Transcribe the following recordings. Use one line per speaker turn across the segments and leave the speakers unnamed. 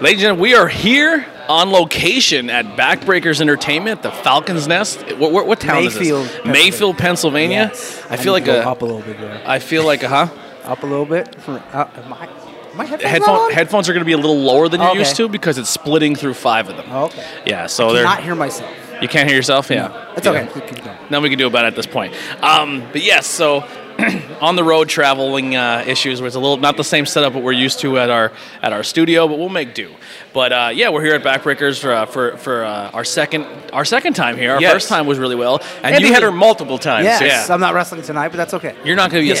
Ladies and gentlemen, we are here on location at Backbreakers Entertainment, the Falcon's Nest. What, what, what town
Mayfield,
is this?
Pennsylvania.
Mayfield, Pennsylvania.
Yes.
I feel
need
like
to go
a.
up a little bit there.
I feel like a huh.
Up a little bit. From, uh, my, my headphones not
Headphone,
on?
headphones are going to be a little lower than you're
Okay.
used to because it's splitting through five of them.
Oh, okay.
Yeah, so they're
Not hear myself.
you can't hear yourself. Yeah,
That's
Yeah.
okay. Keep, keep going.
Nothing we can do about it at this point. Um, but yes, so on the road traveling uh, issues, where it's a little not the same setup what we're used to at our at our studio, but we'll make do. But uh, yeah, we're here at Backbreakers for uh, for, for uh, our second our second time here. Our
Yes.
first time was really well,
And you
you
had her multiple times.
Yes,
yeah.
I'm not wrestling tonight, but that's okay.
You're not going to be a
Yeah.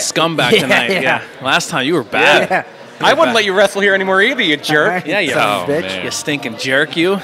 scumbag
Yeah,
tonight.
yeah.
Last time you were bad.
Yeah.
I wouldn't let you wrestle here anymore either, you jerk.
Yeah, you
Son of a
Oh,
bitch.
man.
You stinking jerk, you.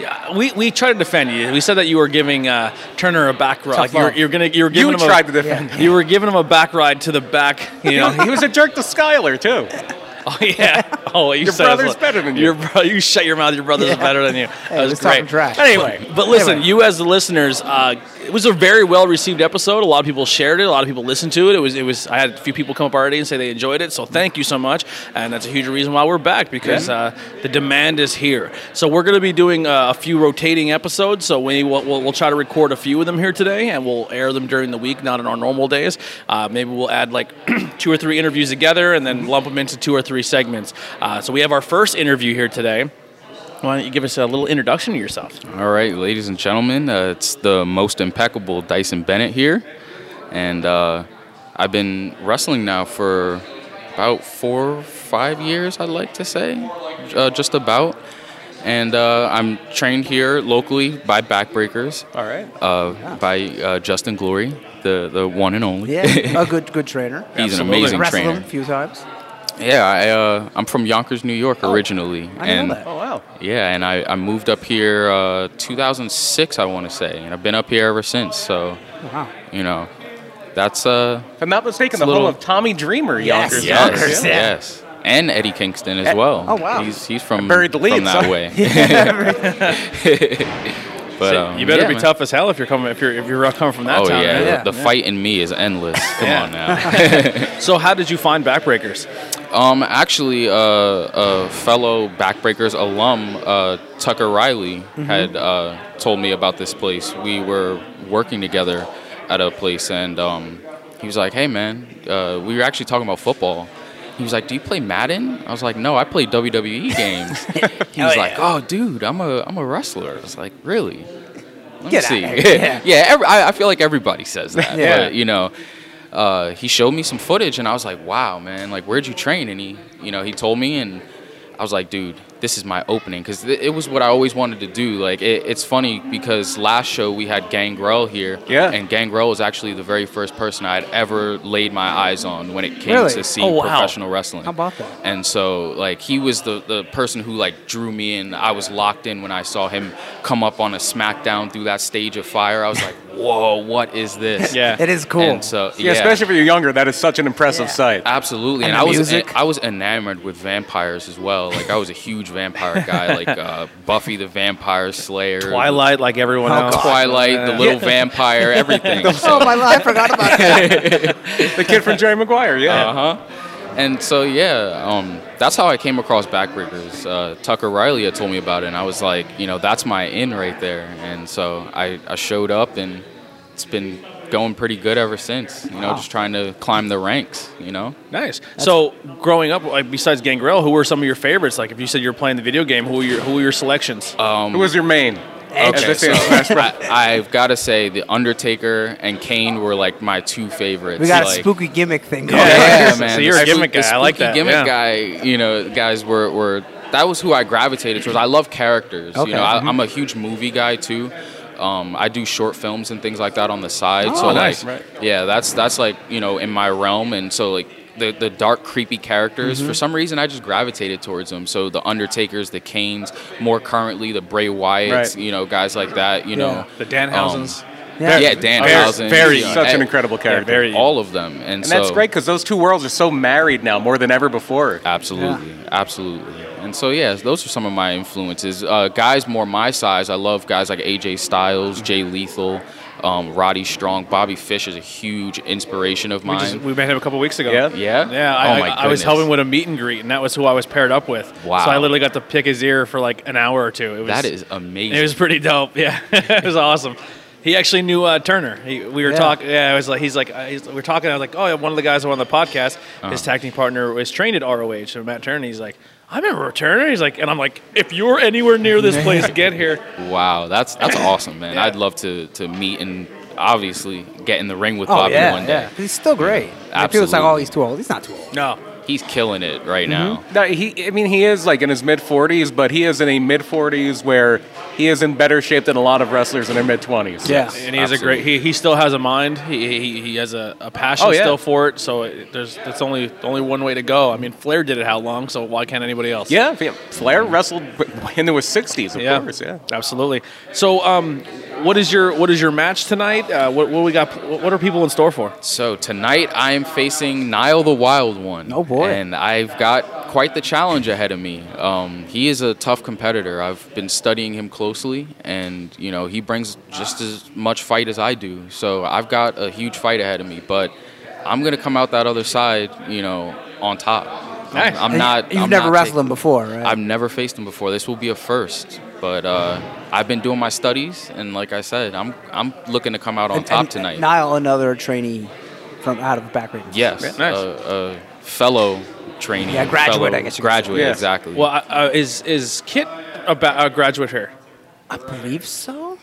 Yeah, we, we tried to defend you. We said that you were giving uh, Turner a back ride. Like you're,
love.
you're gonna you're giving
You
him a-
tried to defend
You were giving him a back ride to the back. You know.
he was a jerk to Skyler, too.
oh yeah. Oh, you
Your
said it was
brother's
like-
better than you.
Your bro- you shut your mouth. Your brother's better than you. that was
we're talking
great.
trash.
Anyway, but listen,
Anyway.
you as the listeners, uh, it was a very well received episode. A lot of people shared it. A lot of people listened to it. It was it was. I had a few people come up already and say they enjoyed it. So thank you so much, and that's a huge reason why we're back because uh, the demand is here. So we're going to be doing uh, a few rotating episodes. So we will we'll, we'll try to record a few of them here today, and we'll air them during the week, not on our normal days. Uh, maybe we'll add like two or three interviews together, and then lump them into two or three segments. Uh, so we have our first interview here today. Why don't you give us a little introduction to yourself?
All right, ladies and gentlemen, uh, it's the most impeccable Dyson Bennett here, and uh, I've been wrestling now for about four, five years, I'd like to say, uh, just about. And uh, I'm trained here locally by Backbreakers,
All right.
uh, by uh, Justin Glory, the the one and only.
Yeah, a good good trainer.
He's an
Absolutely.
amazing
Wrestled him
trainer.
a few times.
Yeah, I, uh, I'm from Yonkers, New York, originally,
Oh, I didn't
and
know that.
Oh, wow.
Yeah, and I, I moved up here uh, 2006, I want to say, and I've been up here ever since. So,
Wow.
you know, that's uh,
If I'm not
It's a
mistaken, the whole
little-
of Tommy Dreamer,
Yes,
Yonkers.
yes.
Yonkers,
yes,
yeah.
yes, and Eddie Kingston as well.
oh, wow.
he's he's from
buried the lead,
from that
so-
way. but
So
um,
you better
yeah,
be
man.
tough as hell if you're coming if you're if you're coming from that
Oh
town.
yeah,
right?
yeah.
the, the fight in me is endless. Come
Yeah.
on now.
So how did you find Backbreakers?
Um, actually, uh, a fellow Backbreakers alum, uh, Tucker Riley,
Mm-hmm.
had uh, told me about this place. We were working together at a place, and um, he was like, "Hey, man, uh, we were actually talking about football." He was like, "Do you play Madden?" I was like, "No, I play WWE games." he was like, "Oh, dude, I'm a I'm a wrestler." I was like, "Really?" Let
Get outta
me see.
here. Yeah.
yeah, every, I, I feel like everybody says that.
Yeah.
But, you know, uh, he showed me some footage, and I was like, "Wow, man! Like, where'd you train?" And he, you know, he told me, and I was like, "Dude, this is my opening," because th- it was what I always wanted to do. Like, it, it's funny because last show we had Gangrel here,
Yeah.
and Gangrel was actually the very first person I had ever laid my eyes on when it came
Really?
to see
Oh, wow.
professional wrestling.
How about that?
And so, like, he was the, the person who, like, drew me in. I was locked in when I saw him come up on a SmackDown through that stage of fire. I was like, whoa, what is this?
Yeah.
It is cool.
And so,
Yeah,
yeah.
especially if you're younger, that is such an impressive
Yeah.
sight.
Absolutely, and,
And
I
the
was
music.
I was enamored with vampires as well. Like I was a huge vampire guy, like uh, Buffy the Vampire Slayer,
Twilight, like everyone
Oh,
else.
God.
Twilight, the little vampire, everything.
oh my god, I forgot about that.
the kid from Jerry Maguire, yeah.
Uh huh. And so yeah, um, that's how I came across Backbreakers. Uh, Tucker Riley had told me about it, and I was like, you know, that's my in right there. And so I, I showed up, and it's been going pretty good ever since. You know, just trying to climb the ranks. You know.
Nice. so growing up, like besides Gangrel, who were some of your favorites? Like if you said you were playing the video game, who were your who were your selections?
Um,
Who was your main? As they
Okay,
say
so
in Smash Bros.
I, I've got to say the Undertaker and Kane were like my two favorites.
We got a
like,
spooky gimmick thing going.
Yeah,
on.
yeah.
man.
So you're
the
a
spook-
gimmick
the
guy. I like
spooky
that,
Gimmick
yeah.
guy. You know, guys were were that was who I gravitated towards. I love characters.
Okay. Mm-hmm.
You know, I, I'm a huge movie guy too. Um, I do short films and things like that on the
Oh,
side. so
nice.
like,
Right.
yeah, that's that's like you know in my realm. And so like the the dark, creepy characters.
Mm-hmm.
For some reason, I just gravitated towards them. So the Undertakers, the Canes, more currently the Bray Wyatts.
Right.
You know, guys like that. You know,
the Danhausens.
um,
Yeah.
yeah, Dan
Very-
Housen.
very-
you know,
such an
e-
incredible character.
very-
All of them, and,
And that's great because those two worlds are so married now more than ever before.
Absolutely, absolutely. And so, yeah, those are some of my influences. Uh, guys more my size, I love guys like AJ Styles, Jay Lethal, Um, Roddy Strong, Bobby Fish is a huge inspiration of
We,
mine.
just, we met him a couple weeks ago.
Yeah?
yeah,
Yeah,
oh
I,
my
I, I was
goodness.
helping with a meet and greet, and that was who I was paired up with.
Wow.
So I literally got to pick his ear for like an hour or two. It was,
That is amazing.
It was pretty dope. Yeah, it was awesome. He actually knew uh, Turner. He, we were
Yeah.
talking. Yeah, I was like, he's like, uh, he's, we we're talking. I was like, oh, yeah, one of the guys who on the podcast,
Uh-huh.
his tag team partner was trained at ROH. So Matt Turner. He's like, I remember Turner. He's like, and I'm like, if you're anywhere near this place, get here.
Wow, that's that's awesome, man.
Yeah.
I'd love to to meet and obviously get in the ring with
Oh
Bobby
yeah,
one
yeah.
day.
He's still great. Like, People's like,
Absolutely.
oh, he's too old. He's not too old.
No,
He's killing it right now.
No, Mm-hmm. he. I mean, he is like in his mid 40s, but he is in a mid 40s where he is in better shape than a lot of wrestlers in their mid 20s.
Yeah.
and he's a great. He, he still has a mind. He he, he has a, a passion
Oh, yeah.
still for it. So it, there's that's only only one way to go. I mean, Flair did it how long? So why can't anybody else?
Yeah, yeah. Flair wrestled into his 60s, of
yeah,
course. Yeah.
absolutely. So um, what is your what is your match tonight? Uh, what what we got? What are people in store for?
So tonight I am facing Niall the Wild One.
Oh, boy.
And I've got quite the challenge ahead of me. Um, he is a tough competitor. I've been studying him closely, and you know he brings just as much fight as I do. So I've got a huge fight ahead of me, but I'm gonna come out that other side, you know, on top.
Nice.
I'm, I'm
And
not.
You've
I'm
never
not
wrestled
taking-
him before, right?
I've never faced him before. This will be a first, but uh, I've been doing my studies, and like I said, I'm I'm looking to come out on
And-
top
and
tonight.
Niall, another trainee from out of back range.
yes,
Nice.
a, a fellow trainee.
Yeah, graduate,
fellow
I guess you could
graduate,
say. Yeah.
exactly.
Well, uh, is is Kit a, ba- a graduate here?
I believe so.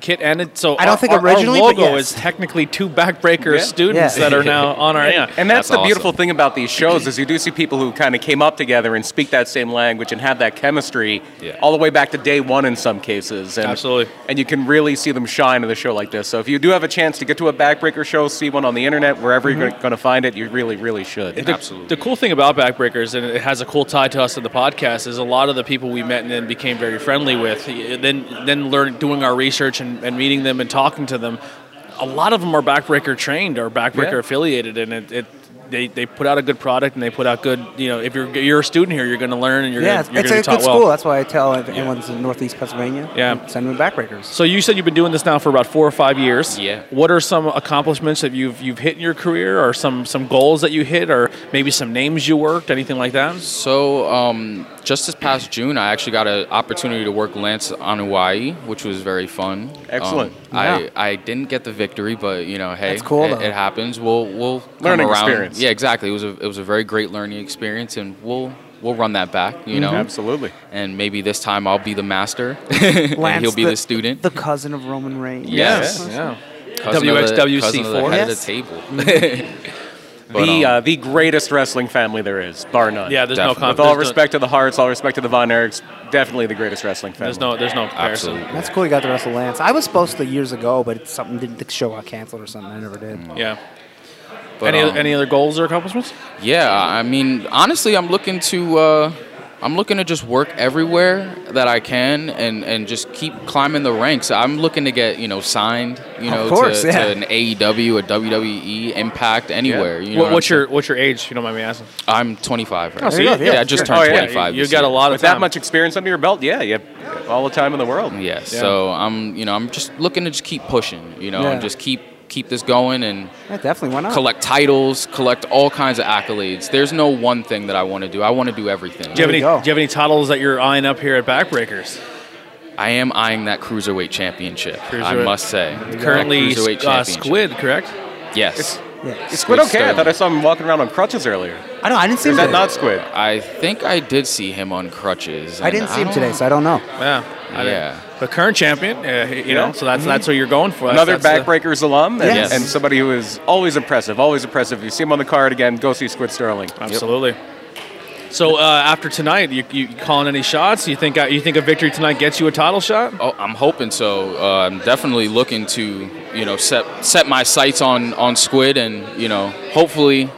Kit and it, so
I don't think
our, our
originally, but
logo
yes.
is technically two backbreaker
Yeah.
students
Yeah.
that are now on our yeah.
And that's,
That's
the beautiful
awesome.
thing about these shows is you do see people who kind of came up together and speak that same language and have that chemistry
Yeah.
all the way back to day one in some cases. And,
Absolutely.
And you can really see them shine in a show like this. So if you do have a chance to get to a backbreaker show, see one on the internet, wherever you're
Mm-hmm.
going to find it, you really, really should.
The-
Absolutely.
The cool thing about Backbreakers, and it has a cool tie to us in the podcast, is a lot of the people we met and then became very friendly with. Then, then learn doing our research and, and meeting them and talking to them. A lot of them are Backbreaker trained or Backbreaker
Yeah.
affiliated, and it. it they, they put out a good product and they put out good you know if you're you're a student here you're going to learn and you're
Yeah,
going to
it's,
be
it's a
taught
good
well.
school. That's why I tell if anyone's in Northeast Pennsylvania,
Yeah.
send them backbreakers.
So you said you've been doing this now for about four or five years.
Yeah.
What are some accomplishments that you've you've hit in your career, or some some goals that you hit, or maybe some names you worked, anything like that?
So, um, just this past June, I actually got an opportunity to work Lance on Hawaii, which was very fun.
Excellent.
Um,
Yeah.
I, I didn't get the victory, but you know, hey,
That's cool,
it,
though.
it happens. We'll we'll come
Learning
around.
experience.
Yeah, exactly. It was a it was a very great learning experience, and we'll we'll run that back. You know,
Absolutely.
And maybe this time I'll be the master, and he'll be the, student.
the cousin of Roman Reigns.
Yes.
Awesome.
Yeah.
Cousin of the-
WXWC4.
cousin of the
Yes.
head of the table. But,
the,
um,
uh, the greatest wrestling family there is, bar none.
Yeah. There's
Definitely.
no
With all
there's no-
respect to the Hearts, all respect to the Von Erichs, definitely the greatest wrestling family.
There's no there's no comparison.
absolutely.
That's cool. You got the wrestle Lance. I was supposed to years ago, but it's something didn't the show got canceled or something. I never did.
Mm.
Yeah.
But,
any
um,
any other goals or accomplishments?
Yeah, I mean, honestly, I'm looking to uh, I'm looking to just work everywhere that I can and and just keep climbing the ranks. I'm looking to get you know signed, you
Of
know,
course,
to,
yeah.
to an AEW, a WWE, Impact, anywhere. You know,
What,
I'm
what's your
saying?
what's your age? If you don't mind me asking.
I'm 25. Right?
so you-
yeah,
yeah,
I just
sure.
turned
Oh, yeah,
25.
you
this
got a
year.
lot of
With that
time.
much experience under your belt, yeah, you have all the time in the world.
Yeah,
Yeah.
so I'm you know I'm just looking to just keep pushing, you know,
Yeah.
and just keep keep this going and
Yeah, definitely. Why not?
collect titles, collect all kinds of accolades. There's no one thing that I want to do. I want to do everything.
Do you have
There
any
you
Do
go.
you have any titles that you're eyeing up here at Backbreakers?
I am eyeing that cruiserweight championship. I
Cruiserweight.
must say,
Currently,
That cruiserweight
uh,
championship.
Squid, correct?
Yes,
Yeah.
Is Squid
Squid
okay? I
Sterling.
thought I saw him walking around on crutches earlier.
I know. I didn't see him.
Is that
Today.
not Squid?
I think I did see him on crutches.
I
and
didn't see him
don't-
today, so I don't know.
Yeah. I don't-
Yeah.
But current champion, uh, you
Yeah.
know, so that's that's what you're going for. That's-
Another
that's the-
Backbreakers alum and,
Yes.
and somebody who is always impressive, always impressive. You see him on the card again, go see Squid Sterling.
Absolutely. So uh, after tonight, you, you calling any shots? You think uh, you think a victory tonight gets you a title shot?
Oh, I'm hoping so. Uh, I'm definitely looking to you know set set my sights on on Squid, and you know hopefully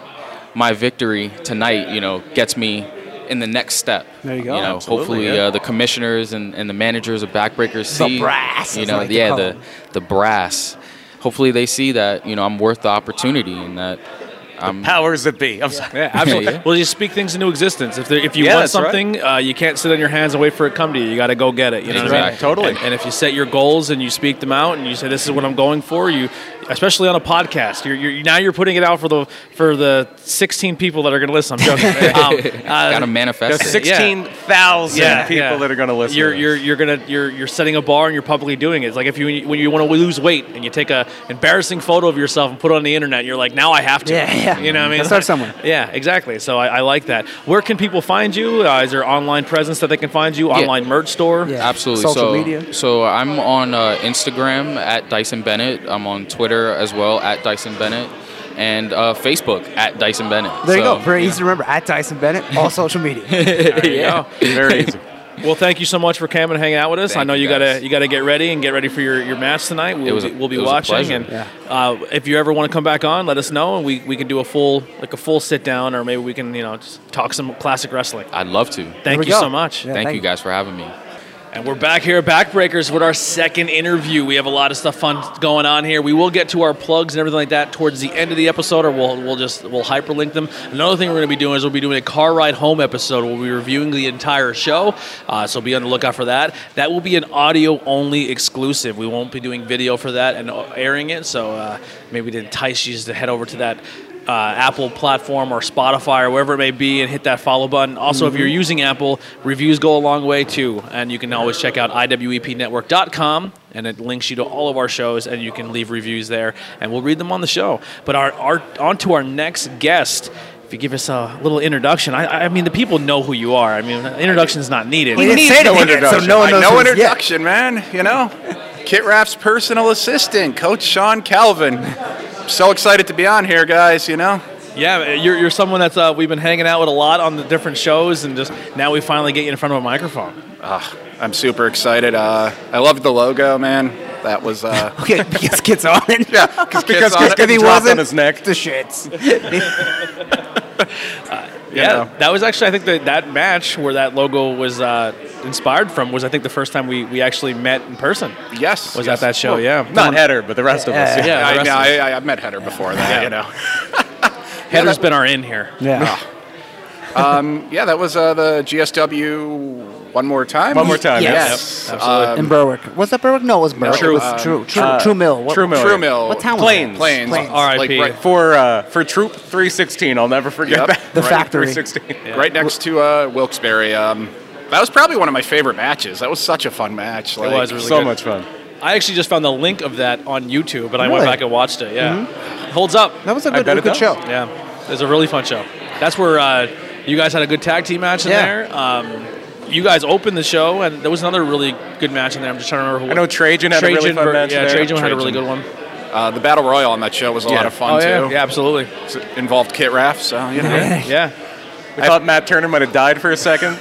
my victory tonight you know gets me in the next step.
There you go.
You know,
Absolutely,
hopefully
yeah.
uh, the commissioners and, and the managers of Backbreakers see
brass,
You
as
know,
I like to
yeah,
call
the
them.
the brass. Hopefully they see that you know I'm worth the opportunity and that I'm,
Powers that be. I'm sorry.
Yeah, absolutely.
Yeah.
Well, you speak things into existence. If there, if you
Yeah,
want
that's right.
something, uh, you can't sit on your hands and wait for it to come to you. You got to go get it. You know what I mean?
Exactly.
Totally.
And, and if you set your goals and you speak them out and you say this is what I'm going for, you, especially on a podcast, you're, you're now you're putting it out for the for the 16 people that are going to listen. I'm joking. um, uh,
gotta manifest.
There's
it.
yeah.
16,000
yeah,
people
yeah.
that are going to listen.
You're
to
you're
this.
you're gonna you're you're setting a bar and you're publicly doing it. It's like if you when you want to lose weight and you take a embarrassing photo of yourself and put it on the internet, you're like, now I have to.
Yeah, yeah.
You know what I mean?
Gotta start somewhere.
Yeah, exactly. So I, I like that. Where can people find you? Uh, is there online presence that they can find you? Online merch store?
Yeah.
Absolutely.
Social
so,
media.
so I'm on uh, Instagram at Dyson Bennett. I'm on Twitter as well at Dyson Bennett, and uh, Facebook at Dyson Bennett.
There you
So,
go. Very easy to remember. At Dyson Bennett, all social media.
There you go.
Very easy.
Well, thank you so much for coming and hanging out with us.
Thank
I know
you,
you gotta
guys.
you gotta get ready and get ready for your, your match tonight. We'll
It was
be,
a-
we'll be
it was a
watching,
pleasure.
and
Yeah.
uh, if you ever want to come back on, let us know, and we, we can do a full like a full sit down, or maybe we can you know just talk some classic wrestling.
I'd love to.
Thank
we
you
go.
so much.
Yeah.
Thank,
thank
you
you.
guys for having me.
And we're back here at Backbreakers with our second interview. We have a lot of stuff fun going on here. We will get to our plugs and everything like that towards the end of the episode, or we'll we'll just we'll hyperlink them. Another thing we're going to be doing is we'll be doing a car ride home episode. We'll be reviewing the entire show, uh, so be on the lookout for that. That will be an audio only exclusive. We won't be doing video for that and airing it. So uh, maybe to entice you to head over to that uh, Apple platform or Spotify or wherever it may be and hit that follow button. Also, if you're using Apple, reviews go a long way too. And you can always check out E IWEPnetwork.com and it links you to all of our shows and you can leave reviews there and we'll read them on the show. But our, our on to our next guest. If you give us a little introduction, I, I mean, the people know who you are. I mean, introduction is not needed.
He didn't
needs
say
no
anything yet, so
introduction.
no one
I-
knows who he is yet.
introduction, man. You know, Kit Rapp's personal assistant, Coach Sean Calvin. I'm so excited to be on here, guys. You know,
Yeah, you're, you're someone that's uh, we've been hanging out with a lot on the different shows, and just now we finally get you in front of a microphone.
Ah, I'm super excited. Uh, I love the logo, man. That was uh,
okay, because kids on it.
yeah, cause
Because
Kit's on
Kit's
it.
getting
he
dropped on
wasn't-
his neck.
The shits.
Uh, Yeah,
know.
that was actually I think that that match where that logo was uh, inspired from was I think the first time we, we actually met in person.
yes,
Was
yes.
at that show, yeah.
Not Header, but the rest of us.
Yeah.
Yeah, the
I,
rest
no,
of us.
I, I, I've met Heather before that. You know,
Header's been our in here.
Yeah.
Ah. yeah, that was uh, the GSW. One more time.
One more time,
Yes. Um,
yes. Yep, absolutely.
in Berwick. Was that Berwick? No, it was Berwick.
True-
It was
uh,
True. True, True Mill. What,
True Mill.
True Mill.
What town was
Plains.
that?
Plains.
Plains.
Like
R.I.P.
right,
For, uh, for Troop 316, I'll never forget
Yep.
that.
The
Troop
factory.
316.
right next to uh, Wilkes-Barre. Um, that was probably one of my favorite matches. That was such a fun match. Like,
was really-
So
good.
much fun.
I actually just found the link of that on YouTube, and I went
Really?
back and watched it. Yeah, holds up.
That was a
Mm-hmm. I
good,
bet it
good
does.
show.
Yeah, it was a really fun show. That's where uh, you guys had a good tag team match in
Yeah.
there. Um, you guys opened the show, and there was another really good match in there. I'm just trying to remember. Who
I know Trajan had a really fun
ver-
match
Yeah,
there.
Trajan had a really
Trajan.
good one.
Uh, the Battle Royal on that show was a lot of fun,
oh, yeah.
too.
Yeah, absolutely.
It involved Kit Raff, so, you know.
Yeah,
I thought Matt Turner might have died for a second.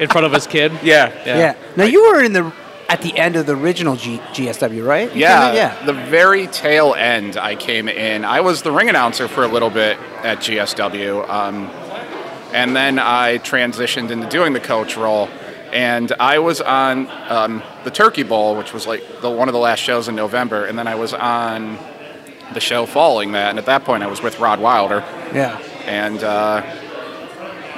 in front of his kid.
yeah.
Yeah. Now you were in the at the end of the original G, GSW, right? You
yeah,
came in? Yeah.
the very tail end I came in. I was the ring announcer for a little bit at GSW, um, and then I transitioned into doing the coach role. And I was on um, the Turkey Bowl, which was like the, one of the last shows in November, and then I was on the show following that. And at that point, I was with Rod Wilder.
Yeah.
and uh,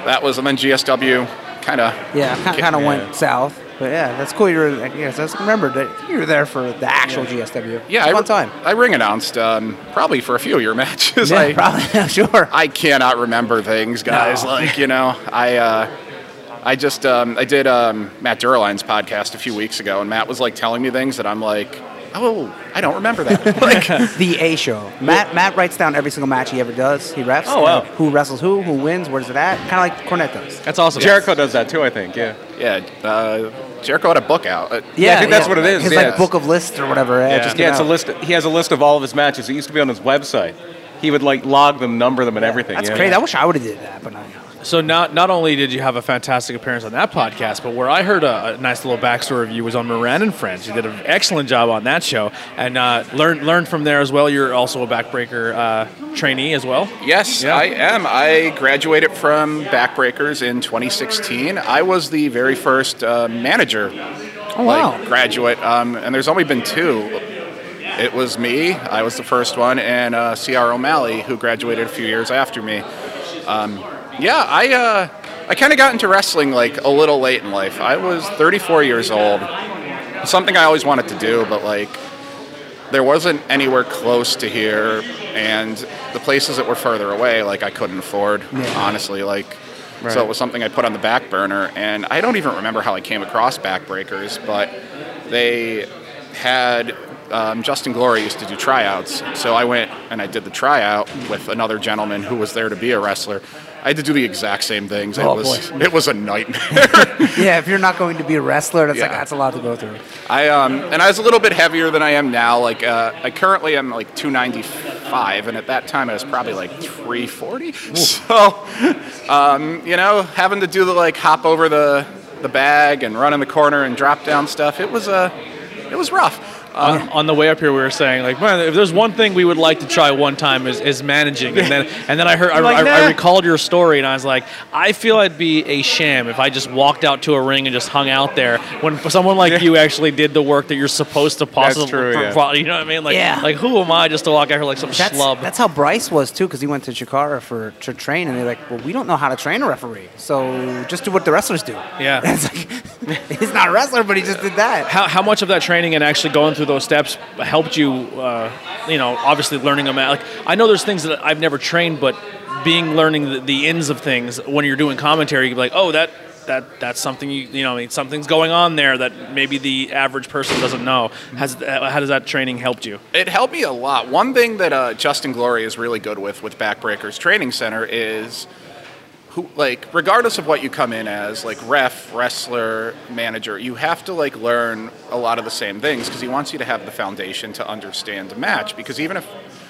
that was and then GSW kind of
Yeah. Kind, kind of went south, but yeah, that's cool. You're yes, I remember that you were there for the actual GSW.
yeah
It's a
I,
fun time.
I ring announced um, probably for a few of your matches
Yeah,
I,
probably sure.
I cannot remember things guys
No.
like you know I uh, I just um, I did um, Matt Durline's podcast a few weeks ago and Matt was like telling me things that I'm like oh I don't remember that like
The A show. Matt Matt writes down every single match he ever does. He refs.
Oh, wow.
uh, Who wrestles who? Who wins? Where's it at? Kind of like Cornette does.
That's awesome.
Jericho does that too, I think. Yeah.
yeah uh, Jericho had a book out Uh,
I think that's what it is,
His
yeah.
like book of lists or whatever. Yeah. it just
yeah,
came
it's a
out.
list. He has a list of all of his matches. It used to be on his website. He would like log them, number them, and everything.
That's
yeah.
crazy. I wish I would have did that, but I.
So not not only did you have a fantastic appearance on that podcast, but where I heard a, a nice little backstory of you was on Moran and Friends. You did an excellent job on that show, and uh, learn learned from there as well. You're also a backbreaker uh, trainee as well.
Yes,
Yeah.
I am. I graduated from Backbreakers in 2016. I was the very first uh, manager
Oh wow.
like, graduate, um, and there's only been two It was me. I was the first one, and uh, C.R. O'Malley, who graduated a few years after me. Um, yeah, I uh, I kind of got into wrestling like a little late in life. I was 34 years old. Something I always wanted to do, but like there wasn't anywhere close to here, and the places that were further away, like I couldn't afford. Honestly, like.
Right.
So it was something I put on the back burner, and I don't even remember how I came across Backbreakers, but they had um, Justin Glory used to do tryouts, so I went and I did the tryout with another gentleman who was there to be a wrestler. I had to do the exact same things.
Oh,
it was
boy.
it was a nightmare.
yeah, if you're not going to be a wrestler, that's like
Yeah.
that's a lot to go through.
I um and I was a little bit heavier than I am now. Like uh, I currently am like 295, and at that time I was probably like 340. So, um, you know, having to do the like hop over the the bag and run in the corner and drop down stuff, it was uh, it was rough.
on, on the way up here, we were saying like, man, if there's one thing we would like to try one time is, is managing, and then and then I heard I,
Like,
I, I
nah.
recalled your story, and I was like, I feel I'd be a sham if I just walked out to a ring and just hung out there when someone like you actually did the work that you're supposed to possibly,
true, yeah.
you know what I mean? Like,
Yeah.
like who am I just to walk out here like some
That's
schlub?
that's how Bryce was too, because he went to Chikara for to train, and they're like, "Well, we don't know how to train a referee, so just do what the wrestlers do."
Yeah.
it's like he's not a wrestler, but he just did that.
how, how much of that training and actually going through those steps helped you uh, you know obviously learning them out like i know there's things that i've never trained but being learning the, the ins of things when you're doing commentary you'd be like oh that that that's something you you know I mean, something's going on there that maybe the average person doesn't know has how does that training helped you
It helped me a lot. One thing that uh, Justin Glory is really good with with Backbreakers Training Center is, who like regardless of what you come in as, like ref, wrestler, manager, you have to like learn a lot of the same things because he wants you to have the foundation to understand a match. Because even if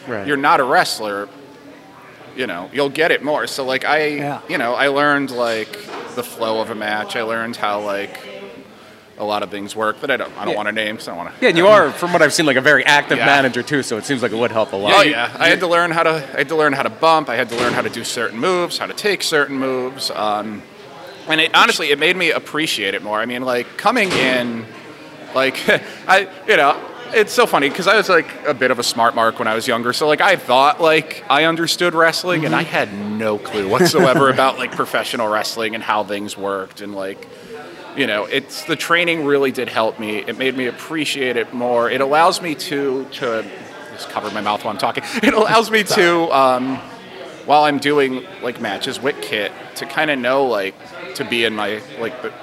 Right.
you're not a wrestler, you know you'll get it more. So like I,
Yeah.
you know, I learned like the flow of a match. I learned how like a lot of things work that I don't. I don't want to name because I don't want to.
Yeah, and you are, from what I've seen, like a very active
Yeah.
manager too. So it seems like it would help a lot.
Oh yeah, I had to learn how to. I had to learn how to bump. I had to learn how to do certain moves, how to take certain moves. Um, and it honestly, it made me appreciate it more. I mean, like coming in, like I, you know, it's so funny because I was like a bit of a smart mark when I was younger. So like I thought like I understood wrestling, and I had no clue whatsoever about like professional wrestling and how things worked, and like you know, it's the training really did help me. It made me appreciate it more. It allows me to to just cover my mouth while I'm talking. It allows me to um, while I'm doing like matches with Kit to kind of know like to be in my like the,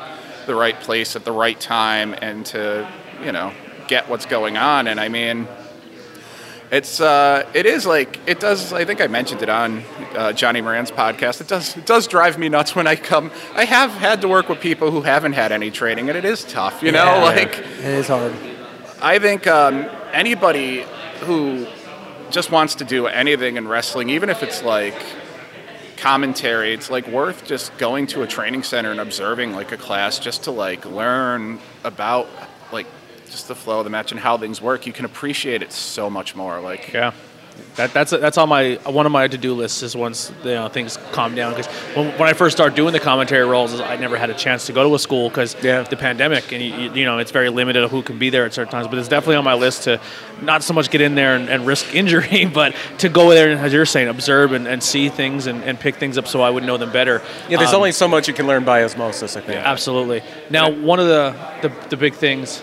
the right place at the right time and to you know get what's going on. And I mean. It's uh, it is like it does. I think I mentioned it on uh, Johnny Moran's podcast. It does it does drive me nuts when I come. I have had to work with people who haven't had any training, and it is tough. You know,
Yeah.
like
It is hard.
I think um, anybody who just wants to do anything in wrestling, even if it's like commentary, it's like worth just going to a training center and observing like a class just to like learn about like just the flow of the match and how things work. You can appreciate it so much more. Like.
Yeah. That, that's that's on my one of my to do lists is once you know, things calm down because when, when I first started doing the commentary roles is I never had a chance to go to a school because
Yeah.
the pandemic and you- you, you know it's very limited of who can be there at certain times but it's definitely on my list to not so much get in there and, and risk injury but to go there and as you're saying observe and, and see things and, and pick things up so I would know them better
Yeah, there's
Um,
only so much you can learn by osmosis, I think.
Absolutely. Now, one of the, the, the big things.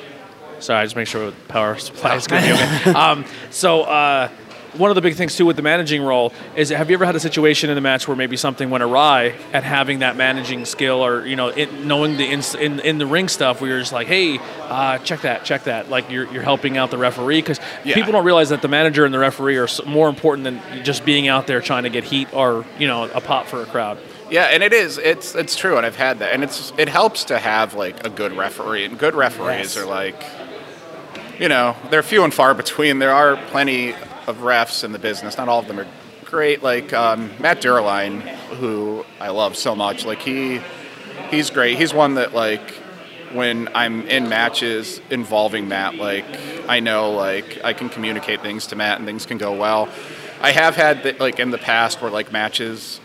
Sorry, I just make sure the power supply is going to be okay. Um, so, uh, one of the big things too with the managing role is: Have you ever had a situation in the match where maybe something went awry, and having that managing skill or you know it, knowing the in, in in the ring stuff, where you're just like, hey, uh, check that, check that, like you're you're helping out the referee because
Yeah.
people don't realize that the manager and the referee are s- more important than just being out there trying to get heat or you know a pop for a crowd.
Yeah, and it is. It's it's true, and I've had that, and it's it helps to have like a good referee, and good referees
Yes.
are like, you know, they're few and far between. There are plenty of refs in the business. Not all of them are great. Like um, Matt Durline, who I love so much. Like he he's great. He's one that like when I'm in matches involving Matt, like I know like I can communicate things to Matt and things can go well. I have had that like in the past where like matches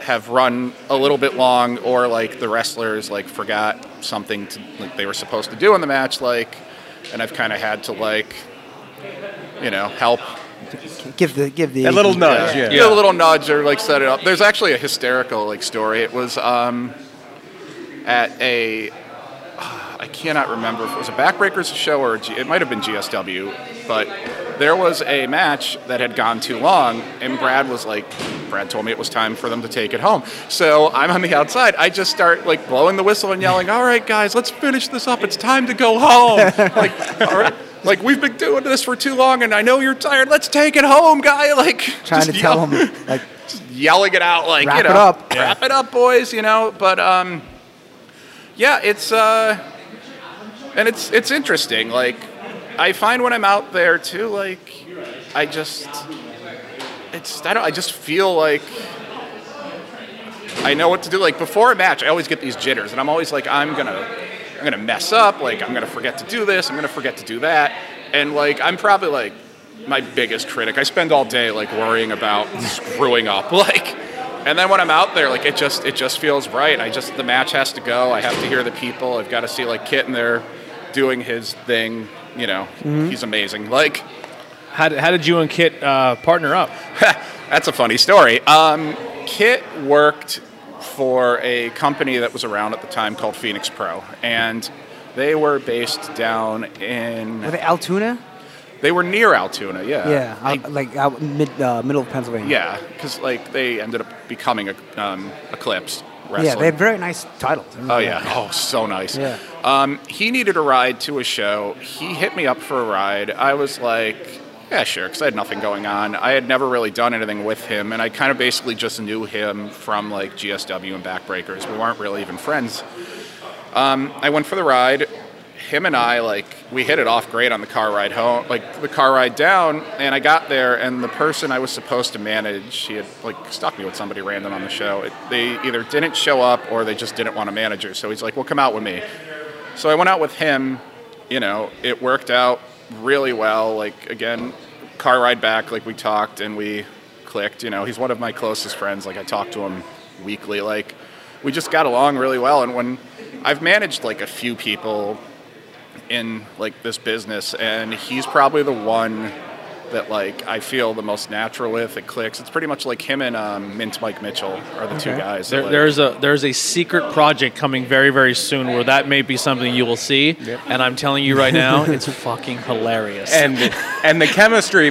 have run a little bit long or like the wrestlers like forgot something to, like they were supposed to do in the match like and I've kind of had to like you know, help.
Give the give the
That little nudge, yeah.
You know, a little nudge or like set it up. There's actually a hysterical like story. It was um, at a I cannot remember if it was a Backbreakers show or a G- it might have been GSW, but there was a match that had gone too long, and Brad was like, Brad told me it was time for them to take it home. So I'm on the outside. I just start like blowing the whistle and yelling, "All right, guys, let's finish this up. It's time to go home." like, all right. Like we've been doing this for too long, and I know you're tired. Let's take it home, guy. Like
Trying to
just
tell
yell-
him like
yelling it out like
Wrap
you
it
know
up.
wrap it up boys you know but um yeah it's uh and it's it's interesting like i find when i'm out there too like i just it's i don't i just feel like i know what to do like before a match i always get these jitters and i'm always like i'm gonna i'm gonna mess up like i'm gonna forget to do this i'm gonna forget to do that and like i'm probably like my biggest critic i spend all day like worrying about screwing up like and then when i'm out there like it just it just feels right i just the match has to go i have to hear the people i've got to see like kit in there doing his thing you know he's amazing like
Mm-hmm. How did, how did you and Kit uh, partner up?
That's a funny story. Um, Kit worked for a company that was around at the time called Phoenix Pro, and they were based down
were
in.
they Altoona?
They were near Altoona, yeah.
Yeah,
I-
out, like out mid uh, middle of Pennsylvania.
yeah, because like they ended up becoming a, um, Eclipse Wrestling.
yeah, they had very nice titles. I remember
Oh
that.
yeah. Oh, so nice.
Yeah.
Um, he needed a ride to a show. He hit me up for a ride. I was like, yeah, sure, because I had nothing going on. I had never really done anything with him, and I kind of basically just knew him from like GSW and Backbreakers. We weren't really even friends. Um, I went for the ride. Him and I like we hit it off great on the car ride home, like the car ride down. And I got there, and the person I was supposed to manage, he had like stuck me with somebody random on the show. It, they either didn't show up or they just didn't want a manager. So he's like, "Well, come out with me." So I went out with him. You know, it worked out really well. Like again, car ride back, like we talked and we clicked. You know, he's one of my closest friends. Like I talk to him weekly. Like we just got along really well. And when I've managed like a few people in like this business, and he's probably the one that like I feel the most natural with. It clicks. It's pretty much like him and um, Mint Mike Mitchell are the two
Okay.
guys. that,
There,
like-
there's a there's a secret project coming very very soon where that may be something you will see, and I'm telling you right now, it's fucking hilarious.
and and the chemistry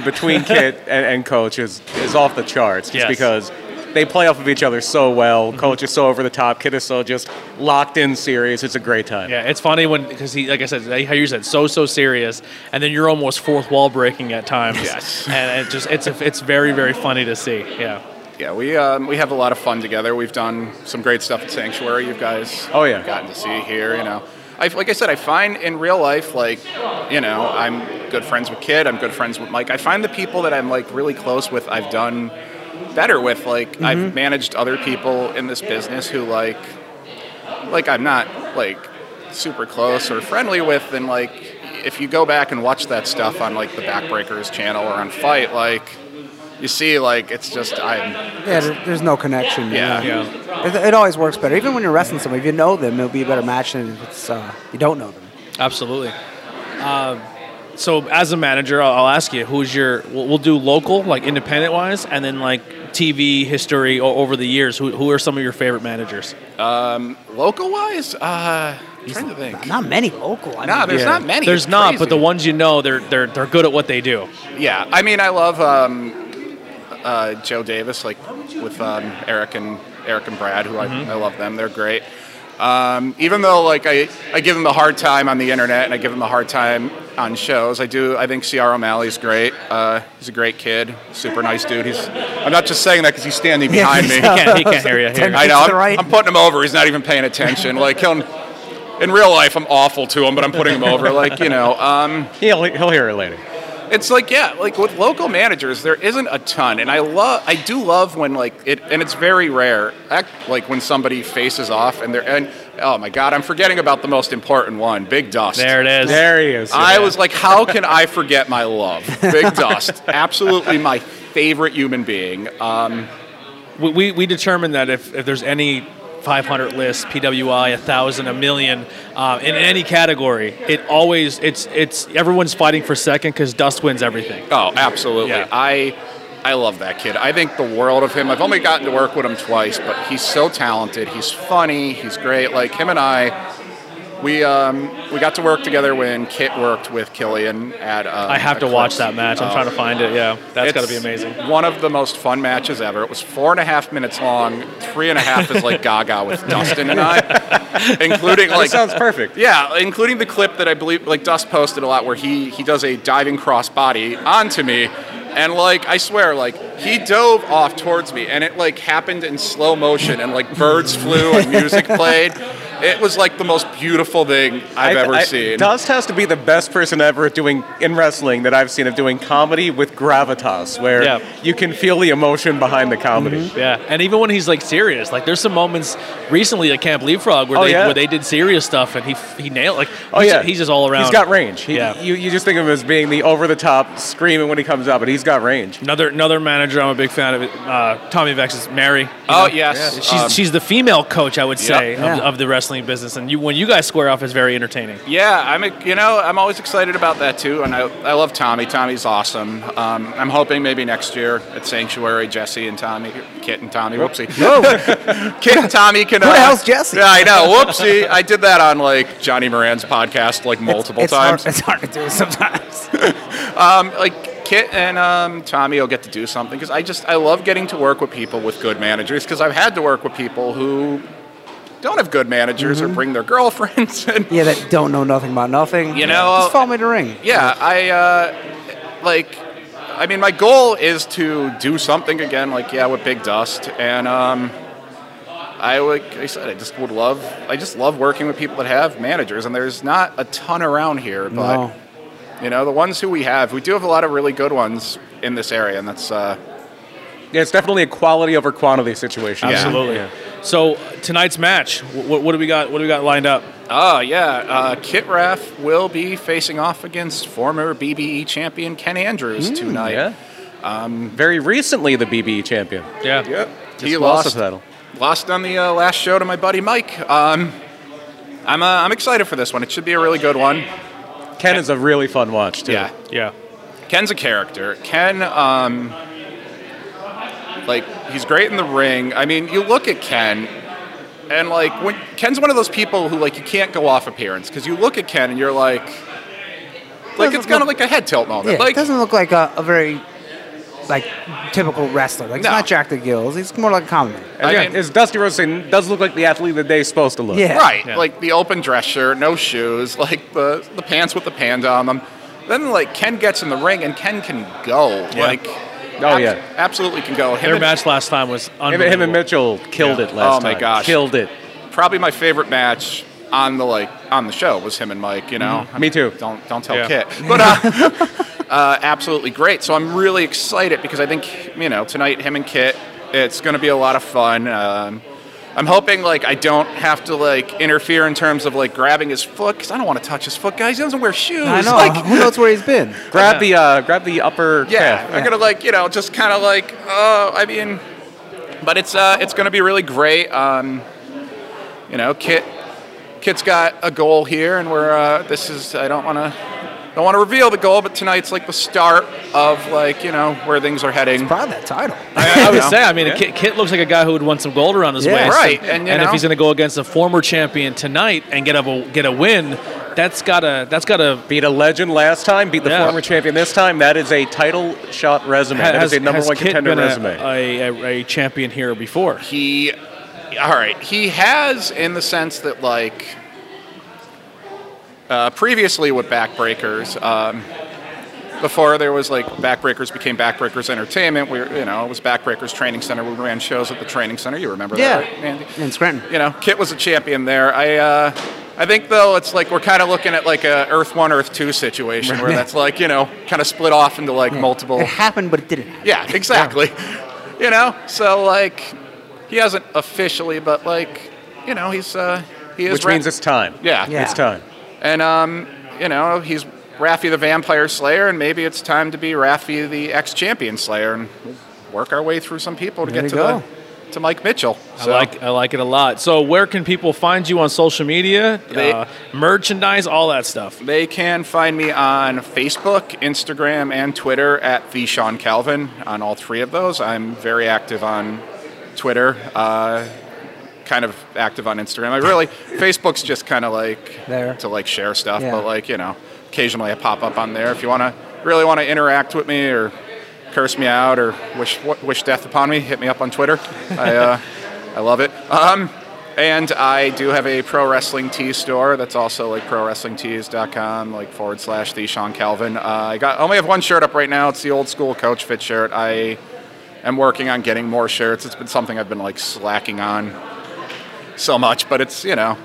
between Kit and, and Coach is is off the charts just
Yes.
because they play off of each other so well.
Mm-hmm.
Coach is so over the top. Kit is so just locked in serious. It's a great time.
yeah, it's funny when because he like I said like how you said so so serious, and then you're almost fourth wall breaking at times.
Yes.
and it just it's a, it's very very funny to see. Yeah,
Yeah, we um, we have a lot of fun together. We've done some great stuff at Sanctuary. You guys,
Oh, yeah.
gotten to see here. You know, I like I said, I find in real life, like, you know, I'm good friends with Kid. I'm good friends with Mike. I find the people that I'm like really close with, I've done better with. Like,
Mm-hmm.
I've managed other people in this business who like, like I'm not like super close or friendly with, and like if you go back and watch that stuff on like the Backbreakers channel or on Fight, like. You see, like it's just I'm
yeah. there- There's no connection.
yeah.
It, it always works better. Even when you're wrestling someone, if you know them, it'll be a better match than if it's, uh, you don't know them.
absolutely. Uh, so as a manager, I'll, I'll ask you who's your we'll, we'll do local like independent wise, and then like TV history o- over the years. Who who are some of your favorite managers?
Local wise, Um, uh, I'm trying to think.
Not many local. I
Nah,
mean,
there's not many.
There's
It's
not, but the
crazy.
ones you know, they're they're they're good at what they do.
Yeah, I mean, I love um, uh, Joe Davis, like with um, Eric and Eric and Brad, who I, I love them. They're great. Um, even though like I, I give them the hard time on the internet and I give them the hard time on shows, I do. I think C.R. O'Malley's great. Uh, he's a great kid, super nice dude. He's. I'm not just saying that because he's standing
Yeah,
behind me.
he's-
He can't, he can't hear you. Here.
I
To
know. I'm,
the right.
I'm putting him over. He's not even paying attention. Like he'll, in real life, I'm awful to him, but I'm putting him over. Like you know, um,
He'll, he'll hear it later.
it's like yeah, like with local managers, there isn't a ton, and I love, I do love when like it, and it's very rare. Act, like when somebody faces off, and they're and oh my god, I'm forgetting about the most important one, Big Dust.
There it is.
There he is.
I was like, how can I forget my love, Big Dust? Absolutely my favorite human being. Um,
We, we, we determined that if, if there's any 500 lists, PWI, a thousand, a million, uh, in any category. It always it's it's everyone's fighting for second because Dust wins everything.
Oh, absolutely.
Yeah.
I I love that kid. I think the world of him. I've only gotten to work with him twice, but he's so talented. He's funny. He's great. Like him and I, we um, we got to work together when Kit worked with Killian at. Um,
I have to
at
watch
Clemson.
that match. I'm
Oh.
trying to find it. Yeah, that's got
It's
to be amazing.
One of the most fun matches ever. It was four and a half minutes long. Three and a half is like Gaga with Dustin and I, including
That
like
sounds perfect.
yeah, including the clip that I believe like Dust posted a lot where he he does a diving crossbody onto me. And like I swear, like he dove off towards me, and it like happened in slow motion, and like birds flew and music played. It was like the most beautiful thing I've
I-
ever
I-
seen.
Dust has to be the best person ever at doing in wrestling that I've seen of doing comedy with gravitas, where
Yeah. Mm-hmm.
you can feel the emotion behind the comedy.
Yeah, and even when he's like serious, like there's some moments recently at Camp Leapfrog where
Oh,
they
yeah.
where they did serious stuff and he f- he nailed like
Oh
he's,
yeah,
he's just all around.
He's got range. He,
Yeah.
you, you just think of him as being the over the top screaming when he comes up, but he's got range.
Another another manager I'm a big fan of uh, Tommy Vex's Mary. you
oh
know?
yes,
She's,
Um,
she's the female coach, I would say,
Yeah.
of, of the wrestling business. And you, when you guys square off, it's very entertaining.
Yeah, I'm. a- You know, I'm always excited about that too, and I, I love Tommy. Tommy's awesome. Um, I'm hoping maybe next year at Sanctuary, Jesse and Tommy, Kit and Tommy. Whoopsie. Kit and Tommy can. Who
the hell's Jesse?
Yeah, I know. Whoopsie. I did that on like Johnny Moran's podcast like multiple
it's
times.
Hard, it's hard to do sometimes.
Um, like Kit and um, Tommy will get to do something because I just I love getting to work with people with good managers because I've had to work with people who don't have good managers
Mm-hmm.
or bring their girlfriends and
yeah, that don't know nothing about nothing.
You know,
just follow me to ring.
yeah, I uh, like. I mean, my goal is to do something again, like yeah, with Big Dust, and um, I like I said, I just would love. I just love working with people that have managers, and there's not a ton around here, but
No.
you know, the ones who we have, we do have a lot of really good ones in this area, and that's uh,
Yeah, it's definitely a quality over quantity situation.
Yeah.
Absolutely. So tonight's match, what, what do we got? What do we got lined up?
oh yeah, uh, Kit Raff will be facing off against former BBE champion Ken Andrews tonight.
Mm, Yeah. Um, Very recently, the BBE champion.
Yeah.
He
Just
lost,
lost the title.
Lost on the uh, last show to my buddy Mike. Um, I'm, uh, I'm excited for this one. It should be a really good one.
Ken is a really fun watch too.
Yeah.
Yeah.
Ken's a character. Ken, um, like, he's great in the ring. I mean, you look at Ken, and like, when Ken's one of those people who like you can't go off appearance because you look at Ken and you're like, like it's kind of like a head tilt moment.
Yeah,
Oh, like,
it doesn't look like a, a very like typical wrestler. Like it's
No.
not Jack the Gills. He's more like a common man.
And
I
yeah,
mean-
as Dusty Rhodes saying, does look like the athlete that they're supposed to look.
Yeah.
Right.
Yeah.
Like the open dress shirt, no shoes, like the the pants with the panda on them. Then like Ken gets in the ring and Ken can go.
Yeah.
Like
Oh, yeah.
absolutely can go. Him
Their
and-
match last time was
Him,
unbelievable.
him and Mitchell killed
Yeah.
it last
Oh, my
time.
gosh.
Killed it.
probably my favorite match on the like on the show was him and Mike, you
Mm-hmm.
know.
Mm-hmm. Me too.
Don't don't tell
Yeah.
Kit. But uh, uh, absolutely great. So I'm really excited because I think, you know, tonight him and Kit, it's going to be a lot of fun. Um, I'm hoping like I don't have to like interfere in terms of like grabbing his foot because I don't want to touch his foot, guys. He doesn't wear shoes.
I know.
Like,
Who knows where he's been?
Grab the uh, grab the upper.
yeah,
calf.
I'm gonna like you know just kind of like uh, I mean, but it's uh, it's gonna be really great. Um, you know, Kit Kit's got a goal here, and we're uh, this is I don't wanna don't wanna reveal the goal, but tonight's like the start of like you know where things are heading.
Proud of that title.
I would
Yeah.
say, I mean, Kit, Kit looks like a guy who would want some gold around his
Yeah.
waist.
Right,
And,
and you
if
know-
he's going to go against a former champion tonight and get a get a win, that's gotta that's gotta
Beat a legend last time. Beat the
Yeah.
former champion this time. That is a title shot resume. that is a number one
Kit
contender
been a-
resume.
A, a, a champion here before.
He, all right, he has in the sense that like uh, previously with backbreakers. Um, before there was like backbreakers became backbreakers entertainment. We were, you know, it was backbreakers training center. We ran shows at the training center. You remember
Yeah.
that, right, Andy?
In Scranton.
You know, Kit was a champion there. I, uh, I think though it's like we're kind of looking at like a Earth One, Earth Two situation where
Right.
that's like you know kind of split off into like multiple.
It happened, but it didn't. happen.
Yeah, exactly. You know, so like he hasn't officially, but like you know he's uh, he is.
which
ra-
means it's time.
yeah.
Yeah.
It's time.
and um, you know he's Raffy the Vampire Slayer, and maybe it's time to be Raffy the ex-champion Slayer, and we'll work our way through some people to
There
get
you
to
go.
the to Mike Mitchell. So,
I like I like it a lot. So where can people find you on social media, uh, merchandise, all that stuff?
They can find me on Facebook, Instagram, and Twitter at the Sean Calvin. On all three of those, I'm very active on Twitter. Uh, kind of active on Instagram. I really Facebook's just kind of like
There.
to like share stuff,
Yeah.
but like you know, occasionally I pop up on there if you want to really want to interact with me or curse me out or wish w- wish death upon me. Hit me up on Twitter. I uh, I love it. Um, and I do have a pro wrestling tee store that's also like prowrestlingtees.com, like forward slash the Sean Calvin. Uh, I got I only have one shirt up right now. It's the old school Coach Fit shirt. I am working on getting more shirts. It's been something I've been like slacking on so much, but it's you know,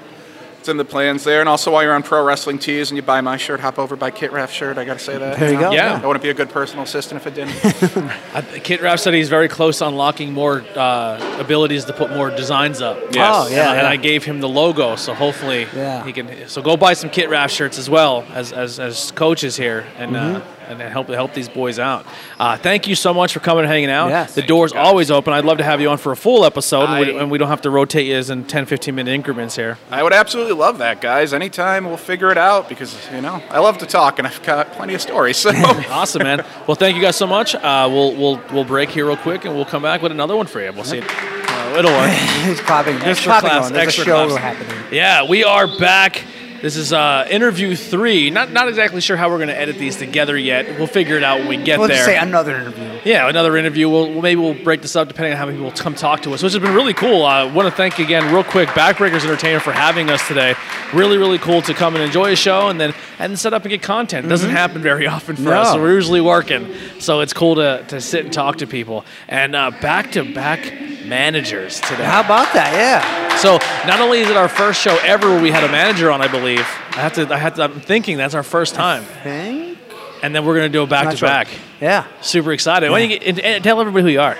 it's in the plans there. And also, while you're on Pro Wrestling Tees and you buy my shirt, hop over by Kit Raff shirt. I gotta say that.
There you
know?
go.
Yeah.
I wouldn't be a good personal assistant if I didn't.
I, Kit Raff said he's very close to unlocking more uh, abilities to put more designs up.
Yes.
Oh,
And,
yeah,
I- and
yeah.
I gave him the logo, so hopefully
Yeah.
he can. So go buy some Kit Raff shirts as well as as, as coaches here and. Uh,
Mm-hmm.
and help help these boys out. Uh, thank you so much for coming and hanging out.
Yes.
the
Thank
door's always open. I'd love to have you on for a full episode, and, we,
I-
and we don't have to rotate you as in 10, 15 minute increments here.
I would absolutely love that, guys. Anytime we'll figure it out because you know I love to talk and I've got plenty of stories. So
Awesome, man. Well, thank you guys so much. Uh, we'll we'll we'll break here real quick, and we'll come back with another one for you. We'll see. Uh, it'll work.
He's clapping. There's
Extra
clapping
claps,
on. There's a
extra
show
claps.
happening.
Yeah, we are back. This is uh, interview three. Not not exactly sure how we're going to edit these together yet. We'll figure it out when we get
We'll
there.
just say another interview.
Yeah, another interview. We'll, we'll- maybe we'll break this up depending on how many people come talk to us, which has been really cool. Uh, I want to thank again, real quick, Backbreakers Entertainment for having us today. Really, really cool to come and enjoy a show and then and set up and get content. It doesn't happen very often for us.
Mm-hmm. No.
So we're usually working, so it's cool to, to sit and talk to people and back to back managers today.
How about that? Yeah.
So not only is it our first show ever where we had a manager on, I believe. I have to. I have to. I'm thinking that's our first time,
Thank-
and then we're gonna do a back
Not
to
sure.
back.
Yeah.
Super excited. Why don't you get, and, and tell everybody who you are?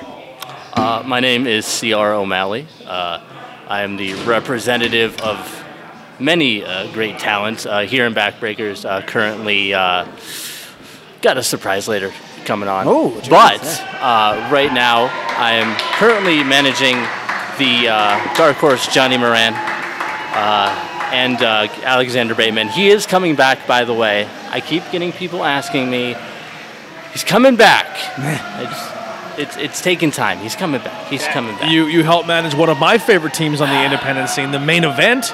Uh, my name is C.R. O'Malley. Uh, I am the representative of many uh, great talents uh, here in Backbreakers. Uh, currently, uh, got a surprise later coming on.
Oh, geez,
but uh, right now, I am currently managing the uh, Dark Horse Johnny Moran uh, and uh, Alexander Bateman. He is coming back, by the way. I keep getting people asking me, he's coming back. I just- it's, it's taking time. He's coming back. He's coming back.
You you help manage one of my favorite teams on the independent scene, the main event.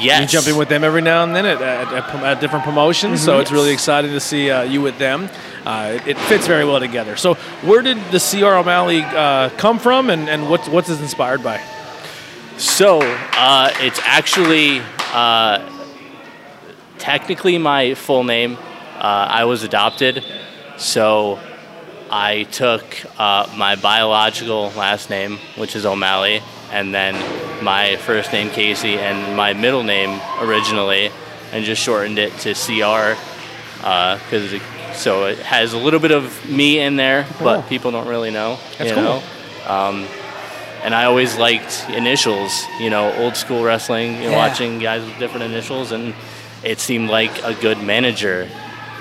yes.
You jump in with them every now and then at, at, at, prom- at different promotions, so it's really exciting to see uh, you with them. Uh, it, it fits very well together. So, where did the CR O'Malley uh, come from, and, and what's what's this inspired by?
So uh, it's actually uh, technically my full name. Uh, I was adopted, so I took uh, my biological last name, which is O'Malley, and then my first name Casey and my middle name originally, and just shortened it to CR because it so it has a little bit of me in there, but people don't really know. you
cool.
know? Um, and I always liked initials, you know, old school wrestling, you know,
Yeah.
watching guys with different initials, and it seemed like a good manager,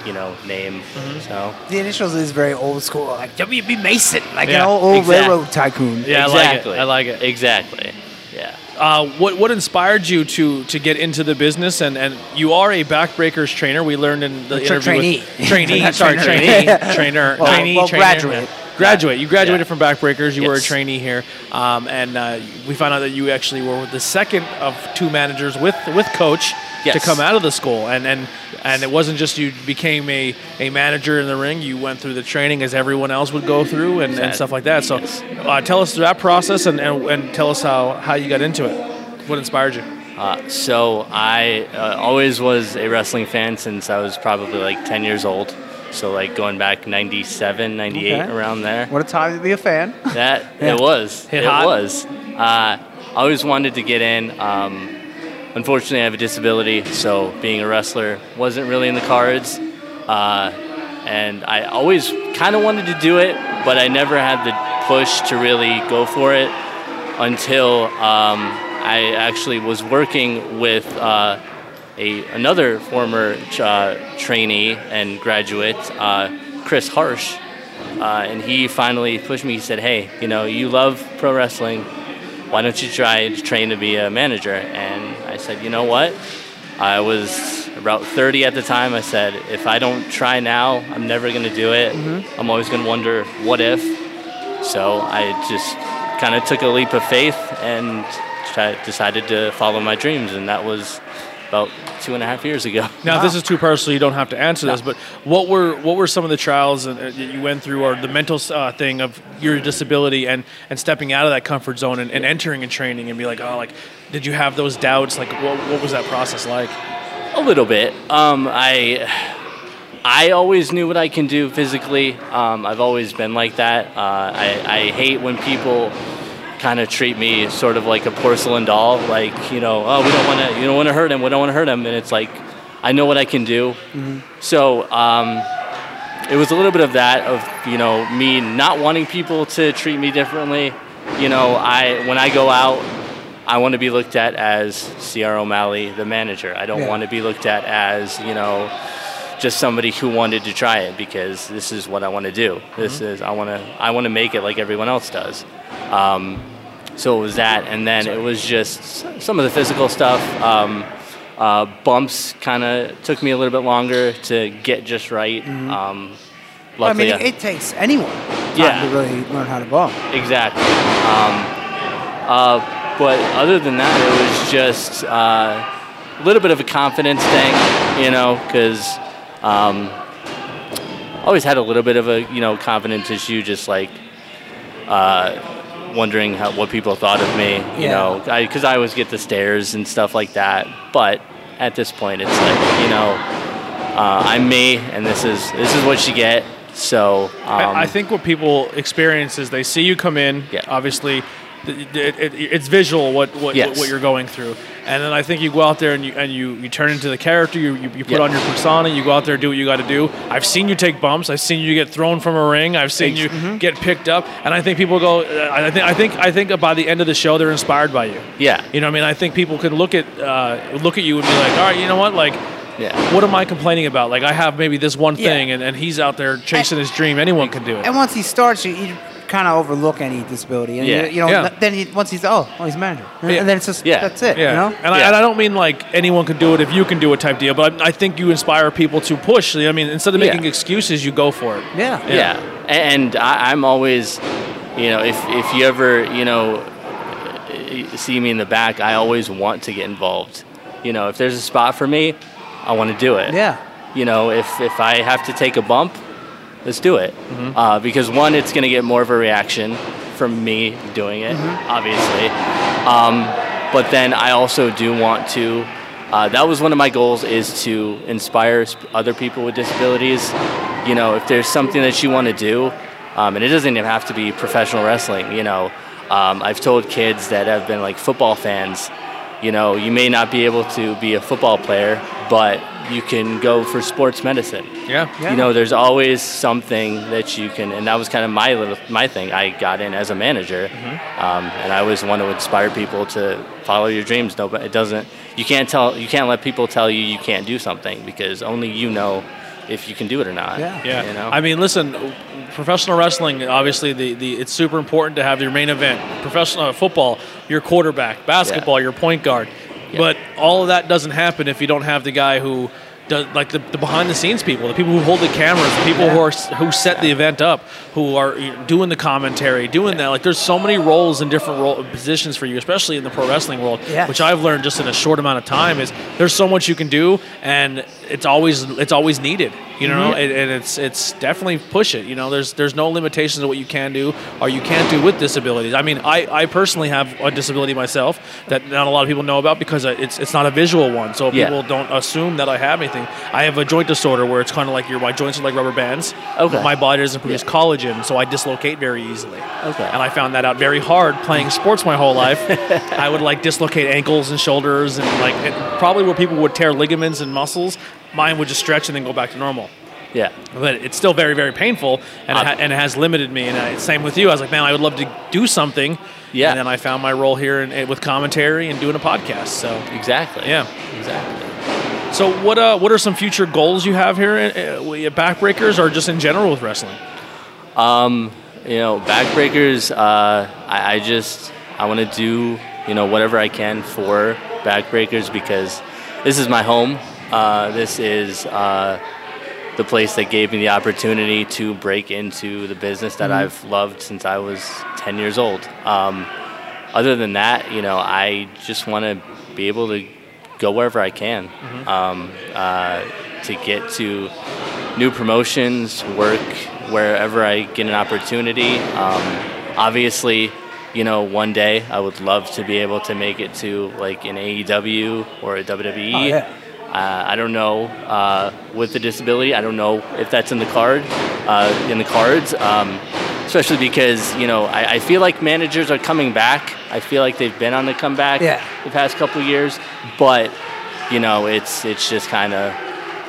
you know, name.
Mm-hmm.
So
The initials is very old school, like WB Mason, like an
Yeah,
old, old
exact-
railroad tycoon.
Yeah,
exactly,
I like it. I like it.
exactly. Yeah.
Uh, what what inspired you to to get into the business? And, and you are a backbreakers trainer. We learned in the
Tra-
interview
trainee.
with, trainee.
Not
sorry,
trainer.
trainee, trainer,
Well,
trainee,
well,
trainer.
graduate.
Yeah. Graduate. You graduated
Yeah.
from backbreakers. You were a
Yes.
trainee here, um, and uh, we found out that you actually were the second of two managers with with coach to
Yes.
come out of the school. And and and it wasn't just you became a, a manager in the ring. You went through the training as everyone else would go through and, and
Exactly.
stuff like that. So uh, tell us that process and, and, and tell us how, how you got into it. What inspired you?
Uh, so I uh, always was a wrestling fan since I was probably like 10 years old. So like going back 97, 98
Okay.
around there.
What a time to be a fan.
That it was.
Hit
it
hot.
was. Uh, I always wanted to get in. Um, unfortunately, I have a disability, so being a wrestler wasn't really in the cards. Uh, and I always kind of wanted to do it, but I never had the push to really go for it until um, I actually was working with uh, a another former uh, trainee and graduate, uh, Chris Harsh, uh, and he finally pushed me. He said, "Hey, you know, you love pro wrestling. why don't you try to train to be a manager? And I said, you know what? I was about 30 at the time. I said, if I don't try now, I'm never going to do it. I'm always going to wonder, what if? So I just kind of took a leap of faith and tri- decided to follow my dreams. And that was about two and a half years ago.
Now, if this is too personal. You don't have to answer this, but what were what were some of the trials and- uh, that you went through, or the mental uh, thing of your disability and and stepping out of that comfort zone and, and entering and training and be like, oh, like, did you have those doubts? Like, what, what was that process like?
A little bit. Um, I I always knew what I can do physically. Um, I've always been like that. Uh, I, I hate when people kind of treat me sort of like a porcelain doll. Like you know, oh, we don't want to, you don't want to hurt him. We don't want to hurt him. And it's like, I know what I can do. So um, it was a little bit of that of you know me not wanting people to treat me differently. You know, I when I go out, I want to be looked at as Sierra O'Malley, the manager. I don't
Yeah.
want to be looked at as you know just somebody who wanted to try it because this is what I want to do.
Mm-hmm.
This is I want to I want to make it like everyone else does. Um, so it was that, and then it was just s- some of the physical stuff. Um, uh, bumps kind of took me a little bit longer to get just right. Um,
Mm-hmm. I mean,
luckily,
it, it takes anyone time
Yeah.
to really learn how to bump.
Exactly. Um, uh, but other than that, it was just uh, a little bit of a confidence thing, you know, because um, always had a little bit of a you know confidence issue, just like uh, wondering how, what people thought of me, you
Yeah.
know, because I, always get the stares and stuff like that. But at this point, it's like you know, uh, I'm me, and this is this is what you get. So um,
I, I think what people experience is they see you come in.
Yeah.
Obviously, th- th- it, it, it's visual what what,
Yes.
what you're going through, and then I think you go out there and you and you, you turn into the character. You you, you put
Yeah.
on your persona. You go out there do what you got to do. I've seen you take bumps. I've seen you get thrown from a ring. I've seen you
Mm-hmm.
get picked up. And I think people go. uh, I think I think I think by the end of the show they're inspired by you.
Yeah.
You know what I mean? I think people can look at uh, look at you and be like, all right, you know what, like.
Yeah.
What am I complaining about? Like I have maybe this one
Yeah.
thing, and, and he's out there chasing his dream. Anyone can do it.
And once he starts, you, you kind of overlook any disability. And you-
Yeah.
you, know,
Yeah.
then he, once he's oh, oh, he's a manager, and,
Yeah.
and then it's just
Yeah.
that's it.
Yeah,
You know,
and, I,
Yeah.
and I don't mean like anyone can do it if you can do it type deal, but I, I think you inspire people to push. I mean, instead of
Yeah.
making excuses, you go for it.
yeah.
yeah. And I, I'm always, you know, if if you ever, you know, uh, see me in the back, I always want to get involved. You know, if there's a spot for me, I want to do it.
Yeah.
You know, if if I have to take a bump, let's do it. Uh, because one, it's going to get more of a reaction from me doing it, obviously. Um, but then I also do want to. Uh, that was one of my goals is to inspire sp- other people with disabilities. You know, if there's something that you want to do, um, and it doesn't even have to be professional wrestling. You know, um, I've told kids that have been like football fans. You know, you may not be able to be a football player, but you can go for sports medicine
Yeah,
Yeah.
you know there's always something that you can and that was kind of my little my thing i got in as a manager
Mm-hmm.
um, and i always want to inspire people to follow your dreams no but it doesn't you can't tell you can't let people tell you you can't do something because only you know if you can do it or not
Yeah.
yeah.
you know
I mean, listen, professional wrestling. Obviously, the, the it's super important to have your main event. Professional uh, football, your quarterback. Basketball, your point guard. But all of that doesn't happen if you don't have the guy who. Does, like the, the behind the scenes people, the people who hold the cameras, the people who are s- who set the event up, who are you know, doing the commentary, doing that. Like there's so many roles and different role, positions for you, especially in the pro wrestling world,
Yes.
which I've learned just in a short amount of time is there's so much you can do, and it's always it's always needed. You know,
Mm-hmm.
and, and it's it's definitely push it. You know, there's there's no limitations of what you can do or you can't do with disabilities. I mean, I, I personally have a disability myself that not a lot of people know about because it's it's not a visual one, so
Yeah.
people don't assume that I have anything. I have a joint disorder where it's kind of like your my joints are like rubber bands.
Okay.
My body doesn't produce collagen, so I dislocate very easily.
Okay.
And I found that out very hard playing sports my whole life. I would like dislocate ankles and shoulders, and like it, probably where people would tear ligaments and muscles, mine would just stretch and then go back to normal.
yeah
But it's still very, very painful, and, it, ha- and it has limited me. And I, same with you. I was like, man, I would love to do something.
Yeah.
And then I found my role here in, eh, with commentary and doing a podcast. So
exactly
yeah.
exactly
So what uh, what are some future goals you have here at, at Backbreakers or just in general with wrestling?
Um, you know, backbreakers. Uh, I, I just I want to do you know whatever I can for backbreakers because this is my home. Uh, this is uh, the place that gave me the opportunity to break into the business that I've loved since I was 10 years old. Um, other than that, you know, I just want to be able to go wherever I can um, uh, to get to new promotions, work wherever I get an opportunity. Um, obviously, you know, one day I would love to be able to make it to like an AEW or a WWE.
Oh, yeah.
Uh, I don't know uh, with the disability. I don't know if that's in the card, uh, in the cards. Um, especially because you know I, I feel like managers are coming back. I feel like they've been on the comeback
Yeah.
the past couple years, but you know it's it's just kind of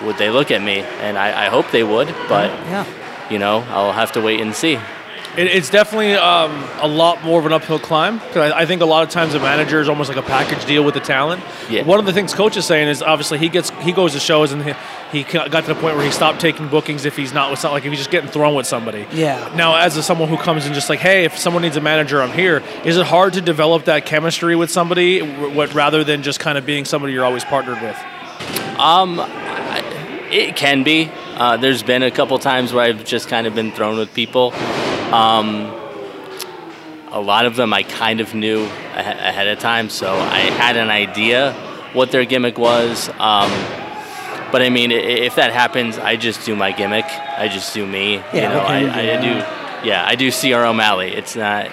would they look at me, and I, I hope they would, but
Yeah.
you know I'll have to wait and see.
It, it's definitely um, a lot more of an uphill climb. 'Cause I, I think a lot of times the manager is almost like a package deal with the talent.
Yeah.
One of the things coach is saying is obviously he gets he goes to shows and he, he ca- got to the point where he stopped taking bookings if he's not with some, like if he's just getting thrown with somebody.
Yeah.
Now as a, someone who comes in just like hey if someone needs a manager I'm here. Is it hard to develop that chemistry with somebody w- what rather than just kind of being somebody you're always partnered with?
Um, It can be. Uh, there's been a couple times where I've just kind of been thrown with people. Um, a lot of them I kind of knew ahe- ahead of time, so I had an idea what their gimmick was. Um, but I mean, i- if that happens, I just do my gimmick. I just do me. you
Yeah,
know,
what
I,
can
I,
you do?
do. Yeah, I do CR O'Malley. It's not.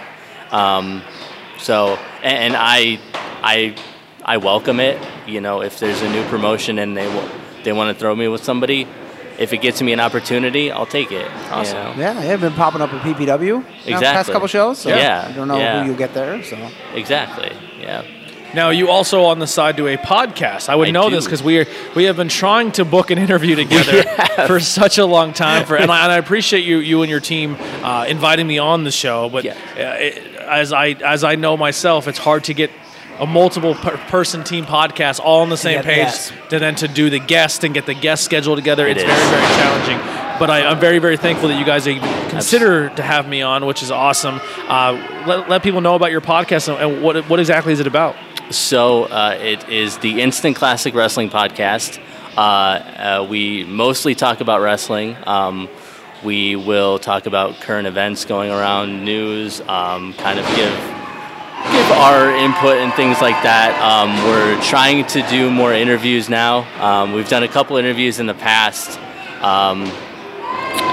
Um, so and, and I, I, I welcome it. You know, if there's a new promotion and they wa- they want to throw me with somebody, if it gets me an opportunity, I'll take it. Awesome.
Yeah, they've been popping up at PPW. now the past
Exactly.
couple shows. So
Yeah.
I don't know
Yeah.
who you get there. So
Exactly. Yeah.
Now you also on the side do a podcast. I would
I
know
do.
this because we are, we have been trying to book an interview together for such a long time. For and I, and I appreciate you you and your team uh, inviting me on the show. But
Yeah.
uh, it, as I as I know myself, it's hard to get a multiple per- person team podcast all on the same
get the
page
guests.
to then to do the guest and get the guest scheduled together.
It
it's
is.
very very challenging. But I, I'm very, very thankful that you guys even consider to have me on, which is awesome. Uh, let, let people know about your podcast and, and what, what exactly is it about.
So uh, it is the Instant Classic Wrestling Podcast. Uh, uh, we mostly talk about wrestling. Um, we will talk about current events going around, news, um, kind of give give our input and things like that. Um, we're trying to do more interviews now. Um, we've done a couple interviews in the past. Um,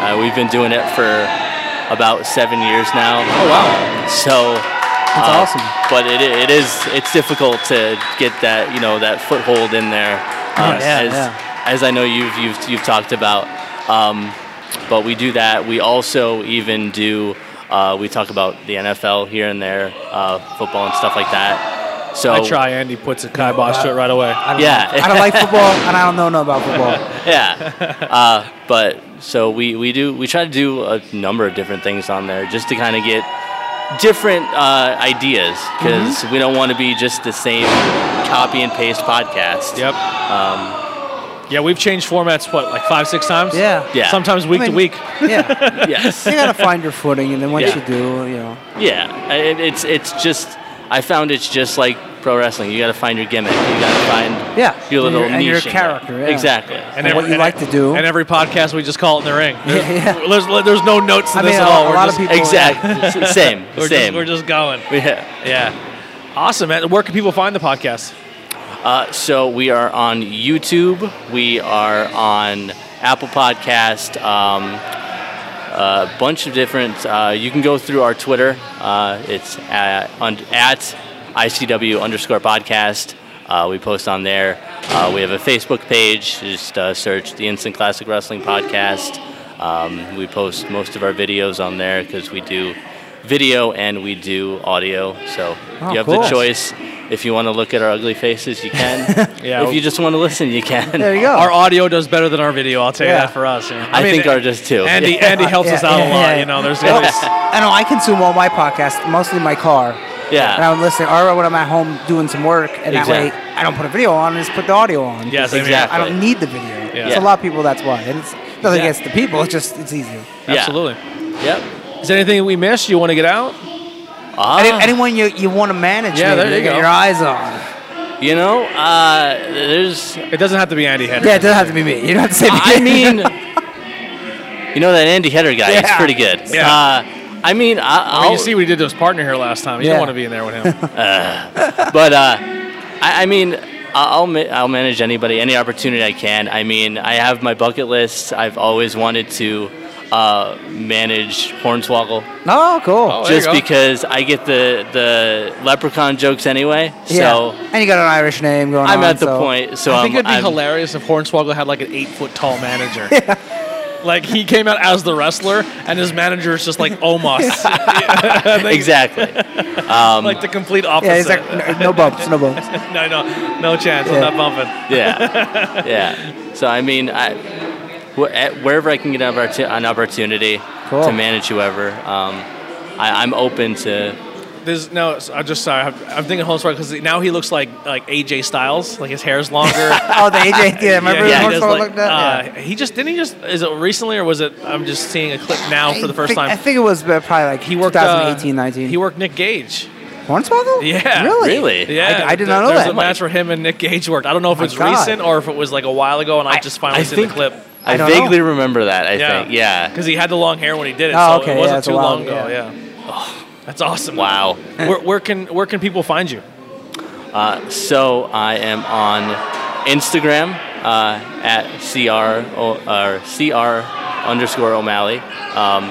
uh, we've been doing it for about seven years now. Oh wow! So
that's
uh,
awesome.
But it, it is it's difficult to get that you know that foothold in there, uh,
Yeah,
as
yeah.
as I know you've you've you've talked about. Um, but we do that. We also even do uh, we talk about the NFL here and there, uh, football and stuff like that. So
I try, and he puts a kibosh to it right away.
I don't
yeah.
know. I don't like football, and I don't know no about football.
yeah. Uh, but so we, we do we try to do a number of different things on there just to kind of get different uh, ideas
Mm-hmm.
because we don't want to be just the same copy and paste podcast. Um,
Yep. yeah, we've changed formats what like five, six times.
Yeah.
Yeah.
Sometimes week
I mean-
to week.
Yeah,
Yes.
you gotta find your footing, and then once
Yeah.
you do, you know.
yeah. I- It, it's it's just I found it's just like pro wrestling. You got to find your gimmick. You got to find
Yeah,
your
and
little
your- and your
niche in there.
character, yeah.
Exactly.
And what you like to do.
And every podcast, we just call it in the ring. There's,
Yeah.
there's, there's no notes in
I mean,
this
a,
at all.
a
We're
lot
just-
of people.
exactly. same.
We're
same.
just, we're just going.
yeah.
Yeah. Awesome, man. Where can people find the podcast?
Uh, so we are on YouTube. We are on Apple Podcast. Um, a bunch of different. Uh, you can go through our Twitter. Uh, it's at, un, at ICW underscore podcast. Uh, we post on there. Uh, we have a Facebook page. Just uh, search the Instant Classic Wrestling Podcast. Um, we post most of our videos on there because we do video and we do audio. So
Oh,
you have
cool.
the choice. If you want to look at our ugly faces, you can.
Yeah.
If you just want to listen, you can.
There you go.
Our audio does better than our video. I'll tell you
Yeah.
that for us. you know.
I, think ours does too.
Andy,
Yeah.
Andy helps
Yeah,
us out
yeah,
a lot.
yeah.
You know, there's
Well,
always.
I know I consume all my podcasts mostly in my car.
Yeah.
And I'm listening, or when I'm at home doing some work, and that way I don't put a video on, I just put the audio on.
Yes,
Because I
Exactly.
don't need the video.
Yeah.
So a lot of people, that's why. And it's nothing
Yeah.
against the people, it's just, it's easier.
Yeah.
Absolutely.
Yep.
Is there anything we missed you want to get out?
Ah.
Any, anyone you, you want to manage,
Yeah,
maybe,
there you
got
go.
your eyes on.
You know, uh, there's.
It doesn't have to be Andy Henry.
Yeah, it doesn't have to be me. You don't have to say me.
I mean, you know that Andy Header guy. He's
Yeah.
pretty good.
Yeah.
Uh, I mean, I, I'll,
I mean, you see what he did to his partner here last time. You
Yeah.
don't want to be in there with him.
but uh, I, I mean, I- I'll ma- I'll manage anybody, any opportunity I can. I mean, I have my bucket list. I've always wanted to uh, manage Hornswoggle,
oh, cool.
just because I get the the leprechaun jokes anyway.
yeah.
So
and you got an Irish name going on.
I'm at the
so-
point. So
I think
I'm,
it'd be
I'm-
hilarious if Hornswoggle had like an eight foot tall manager. Like he came out as the wrestler, and his manager is just like Omos,
exactly.
like
um,
the complete opposite.
Yeah, he's like, no, no bumps, no bumps.
no, no, no chance.
Yeah.
I'm not bumping.
yeah, yeah. So I mean, I, wh- at- wherever I can get an, opportu- an opportunity
Cool.
to manage whoever, um, I, I'm open to.
There's no. I just sorry. I'm, I'm thinking Hornswoggle because now he looks like like AJ Styles. Like his hair's longer.
Oh, the AJ, yeah, remember
Yeah,
yeah,
he
the
does,
horse like,
like,
that? Yeah.
uh, He just didn't he just is it recently or was it? I'm just seeing a clip now for the
I
first
think, I
time.
think it was uh, probably like
He worked uh,
2018, 19.
He worked Nick Gage.
Hornswoggle?
Yeah.
Really?
Really?
Yeah,
I did
there-
not know
there's
that. Oh
a match where him and Nick Gage worked. I don't know if it's
God.
recent or if it was like a while ago, and I, just finally
I
seen
think
the clip.
I
I,
don't
vaguely remember that. I think. Yeah.
because he had the long hair when he did it,
Oh,
so
okay,
it
yeah,
wasn't
it's a
too
while
long
ago,
ago. Yeah. Oh, that's awesome.
Wow.
where, where can where can people find you?
Uh, so I am on Instagram uh, at cr o- or cr underscore O'Malley. Um,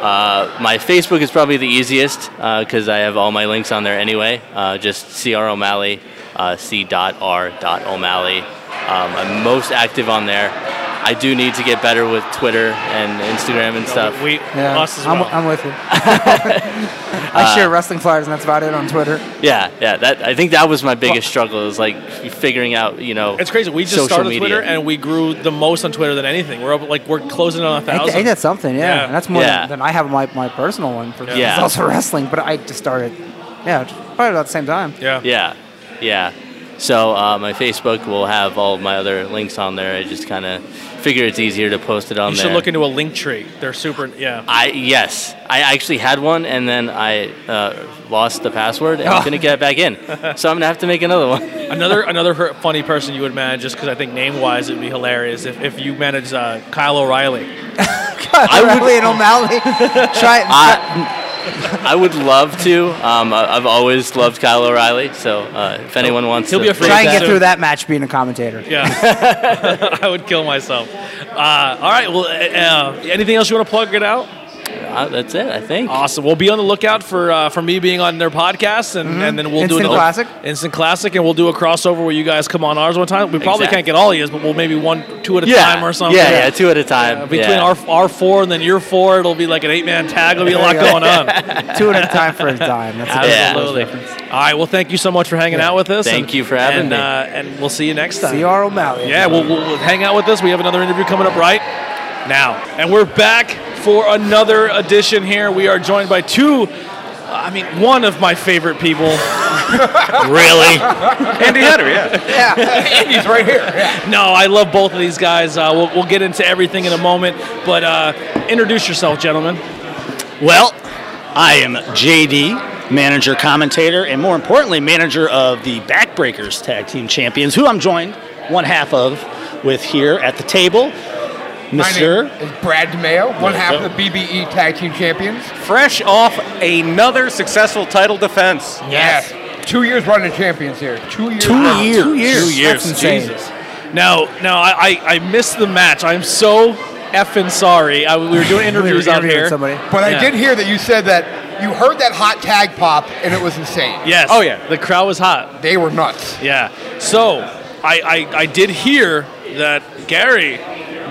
uh, my Facebook is probably the easiest because I have all my links on there anyway. Uh, just cr O'Malley, uh, c dot r dot O'Malley. Um, I'm most active on there. I do need to get better with Twitter and Instagram and stuff.
We
Yeah.
us as
I'm,
well.
I'm with you. I share wrestling flyers, and that's about it on Twitter.
Yeah, yeah. That I think that was my biggest struggle is like figuring out, you know.
it's crazy. We just
social
started
media.
Twitter and we grew the most on Twitter than anything. We're up like we're closing in on a
Ain't,
thousand.
ain't that something? Yeah,
Yeah.
And that's more
Yeah.
than, than I have my, my personal one. For,
Yeah.
It's also wrestling, but I just started, yeah, probably about the same time.
yeah.
yeah, yeah. So uh, my Facebook will have all my other links on there. I just kind of figure it's easier to post it on
You
there.
should look into a link tree. They're super. Yeah.
I yes, I actually had one and then I uh, lost the password and
Oh.
I'm gonna get it back in. So I'm gonna have to make another one.
Another another her- funny person you would manage, just because I think name wise it'd be hilarious if, if you managed uh, Kyle O'Reilly.
I
would-
Riley and O'Malley. Try it.
I, I would love to. Um, I, I've always loved Kyle O'Reilly. So uh, if anyone wants
He'll
to,
be afraid
try and
that-
get through that match being a commentator.
Yeah, I would kill myself. Uh, all right. Well, uh, uh, anything else you want to plug it out?
Uh, that's it. I think.
Awesome. We'll be on the lookout for uh, for me being on their podcast, and, and then we'll
Mm-hmm. Instant
do an
Classic.
instant classic, and we'll do a crossover where you guys come on ours one time. We probably
Exact-
can't get all of yous, but we'll maybe one two at a time or something.
Yeah, yeah, two at a time.
Uh, between
yeah.
our our four and then your four, it'll be like an eight man tag. It'll be a lot
Yeah.
going on.
Two at a time for a dime. That's a
Yeah.
Absolutely. All right. Well, thank you so much for hanging out with us.
Thank
and-
you for having
and,
me.
Uh, and we'll see you next time.
CR O'Malley.
Yeah, we'll, we'll, we'll hang out with us. We have another interview coming up right now. And we're back for another edition here. We are joined by two, I mean, one of my favorite people. really?
Andy Header, yeah. Andy's right here.
No, I love both of these guys. Uh, we'll, we'll get into everything in a moment. But uh, introduce yourself, gentlemen.
Well, I am JD, manager, commentator, and more importantly, manager of the Backbreakers Tag Team Champions, who I'm joined one half of with here at the table,
My name
Mr.
is Brad Mayo, one half
go.
of the BBE E Tag Team Champions.
Fresh off another successful title defense.
Yes. Two years running champions here. Two years.
Two years.
Two years.
Two years.
That's insane.
Now, now I, I, I missed the match. I'm so effing sorry. I, we were doing
We were
interviews out
interviewing
here.
Somebody.
But
Yeah.
I did hear that you said that you heard that hot tag pop and it was insane.
Yes.
Oh, yeah.
The crowd was hot.
They were nuts.
Yeah. So I, I, I did hear that Gary,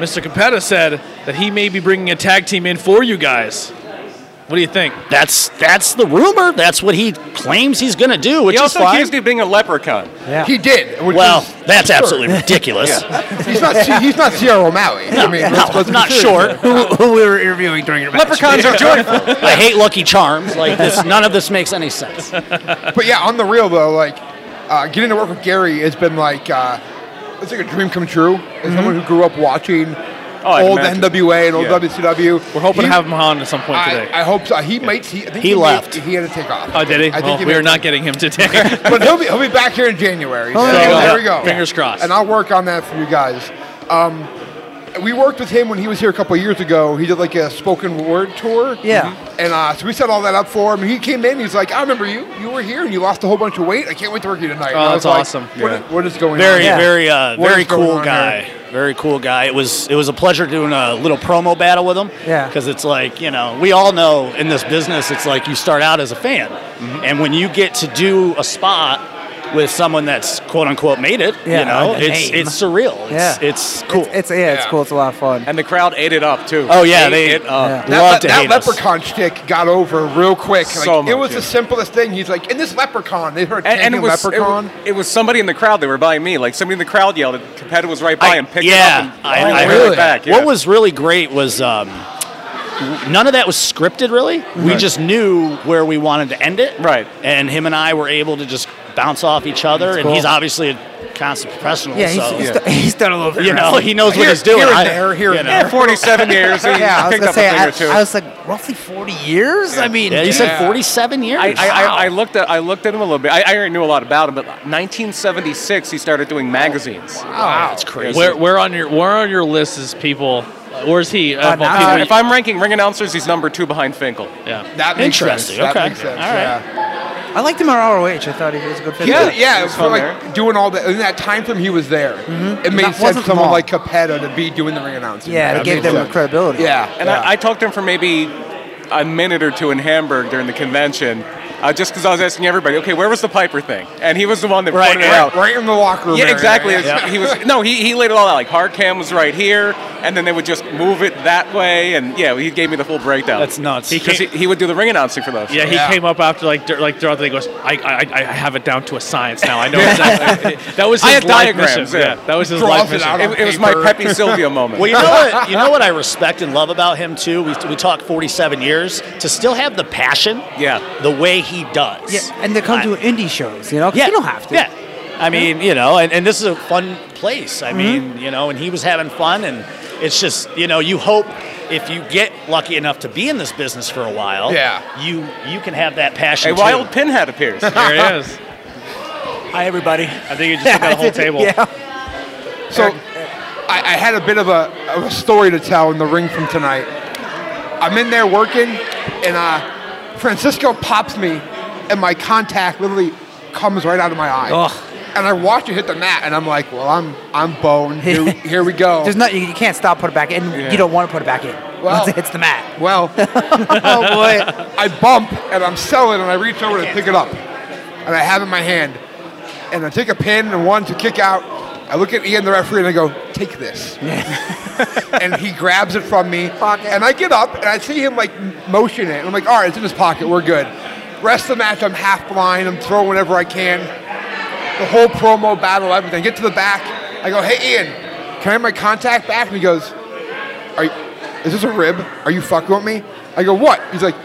Mr. Capetta, said that he may be bringing a tag team in for you guys. What do you think?
That's that's the rumor. That's what he claims he's going to do, which
He
is
also
fine.
accused you of being a leprechaun.
Yeah.
He did. which
well,
is absurd.
that's absolutely ridiculous.
He's not. He's not Sierra O'Malley. I mean,
no,
let's- let's be
not
serious
sure.
here.
Who, who we were interviewing during your match.
Leprechauns are joyful.
I hate Lucky Charms. Like this, none of this makes any sense.
But yeah, on the real though, like uh, getting to
Mm-hmm.
work with Gary has been like uh, it's like a dream come true. As someone who grew up watching
Oh,
I'd
old
imagine.
NWA and old
Yeah.
WCW.
We're hoping
He-
to have him on at some point
I,
today.
I hope so. He might. He, I think
He
may-
left.
he had to take off.
oh, did he?
I think
Well,
he
we
may-
are not getting him today.
But he'll be he'll be back here in January. so
there you go.
there we go.
Fingers crossed.
And I'll work on that for you guys. Um, we worked with him when he was here a couple of years ago. He did like a spoken word tour.
Yeah.
And uh, so we set all that up for him. And he came in. He's like, I remember you. You were here and you lost a whole bunch of weight. I can't wait to work you tonight.
Oh,
And I was
that's
like,
awesome.
What, is, what is going
Very,
on?
Yeah.
very, uh,
What
very
is going
cool
on
guy. Very cool guy. It was it was a pleasure doing a little promo battle with him.
Yeah.
Because it's like you know we all know in this business it's like you start out as a fan, and when you get to do a spot with someone that's quote unquote made it,
Yeah,
you know,
a
it's
name.
it's surreal. It's,
Yeah.
it's cool.
It's, it's yeah, it's cool. It's a lot of fun.
And the crowd ate it up too.
oh yeah,
Ate
they
it up.
That,
Yeah.
love
le-
to
that
hate us.
leprechaun stick got over real quick. Like,
So
it
much,
was the
yeah.
simplest thing. He's like, in this leprechaun, they heard
And, and it, was, it,
leprechaun.
wa- it was somebody in the crowd. They were by me. Like somebody in the crowd yelled. The competitor was right
I-
by and picked
yeah,
it up. And
I-
ran
I
it
heard
that.
back. yeah.
What was really great was um, none of that was scripted, really. We just knew where we wanted to end it.
Right.
And him and I were able to just bounce off each other. and
cool.
he's obably a constant professional.
yeah, he's,
so,
he's, done- he's done a little bit.
you know, he knows what
Here-
he's doing.
here and
I-
there, here
you
and
know.
there.
47 years. He
yeah, I was
picked
gonna
up
say,
a thing or two.
I, I was like roughly 40 years. I mean,
Yeah, you
geez.
said 47 years.
I, I,
Wow.
I, I looked at I looked at him a little bit. I, I already knew a lot about him, but 1976 he started doing magazines.
wow. That's
crazy.
where, where on your where on your list is people? Where's he? Uh,
now-
people
Uh,
you-
if I'm ranking ring announcers, he's number two behind Finkel.
yeah.
That makes
Interesting,
Sense.
okay.
That makes sense.
All right.
Yeah.
I liked him at ROH. I thought he was a good fit.
Yeah,
Yeah,
yeah,
it
was
was
for
fun
like doing all that in that time frame he was there. It made
That
sense
wasn't
someone
long.
like Capetta to be doing the ring announcing.
Yeah,
That
they gave
made
them
sense.
credibility.
Yeah,
And I, I talked to him for maybe a minute or two in Hamburg during the convention, uh, just because I was asking everybody, okay, where was the Piper thing? And he was the one that
Right,
pointed it
right,
out.
right in the locker room.
Yeah,
area.
exactly. He was no, he, he laid it all out. Like hard cam was right here, and then they would just move it that way, and yeah, he gave me the full breakdown.
That's nuts.
Because he, he would do the ring announcing for those.
Yeah, he
Yeah.
came up after like dur- like throughout the day. Goes, I, I I- I have it down to a science now. I know exactly. that was
I
his
had
life
diagrams,
mission.
yeah.
that was his
Draws
life
it
mission.
out.
It, it was my
Paper.
Pepe Silvio moment.
Well, you know what? You know what I respect and love about him too. We, we talk 47 years to still have the passion.
Yeah.
The way he does.
Yeah, and they come
I-
to indie shows, you know? 'cause
Yeah.
you don't have to.
Yeah. I mean, you know, and, and this is a fun place. I mean, you know, and he was having fun, and it's just, you know, you hope if you get lucky enough to be in this business for a while,
Yeah.
you you can have that passion.
a
too.
wild pinhead appears.
There it is.
Hi, everybody.
I think you just took out a whole table.
Yeah.
So I, I had a bit of a, of a story to tell in the ring from tonight. I'm in there working, and uh, Francisco pops me, and my contact literally comes right out of my eye.
Ugh.
And I watch it hit the mat, and I'm like, well, I'm I'm boned. Here, here we go.
There's not, you, you can't stop putting it back in. You don't want to put it back in
Well-
once it hits the mat.
Well, oh boy. I bump and I'm selling and I reach over to pick it up. And I have it in my hand. And I take a pin and one to kick out. I look at Ian, the referee, and I go, take this. and he grabs it from me.
Pocket.
And I get up and I see him like m- motion it. And I'm like, all right, it's in his pocket. We're good. Rest of the match, I'm half blind. I'm throwing whatever I can. The whole promo battle, everything. Get to the back. I go, hey, Ian, can I have my contact back? And he goes, are you, is this a rib? Are you fucking with me? I go, what? He's like,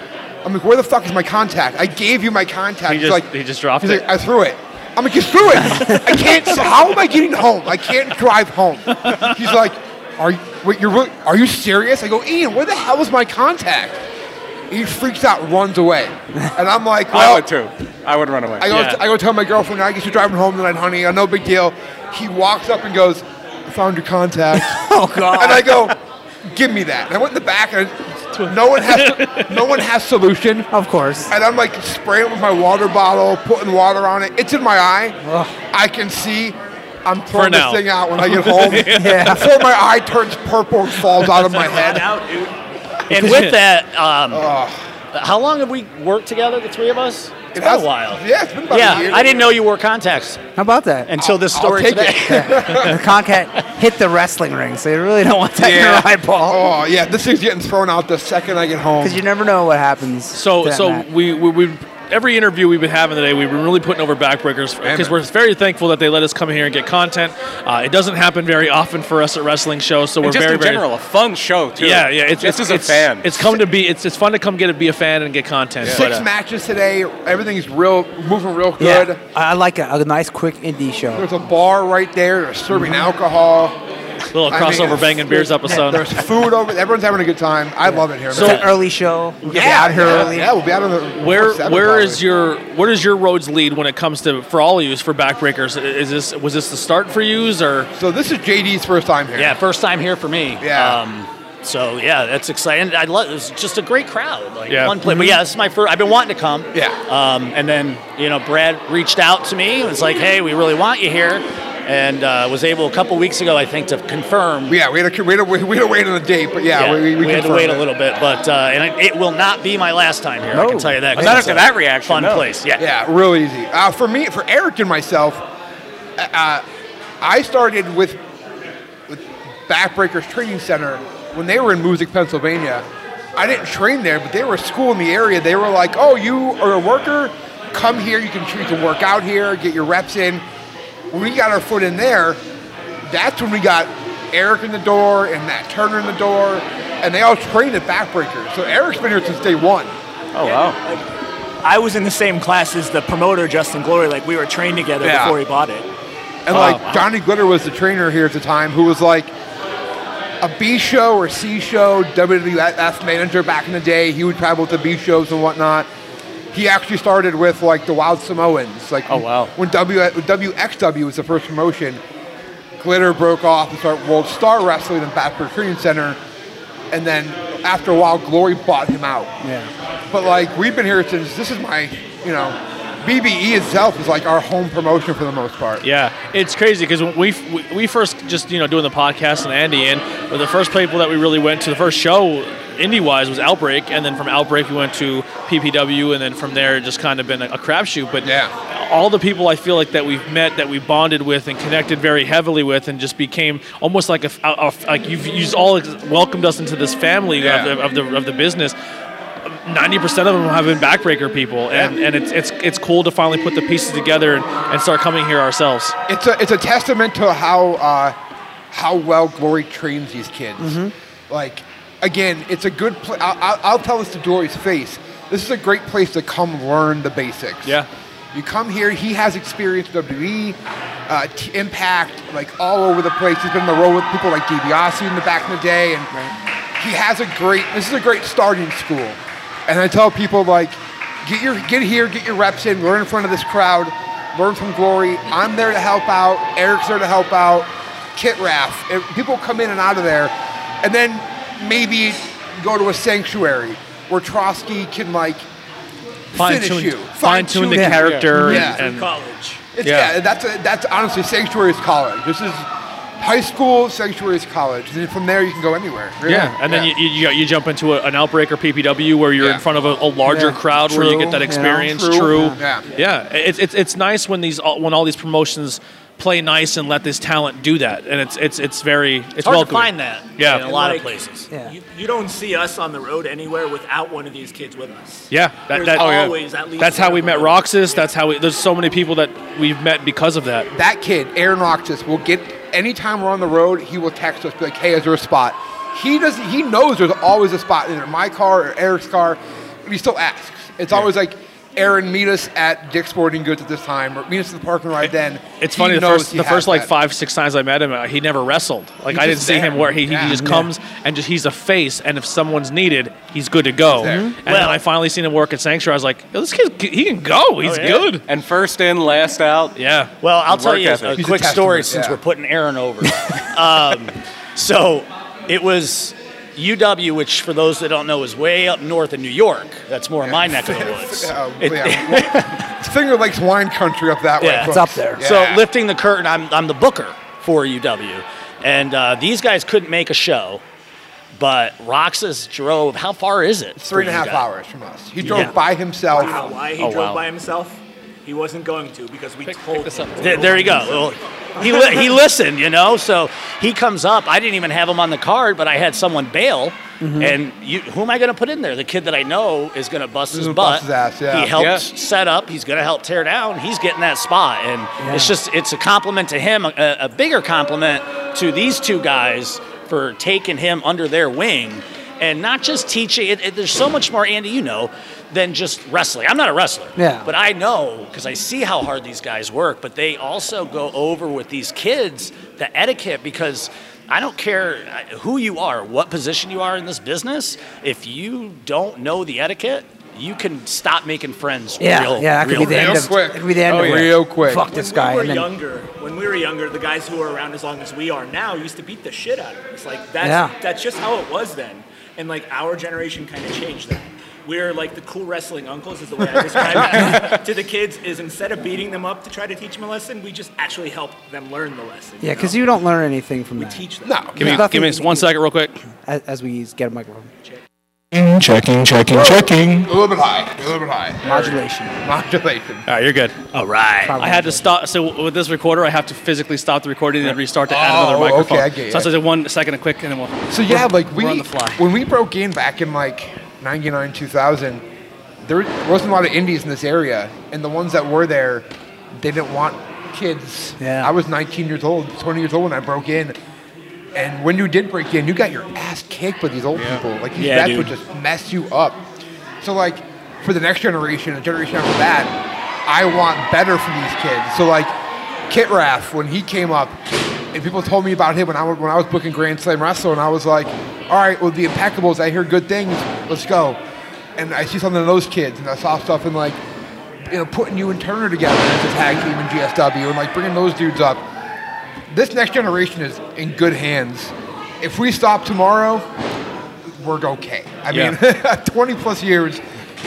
I'm like, where the fuck is my contact? I gave you my contact.
He
He's
just-
like,
he just dropped
he's
it.
Like, I threw it. I'm like, you threw it. I can't. How am I getting home? I can't drive home. He's like, are you? Wait, you're really, are you serious? I go, Ian, where the hell is my contact? He freaks out, runs away, and I'm like, well,
I would too. I would run away.
I go,
Yeah.
I go tell my girlfriend, I guess you're driving home tonight, honey. Uh, No big deal. He walks up and goes, I found your contact. oh, God. And I go, give me that. And I went in the back, and no one has, no one has solution.
Of course.
And I'm like spraying it with my water bottle, putting water on it. It's in my eye.
Ugh.
I can see. I'm throwing this
now.
thing out when I get home before my eye turns purple and falls out of my head.
And with that, um, how long have we worked together, the three of us? It's been
has-
a while.
Yeah, it's been about a
Yeah,
year.
I didn't know you wore contacts
How about that?
until this
I'll
story
take
today.
it.
the contact hit the wrestling ring, so you really don't want that in your eyeball.
Oh yeah, this thing's getting thrown out the second I get home.
Because you never know what happens. to
So
that
oh, so
mat.
we, we we every interview we've been having today, we've been really putting over backbreakers because we're very thankful that they let us come here and get content. Uh, it doesn't happen very often for us at wrestling shows, so we're
And just
very
in
very
general, a fun show too.
Yeah, yeah. It's,
just
it's,
as a
it's-
fan.
It's come to be. It's, it's fun to come get to be a fan and get content. But,
Six
uh,
matches today. Everything's real, moving real good.
Yeah, I I like a, a nice, quick indie show.
There's a bar right there. They're serving alcohol.
little
I mean,
crossover
it's-
banging beers episode.
There's food over. Everyone's having a good time. I love it here.
So
man.
an early show. We yeah, out here
yeah,
early.
yeah, we'll be out on the
Where
seven
where
probably.
is your where does your roads lead when it comes to for all of yous for backbreakers? Is this was this the start for yous or
So this is JD's first time here.
Yeah, first time here for me.
Yeah.
Um, so yeah, that's exciting. I love. It's just a great crowd. Like
Yeah.
one place. But yeah, this is my first. I've been wanting to come.
Yeah.
Um, and then you know, Brad reached out to me. and was like, hey, we really want you here, and uh, was able a couple weeks ago, I think, to confirm.
Yeah, we had to we had to, we had to wait on the date, but yeah,
Yeah,
we, we, we
had to
confirmed
wait
it.
a little bit, but uh, and it, it will not be my last time here. I
No.
can tell you that. 'cause
Not
it's
after
a
that reaction,
Fun
no.
place. Yeah.
Yeah, real easy. Uh, for me, for Eric and myself, uh, I started with, with Backbreakers Training Center when they were in Music, Pennsylvania. I didn't train there, but they were a school in the area. They were like, "Oh, you are a worker. Come here. You can you can work out here. Get your reps in." When we got our foot in there, that's when we got Eric in the door and Matt Turner in the door, and they all trained at Backbreakers. So Eric's been here since day one.
Oh wow.
I was in the same class as the promoter, Justin Glory. Like, we were trained together
Yeah.
before he bought it.
And like Johnny Glitter was the trainer here at the time, who was like a B show or C show WWF manager back in the day. He would travel to B shows and whatnot. He actually started with like the Wild Samoans. Like oh
wow.
when w, WXW was the first promotion, Glitter broke off and started World Star Wrestling in Backford Training Center, and then after a while, Glory bought him out.
Yeah.
But like we've been here since this is my you know BBE itself is like our home promotion for the most part.
Yeah, it's crazy because when we, we we first just you know doing the podcast and Andy and well, the first people that we really went to the first show indie wise was Outbreak, and then from Outbreak we went to PPW, and then from there it just kind of been a, a crapshoot. But
Yeah.
all the people I feel like that we've met that we bonded with and connected very heavily with, and just became almost like a, f- a- a f- like you've you've all ex- welcomed us into this family of
Yeah.
the- of, the of the business. Ninety percent of them have been backbreaker people, and, and it's it's it's cool to finally put the pieces together and, and start coming here ourselves.
it's a it's a testament to how uh, how well Glory trains these kids. Like again, it's a good. Pl- I'll, I'll, I'll tell this to Dory's face. This is a great place to come learn the basics.
Yeah.
you come here. He has experience with WWE, uh, t- Impact, like all over the place. He's been on the road with people like DiBiase in the back in the day, and he has a great. This is a great starting school. And I tell people like, get your get here, get your reps in, learn in front of this crowd, learn from Glory. I'm there to help out. Eric's there to help out. Kit Raff. And People come in and out of there, and then maybe go to a sanctuary where Trotsky can like finish
Fine-tune-
you,
fine-tune the character
Yeah.
and, and
College.
It's,
Yeah.
yeah. that's a, that's honestly sanctuary's college. This is high school sanctuary's college. And then from there you can go anywhere. really.
yeah, and then
Yeah.
You, you you jump into a, an outbreak or PPW where you're
Yeah.
in front of a, a larger
Yeah.
crowd where you
True,
get that
yeah.
experience.
True.
True,
Yeah.
yeah. It's it's it's nice when these all- when all these promotions play nice and let this talent do that, and it's it's it's very it's,
Hard
welcoming.
to find that.
Yeah.
In a lot
Like-
of places.
Yeah.
You, you don't see us on the road anywhere without one of these kids with us.
Yeah, that,
There's
that,
always at least
that's how we
one
met
of them.
Roxas. That's how we, there's so many people that we've met because of that.
That kid, Aaron Roxas, will get anytime we're on the road, he will text us be like, Hey, is there a spot? He does he knows there's always a spot in my car or Eric's car, but he still asks. It's always like Aaron, meet us at Dick's Sporting Goods at this time, or meet us at the parking lot then.
It's
He
funny. The
knows
first,
he
the
has
first like
that.
five, six times I met him, uh, he never wrestled. Like
He's
I didn't
just
see
there.
him where he,
Yeah.
he just
Yeah.
comes and just he's a face, and if someone's needed, he's good to go.
there.
And then I finally seen him work at Sanctuary. I was like, Yo, this kid, he can go. He's
Oh, yeah.
good.
And first in, last out.
Yeah.
Well, I'll tell
work
you
ethic.
a
He's a
quick story
testament,
since
yeah.
we're putting Aaron over. um, so it was UW, which for those that don't know is way up north in New York. That's more in my neck of the woods.
Uh,
It-
yeah. Finger Lakes wine country up that way.
Yeah.
folks.
It's
up there.
Yeah.
So lifting the curtain, I'm, I'm the booker for UW. And uh, these guys couldn't make a show, but Roxas drove, how far is it?
three and a
for you
half
guys?
hours from us. He drove
Yeah.
by himself.
You know why he
Oh,
drove by himself? He wasn't going to because we told him.
There, there you go. Well, he, li- he listened, you know. So he comes up. I didn't even have him on the card, but I had someone bail.
Mm-hmm.
And you, who am I going to put in there? The kid that I know is going to bust his
Who's
butt.
gonna bust his ass, yeah.
He helped
Yeah.
set up. He's going to help tear down. He's getting that spot, and it's just it's a compliment to him, a, a bigger compliment to these two guys for taking him under their wing. And not just teaching. It, it- there's so much more, Andy. You know, than just wrestling. I'm not a wrestler.
Yeah.
But I know because I see how hard these guys work, but they also go over with these kids the etiquette because I don't care who you are, what position you are in this business. If you don't know the etiquette, you can stop making friends.
Yeah,
real,
yeah, that could
real
be the end
fast.
of that could be the end
Oh,
of it.
yeah. Real quick.
Fuck this guy.
we were
and then-
younger, when we were younger, the guys who are around as long as we are now used to beat the shit out of us. Like that's
Yeah.
that's just how it was then. And like our generation kind of changed that. We're like the cool wrestling uncles is the way I describe it to the kids. Is instead of beating them up to try to teach them a lesson, we just actually help them learn the lesson.
yeah, because
know?
you don't learn anything from
we
that.
teach them.
No.
Give me,
Nothing-
give me one second, real quick.
as, as we get a microphone
Checking, checking, checking.
A little bit high. A little bit high.
modulation.
Modulation.
All right, you're good.
All right.
I had to stop. So with this recorder, I have to physically stop the recording and then restart to add
Oh,
another
okay,
microphone.
I get
So I
you.
said one second, quick, and then we'll.
So yeah, like we
we're on the fly.
when we broke in back in like '99, 2000, there wasn't a lot of indies in this area, and the ones that were there, they didn't want kids.
Yeah.
I was 19 years old, 20 years old when I broke in, and when you did break in, you got your ass kicked by these old people. Like these
Yeah,
vets
dude.
would just mess you up. So like for the next generation, the generation after that, I want better for these kids. So like Kit Raff, when he came up, and people told me about him when I was, when I was booking Grand Slam Wrestle, and I was like, all right, well the Impeccables, I hear good things, let's go. And I see something in those kids, and I saw stuff in like you know putting you and Turner together as a tag team in GSW, and like bringing those dudes up this next generation is in good hands. If we stop tomorrow, we're okay. I mean, 20 plus years,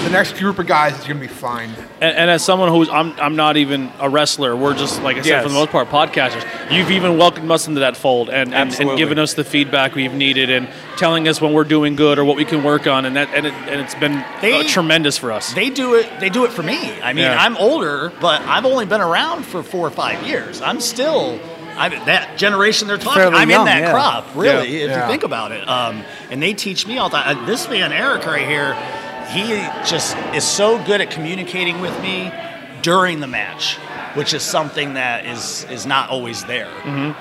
the next group of guys is going to be fine.
And, and as someone who's, I'm, I'm not even a wrestler. We're just, like I said, for the most part, podcasters. You've even welcomed us into that fold and, and, and given us the feedback we've needed and telling us when we're doing good or what we can work on. And that and, it, and it's been uh,
They-
tremendous for us.
They do it. They do it for me. I mean,
Yeah.
I'm older, but I've only been around for four or five years. I'm still. I'm that generation they're talking.
Fairly
I'm
young,
in that
yeah.
crop, really, if
Yeah.
you think about it. Um, and they teach me all the time. This man Eric right here, he just is so good at communicating with me during the match, which is something that is is not always there.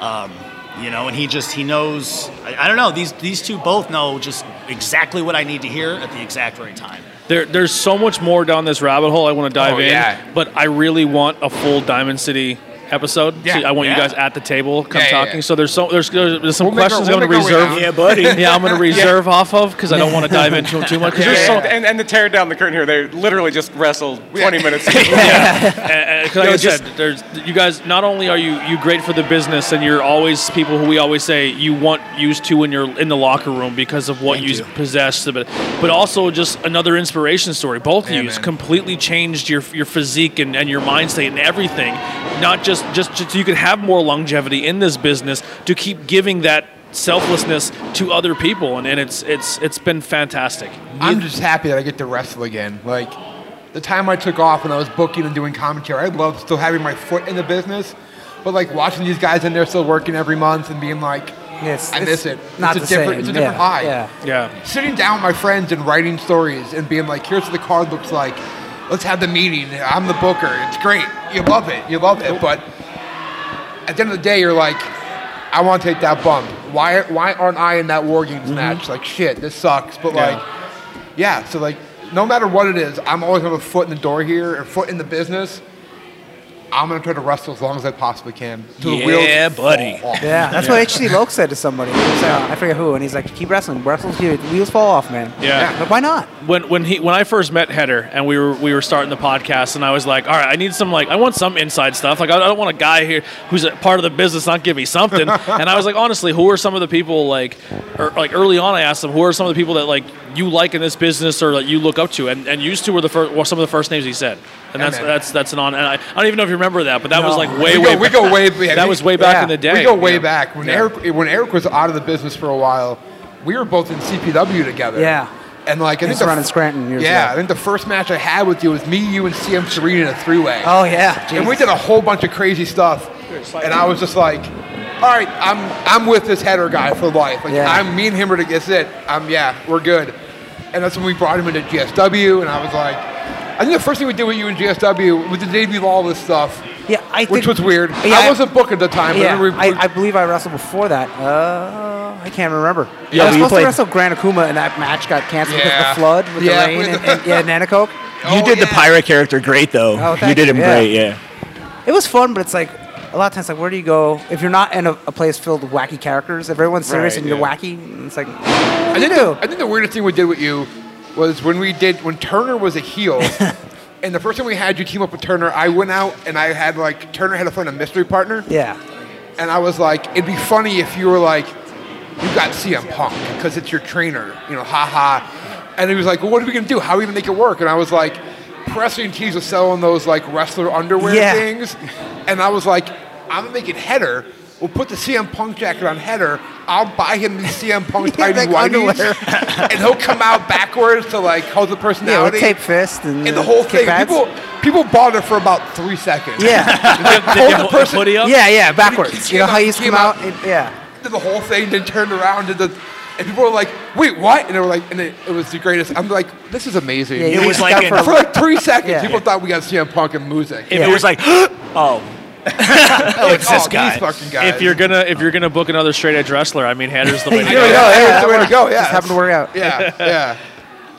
Um, you know, and he just he knows. I, I don't know. These these two both know just exactly what I need to hear at the exact right time.
There, there's so much more down this rabbit hole I want to dive
Oh,
in,
yeah.
but I really want a full Diamond City episode.
Yeah,
so I want you
yeah.
guys at the table, come
Yeah, yeah,
talking.
yeah.
So there's so there's, there's some
We'll make our-
questions
we'll
I'm
make
going
our
to
way
reserve.
down.
Yeah, buddy.
yeah, I'm going to reserve off of because I don't want to dive into them too much. 'cause there's so-
And, and the teardown, the curtain here, they literally just wrestled 20 minutes.
Uh,
Because like I said, there's you guys. Not only are you you great for the business, and you're always people who we always say you want used to when you're in the locker room because of what you, possess, but but also just another inspiration story. Both of you completely changed your your physique and, and your mind state and everything. Not just, just just so you can have more longevity in this business to keep giving that selflessness to other people, and, and it's it's it's been fantastic.
I'm just happy that I get to wrestle again. Like, the time I took off when I was booking and doing commentary, I love still having my foot in the business. But, like, watching these guys in there still working every month and being like,
Yes,
I
it's
miss it.
Not
it's
the
a different,
same.
It's a different
yeah,
high.
Yeah.
Yeah,
um, sitting down with my friends and writing stories and being like, here's what the card looks like. Let's have the meeting. I'm the booker. It's great. You love it. You love it. But at the end of the day, you're like, I want to take that bump. Why, why aren't I in that War Games match? Like, shit, this sucks. But, like, yeah, so, like, no matter what it is, I'm always going to have a foot in the door here, a foot in the business. I'm going to try to wrestle as long as I possibly can. till the wheels
Yeah, buddy.
fall off.
Yeah, that's what HC Loke said to somebody. He was, uh, I forget who, and he's like, "Keep wrestling, wrestle's here. The wheels fall off, man."
yeah.
But why not?
when when he when I first met Header and we were we were starting the podcast and I was like, all right, I need some like I want some inside stuff. Like I, I don't want a guy here who's a part of the business not give me something. and I was like, honestly, who are some of the people like, or, like early on? I asked them who are some of the people that like you like in this business or that you look up to, and and used to were the first well, some of the first names he said. And that's
man.
that's that's an on. And I, I don't even know if you remember that, but that was like way
we
way
go, we go way yeah,
that
we-
was way back
yeah,
in the day.
We go way
Yeah.
back when Eric when Eric was out of the business for a while. We were both in CPW together.
Yeah.
and like I
He
think
was
the
around in
f-
Scranton years
yeah,
ago.
I think the first match I had with you was me, you, and CM Serena in a three way.
Oh yeah.
and
Jesus.
we did a whole bunch of crazy stuff. And I was just like, all right, I'm I'm with this header guy for life. Like
Yeah.
I'm me and him are to get it. I'm yeah, we're good. And that's when we brought him into GSW, and I was like, I think the first thing we did with you in GSW was the Davey Lawless stuff.
Yeah, I
Which
think-
was weird.
Yeah,
I wasn't booked at the time, but
Yeah,
we,
I, I believe I wrestled before that. Uh, I can't remember.
Yeah,
I was
you
supposed
played-
to wrestle Gran Akuma, and that match got canceled because
Yeah.
of the flood with
Yeah,
the rain
with
and,
the-
and yeah, Nanakoke.
Oh,
you did the
yeah.
pirate character great though.
Oh,
you
thank
did
you,
him
yeah.
great, yeah.
It was fun, but it's like a lot of times, like, where do you go if you're not in a, a place filled with wacky characters? If everyone's serious
Right,
and you're
yeah.
wacky, it's like,
I think, the, I think the weirdest thing we did with you was when we did when Turner was a heel, and the first time we had you team up with Turner, I went out and I had like Turner had to find a mystery partner,
yeah.
and I was like, it'd be funny if you were like, you got CM Punk because it's your trainer, you know, haha. And he was like, well, what are we gonna do? How are we gonna make it work? And I was like, Pressing Tees was selling those like wrestler underwear
Yeah.
things, and I was like, I'm gonna make it header. We'll put the CM Punk jacket on header. I'll buy him the CM Punk
Yeah,
tidy
like
whities,
underwear.
and he'll come out backwards to like hold the
Yeah, with
personality.
tape fist and,
and the
uh,
whole
kick
thing,
pads.
people, people bought it for about three seconds.
Yeah.
Like, hold the person,
Yeah, yeah, backwards. You know how you used to
Came
come out? and- yeah.
did the whole thing, then turned around, did the, and people were like, "Wait, what?" And they were like, and it, it was the greatest. I'm like, "This is amazing."
Yeah, you
was
stuck
like
for
an-
a-
for like three seconds,
Yeah.
people thought we got CM Punk and music.
If
Yeah.
it was like, oh,
like,
it's this
oh,
guy.
These fucking guys.
If you're gonna if you're gonna book another straight edge wrestler, I mean, Hatter's the way to
there we
go.
go. That's the way to go. Yeah,
Just happened to work out.
yeah, yeah.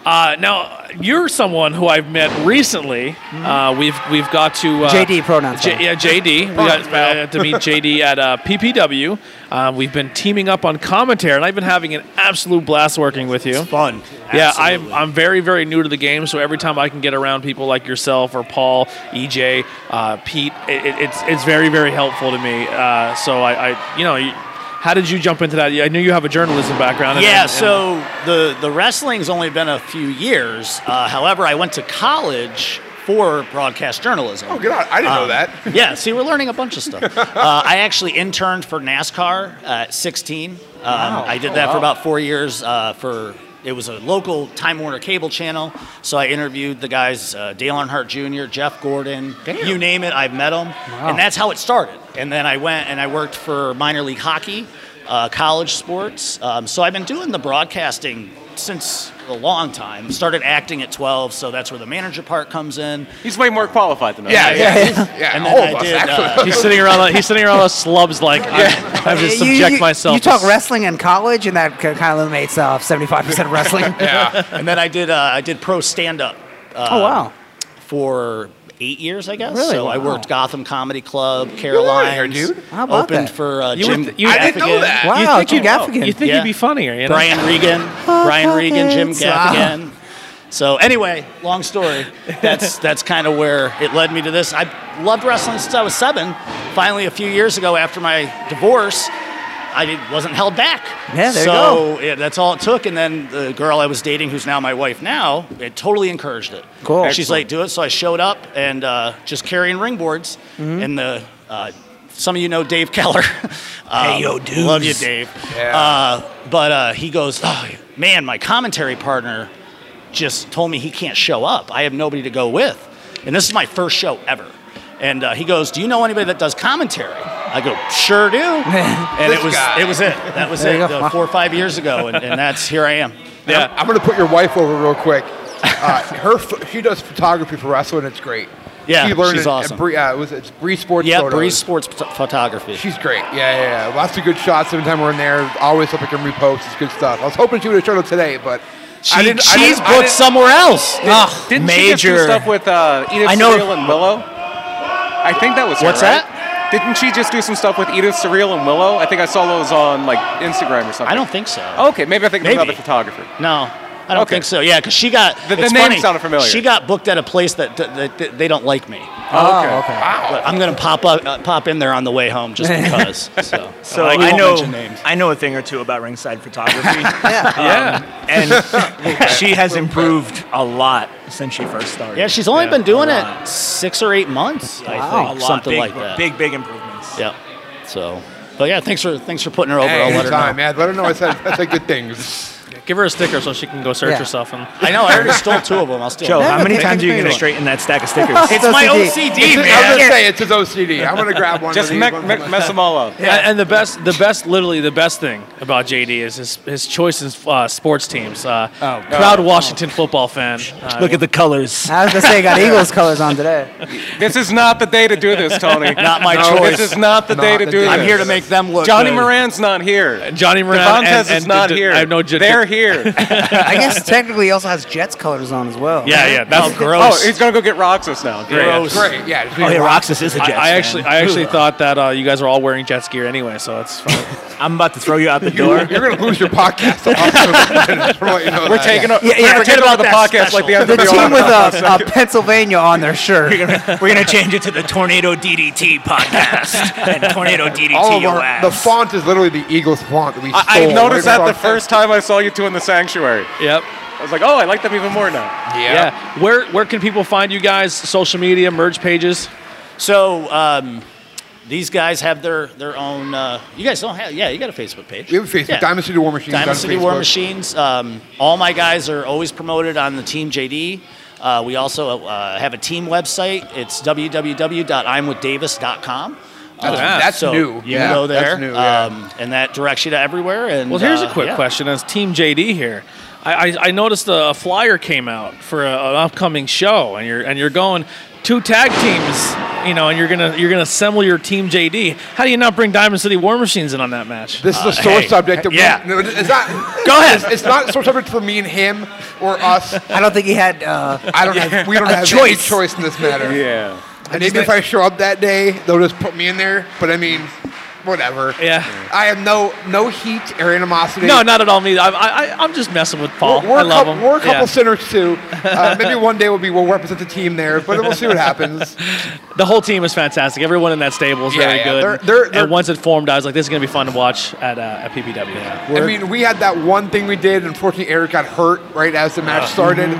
Uh, now you're someone who I've met recently. Uh, we've we've got to uh,
JD pronouns,
J-
pal.
yeah, JD. We got uh, to meet JD at uh, PPW. Um, we've been teaming up on commentary, and I've been having an absolute blast working with you.
Fun.
Yeah,
Absolutely.
I'm I'm very very new to the game, so every time I can get around people like yourself or Paul, EJ, uh, Pete, it, it- it's it's very very helpful to me. Uh, so I, I you know, you, how did you jump into that? I knew you have a journalism background. and-
Yeah,
and-
so the the wrestling's only been a few years. Uh, however, I went to college for broadcast journalism. Um,
Oh, good on. I didn't know that.
yeah, see, we're learning a bunch of stuff. Uh, I actually interned for NASCAR at 16. Um, I did that
Oh,
for about four years. Uh, for it was a local Time Warner cable channel, so I interviewed the guys uh, Dale Earnhardt Jr., Jeff Gordon, you name it, I've met them, and that's how it started. And then I went and I worked for minor league hockey, uh, college sports. Um, so I've been doing the broadcasting since a long time. Started acting at 12, so that's where the manager part comes in.
He's way more qualified than us.
Yeah, yeah, yeah.
And then
all
I
of us,
did, uh,
actually.
He's sitting around. like- He's sitting around us slubs like I, I have to
You-
subject
you,
myself.
You talk wrestling in college, and that kind of eliminates uh, 75% of wrestling.
and then I did uh, I did pro uh, stand up
oh, wow.
for eight years, I guess.
Really?
So I
Wow.
worked Gotham Comedy Club,
outta
Caroline,
here, dude.
How about
opened
that?
for uh,
You
Jim.
would- you-
I didn't know
Gaffigan.
that.
Wow,
You think
Jim
you'd,
Gaffigan.
You think
Yeah.
you'd be funnier, you know?
Brian Regan, Brian Regan, Jim
Hawkins. Wow.
Gaffigan. So anyway, long story. That's that's kind of where it led me to this. I loved wrestling since I was seven. Finally, a few years ago, after my divorce, I did, wasn't held back.
Yeah, there you
so yeah, that's all it took. And then the girl I was dating, who's now my wife now, it totally encouraged it.
Cool.
She's like, do it. So I showed up and uh, just carrying ring boards.
Mm-hmm.
And the uh, some of you know Dave Keller. um,
Hey, yo, dudes.
Love you, Dave. Uh, but uh, he goes, oh, man, my commentary partner just told me he can't show up. I have nobody to go with. And this is my first show ever. And uh, he goes, do you know anybody that does commentary? I go, sure do. and it
This
was
guy.
it was it. That was
There
it.
you go.
uh, four or five years ago, and, and that's here I am.
Yeah. I'm, gonna put your wife over real quick. Uh, her, ph- she does photography for wrestling. It's great.
Yeah,
she learned
she's
it at
awesome.
Bree, uh, it was it's Bree Sports.
Yeah,
Photos.
Breeze Sports Phot- Photography.
She's great. Yeah, yeah, yeah. Lots of good shots. Every time we're in there, always hope I can repost. It's good stuff. I was hoping she would have showed up today, but I didn't. I
she's
didn't- I
booked
didn't-
somewhere else.
Did, didn't she get some
major-
stuff with uh, Edith
I know-
Surreal and Willow? I think that was her,
What's
right?
that?
Didn't she just do some stuff with Edith Surreal and Willow? I think I saw those on like Instagram or something.
I don't think so.
Okay, maybe I think of another
Maybe.
photographer.
No, I don't
Okay.
think so. Yeah, because she got
The- the
it's
name
funny.
sounded familiar.
She got booked at a place that, that, that, that they don't like me.
Oh, okay.
But I'm gonna pop up, uh, pop in there on the way home just because. So,
so
I,
I
won't
know
mention names.
I know a thing or two about ringside photography, Um,
Yeah.
and she has improved a lot since she first started.
Yeah, she's only
Yeah,
been doing
a
it
lot.
six or eight months,
a
I
lot,
think, something
big,
like that.
Big, big improvements.
Yeah. So, but yeah, thanks for thanks for putting her over.
Hey,
I'll let her
anytime,
know.
man. Let her know I said I said good things.
Give her a sticker so she can go search
Yeah.
herself. And
I know I already stole two of them. I'll steal.
Joe,
one.
how many
Take
times
it
are you
from
gonna
me.
straighten that stack of stickers?
It's my
It's his- I was gonna say it's his OCD. I'm gonna grab one.
Just
of these,
me-
one for
me-
myself.
mess them all up.
And- and the best, the best, literally the best thing about JD is his, his choice in uh, sports teams. Uh,
Oh,
proud Washington football fan. Uh,
Look at the colors.
I was going to say, got Eagles colors on today.
This is not the day to do this, Tony.
Not my
No,
choice.
This is not the
Not
day to
the
do
day.
this.
I'm here to make them look.
Johnny
good.
Moran's not here.
Uh,
Johnny Moran
Devontae
and-
is
and
not
D- D-
here.
I have no J-
They're They're here.
I guess technically he also has Jets colors on as well.
Yeah, yeah, that's
Oh, he's gonna go get Roxas now. Great.
Gross.
Great, yeah.
Oh, yeah, Roxas is a Jets.
I, I actually,
fan.
I actually thought that uh, you guys were all wearing Jets gear anyway, so it's fine.
I'm about to throw you out the door.
You're going to lose your podcast. Just wanna let you know
We're
that.
taking o-
Yeah, yeah,
we're
forget
taking over
about
the
that
podcast like the
the
other
team with a, a Pennsylvania on their shirt.
We're gonna change it to the Tornado DDT podcast and Tornado DDT
all of
your
our,
ass.
the font is literally the Eagles font that we stole.
I, I noticed
right
that
from
the
our-
first time I saw you two in the sanctuary.
yep.
I was like, oh, I like them even more now.
Yeah. Where where can people find you guys? Social media, merge pages.
So um, these guys have their their own. Uh, you guys don't have. Yeah, you got a Facebook page.
We have a Facebook.
Yeah.
Diamond City War Machine.
Diamond City War Machines. Um, all my guys are always promoted on the Team JD. Uh, we also uh, have a team website. It's www.imwithdavis.com. That's,
that's new.
Oh, Um, You
Yeah,
can go there,
that's new, yeah.
um, and that directs you to everywhere. And
Well, here's
uh,
a quick
yeah.
question. As Team JD here, I, I, I noticed a flyer came out for a, an upcoming show, and you're and you're going two tag teams, you know, and you're gonna you're gonna assemble your Team JD. How do you not bring Diamond City War Machines in on that match? Uh,
This is a sore subject. That
yeah.
We, no, it's not. Go ahead. It's, it's not a sore subject for me and him or us.
I don't think he had. Uh,
I don't have. We don't have
choice.
any choice in this matter.
Yeah.
And even if I show up that day, they'll just put me in there. But I mean, whatever.
Yeah.
I have no no heat or animosity.
No, not at all. Me, I, I I- I'm just messing with Paul.
We're, we're
I
a
love
couple,
him.
We're a couple
Yeah.
sinners too. Uh, maybe one day we'll be we'll represent the team there, but we'll see what happens.
The whole team is fantastic. Everyone in that stable is
Yeah,
very
yeah.
good.
They're- they're- they're-
and once it formed, I was like, this is gonna be fun to watch at uh, at PPW.
I mean, we had that one thing we did. Unfortunately, Eric got hurt right as the match started.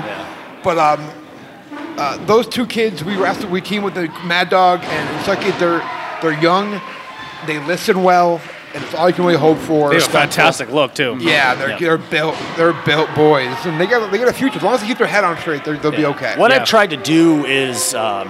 But um, uh, those two kids, we were after we came with the Mad Dog and Sucky. They're they're young, they listen well, and it's all you can really hope for.
They have a fantastic look too.
Yeah, they're, they're built. They're built boys, and they got they got a future. As long as they keep their head on straight, they're- they'll be okay.
What
Yeah.
I've tried to do is, um,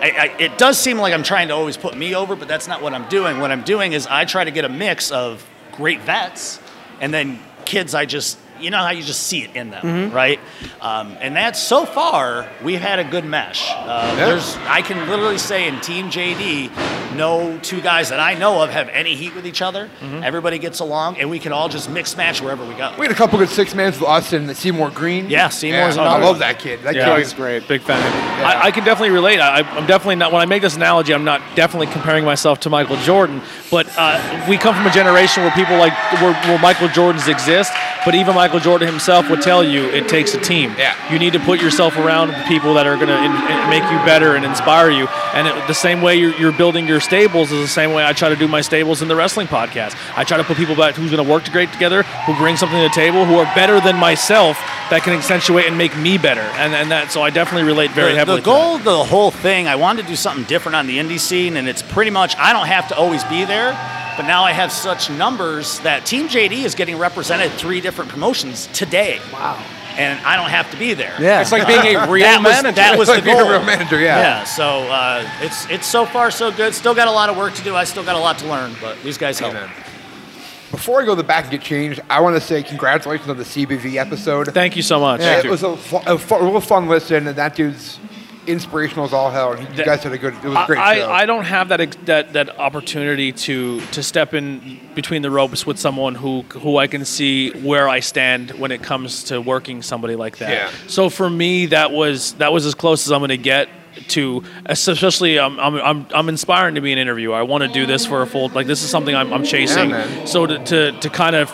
I, I, it does seem like I'm trying to always put me over, but that's not what I'm doing. What I'm doing is I try to get a mix of great vets and then kids I just, you know how you just see it in them,
Mm-hmm.
right? Um, and that's so far we've had a good mesh. Uh, There's, I can literally say in Team JD, no two guys that I know of have any heat with each other.
Mm-hmm.
Everybody gets along, and we can all just mix match wherever we go.
We had a couple good six mans with us and Seymour Green.
Yeah, Seymour's
I
another
love
one.
that kid. That
Yeah.
kid
He's
is great.
Big fan. I, I can definitely relate. I, I'm definitely not. When I make this analogy, I'm not definitely comparing myself to Michael Jordan. But uh, we come from a generation where people like where, where Michael Jordans exist. But even Michael Jordan himself would tell you it takes a team.
Yeah.
You need to put yourself around people that are going to in, in- make you better and inspire you. And it, the same way you're, you're building your stables is the same way I try to do my stables in the wrestling podcast. I try to put people back who's going to work great together, who bring something to the table, who are better than myself that can accentuate and make me better. And and that so I definitely relate very
the,
heavily.
The
to that.
goal, of the whole thing, I wanted to do something different on the indie scene, and it's pretty much I don't have to always be there, but now I have such numbers that Team JD is getting represented at three different promotions today. Wow. And I don't have to be there.
yeah.
It's like being a real
that was,
manager.
That was
Like
the
being
goal.
a real manager, yeah.
Yeah. So uh, it's it's so far so good. Still got a lot of work to do. I still got a lot to learn, but these guys help.
Before I go to the back and get changed, I want to say congratulations on the CBV episode.
Thank you so much.
Yeah, it was a, fu- a fu- real fun listen, and that dude's inspirational as all hell. And you
That-
guys did a good, it was a
I,
great show.
I, I don't have that, ex- that that opportunity to to step in between the ropes with someone who who I can see where I stand when it comes to working somebody like that.
Yeah.
So for me, that was that was as close as I'm going to get to especially I'm, I'm, I'm, I'm inspiring to be an interviewer i want to do this for a full like this is something i'm, I'm chasing
man.
so to, to, to kind of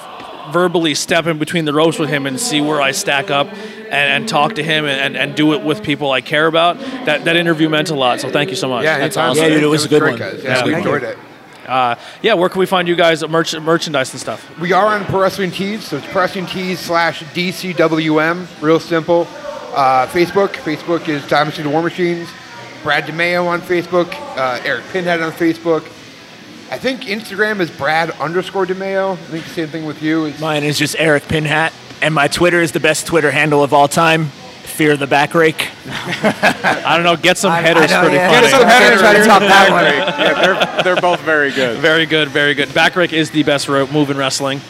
verbally step in between the ropes with him and see where I stack up and, and talk to him and, and do it with people I care about, that, that interview meant a lot. So thank you so much.
yeah,
That's
anytime.
awesome.
Yeah, dude, it was a good
great,
one.
Guys.
Yeah.
Yeah, we
Thank
enjoyed it.
Uh, yeah, where can we find you guys at merch, merchandise and stuff?
We are on Pro Wrestling Tees, so it's Pro Wrestling Tees slash DCWM, real simple. Uh, Facebook, Facebook is Diamond City War Machines. Brad DeMeo on Facebook, uh, Eric Pinhead on Facebook. I think Instagram is Brad underscore DeMeo. I think the same thing with you. It's,
Mine is just Eric Pinhat, and my Twitter is the best Twitter handle of all time. Fear the back rake.
I don't know. Get some
I-
headers
I know,
pretty
yeah.
funny.
Get some headers. Try to top that one.
yeah, they're, they're both very good.
Very good, very good. Backrake is the best rope move in wrestling.